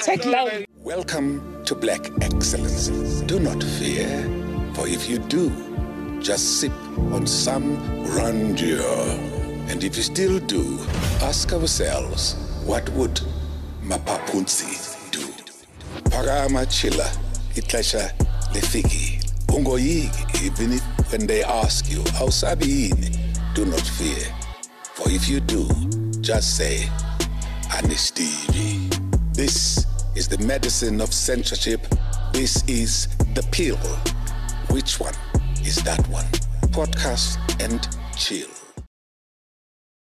E: Take love.
A: Welcome to Black Excellence. Do not fear, for if you do, just sip on some grandeur. And if you still do, ask ourselves, what would Mapapunzi do? Parama chila, itlesha lefiki. Ungoyigi, even if when they ask you, how sabiini, do not fear. For if you do, just say, Anistivi. This is the medicine of censorship. This is the pill. Which one is that one? Podcast and chill.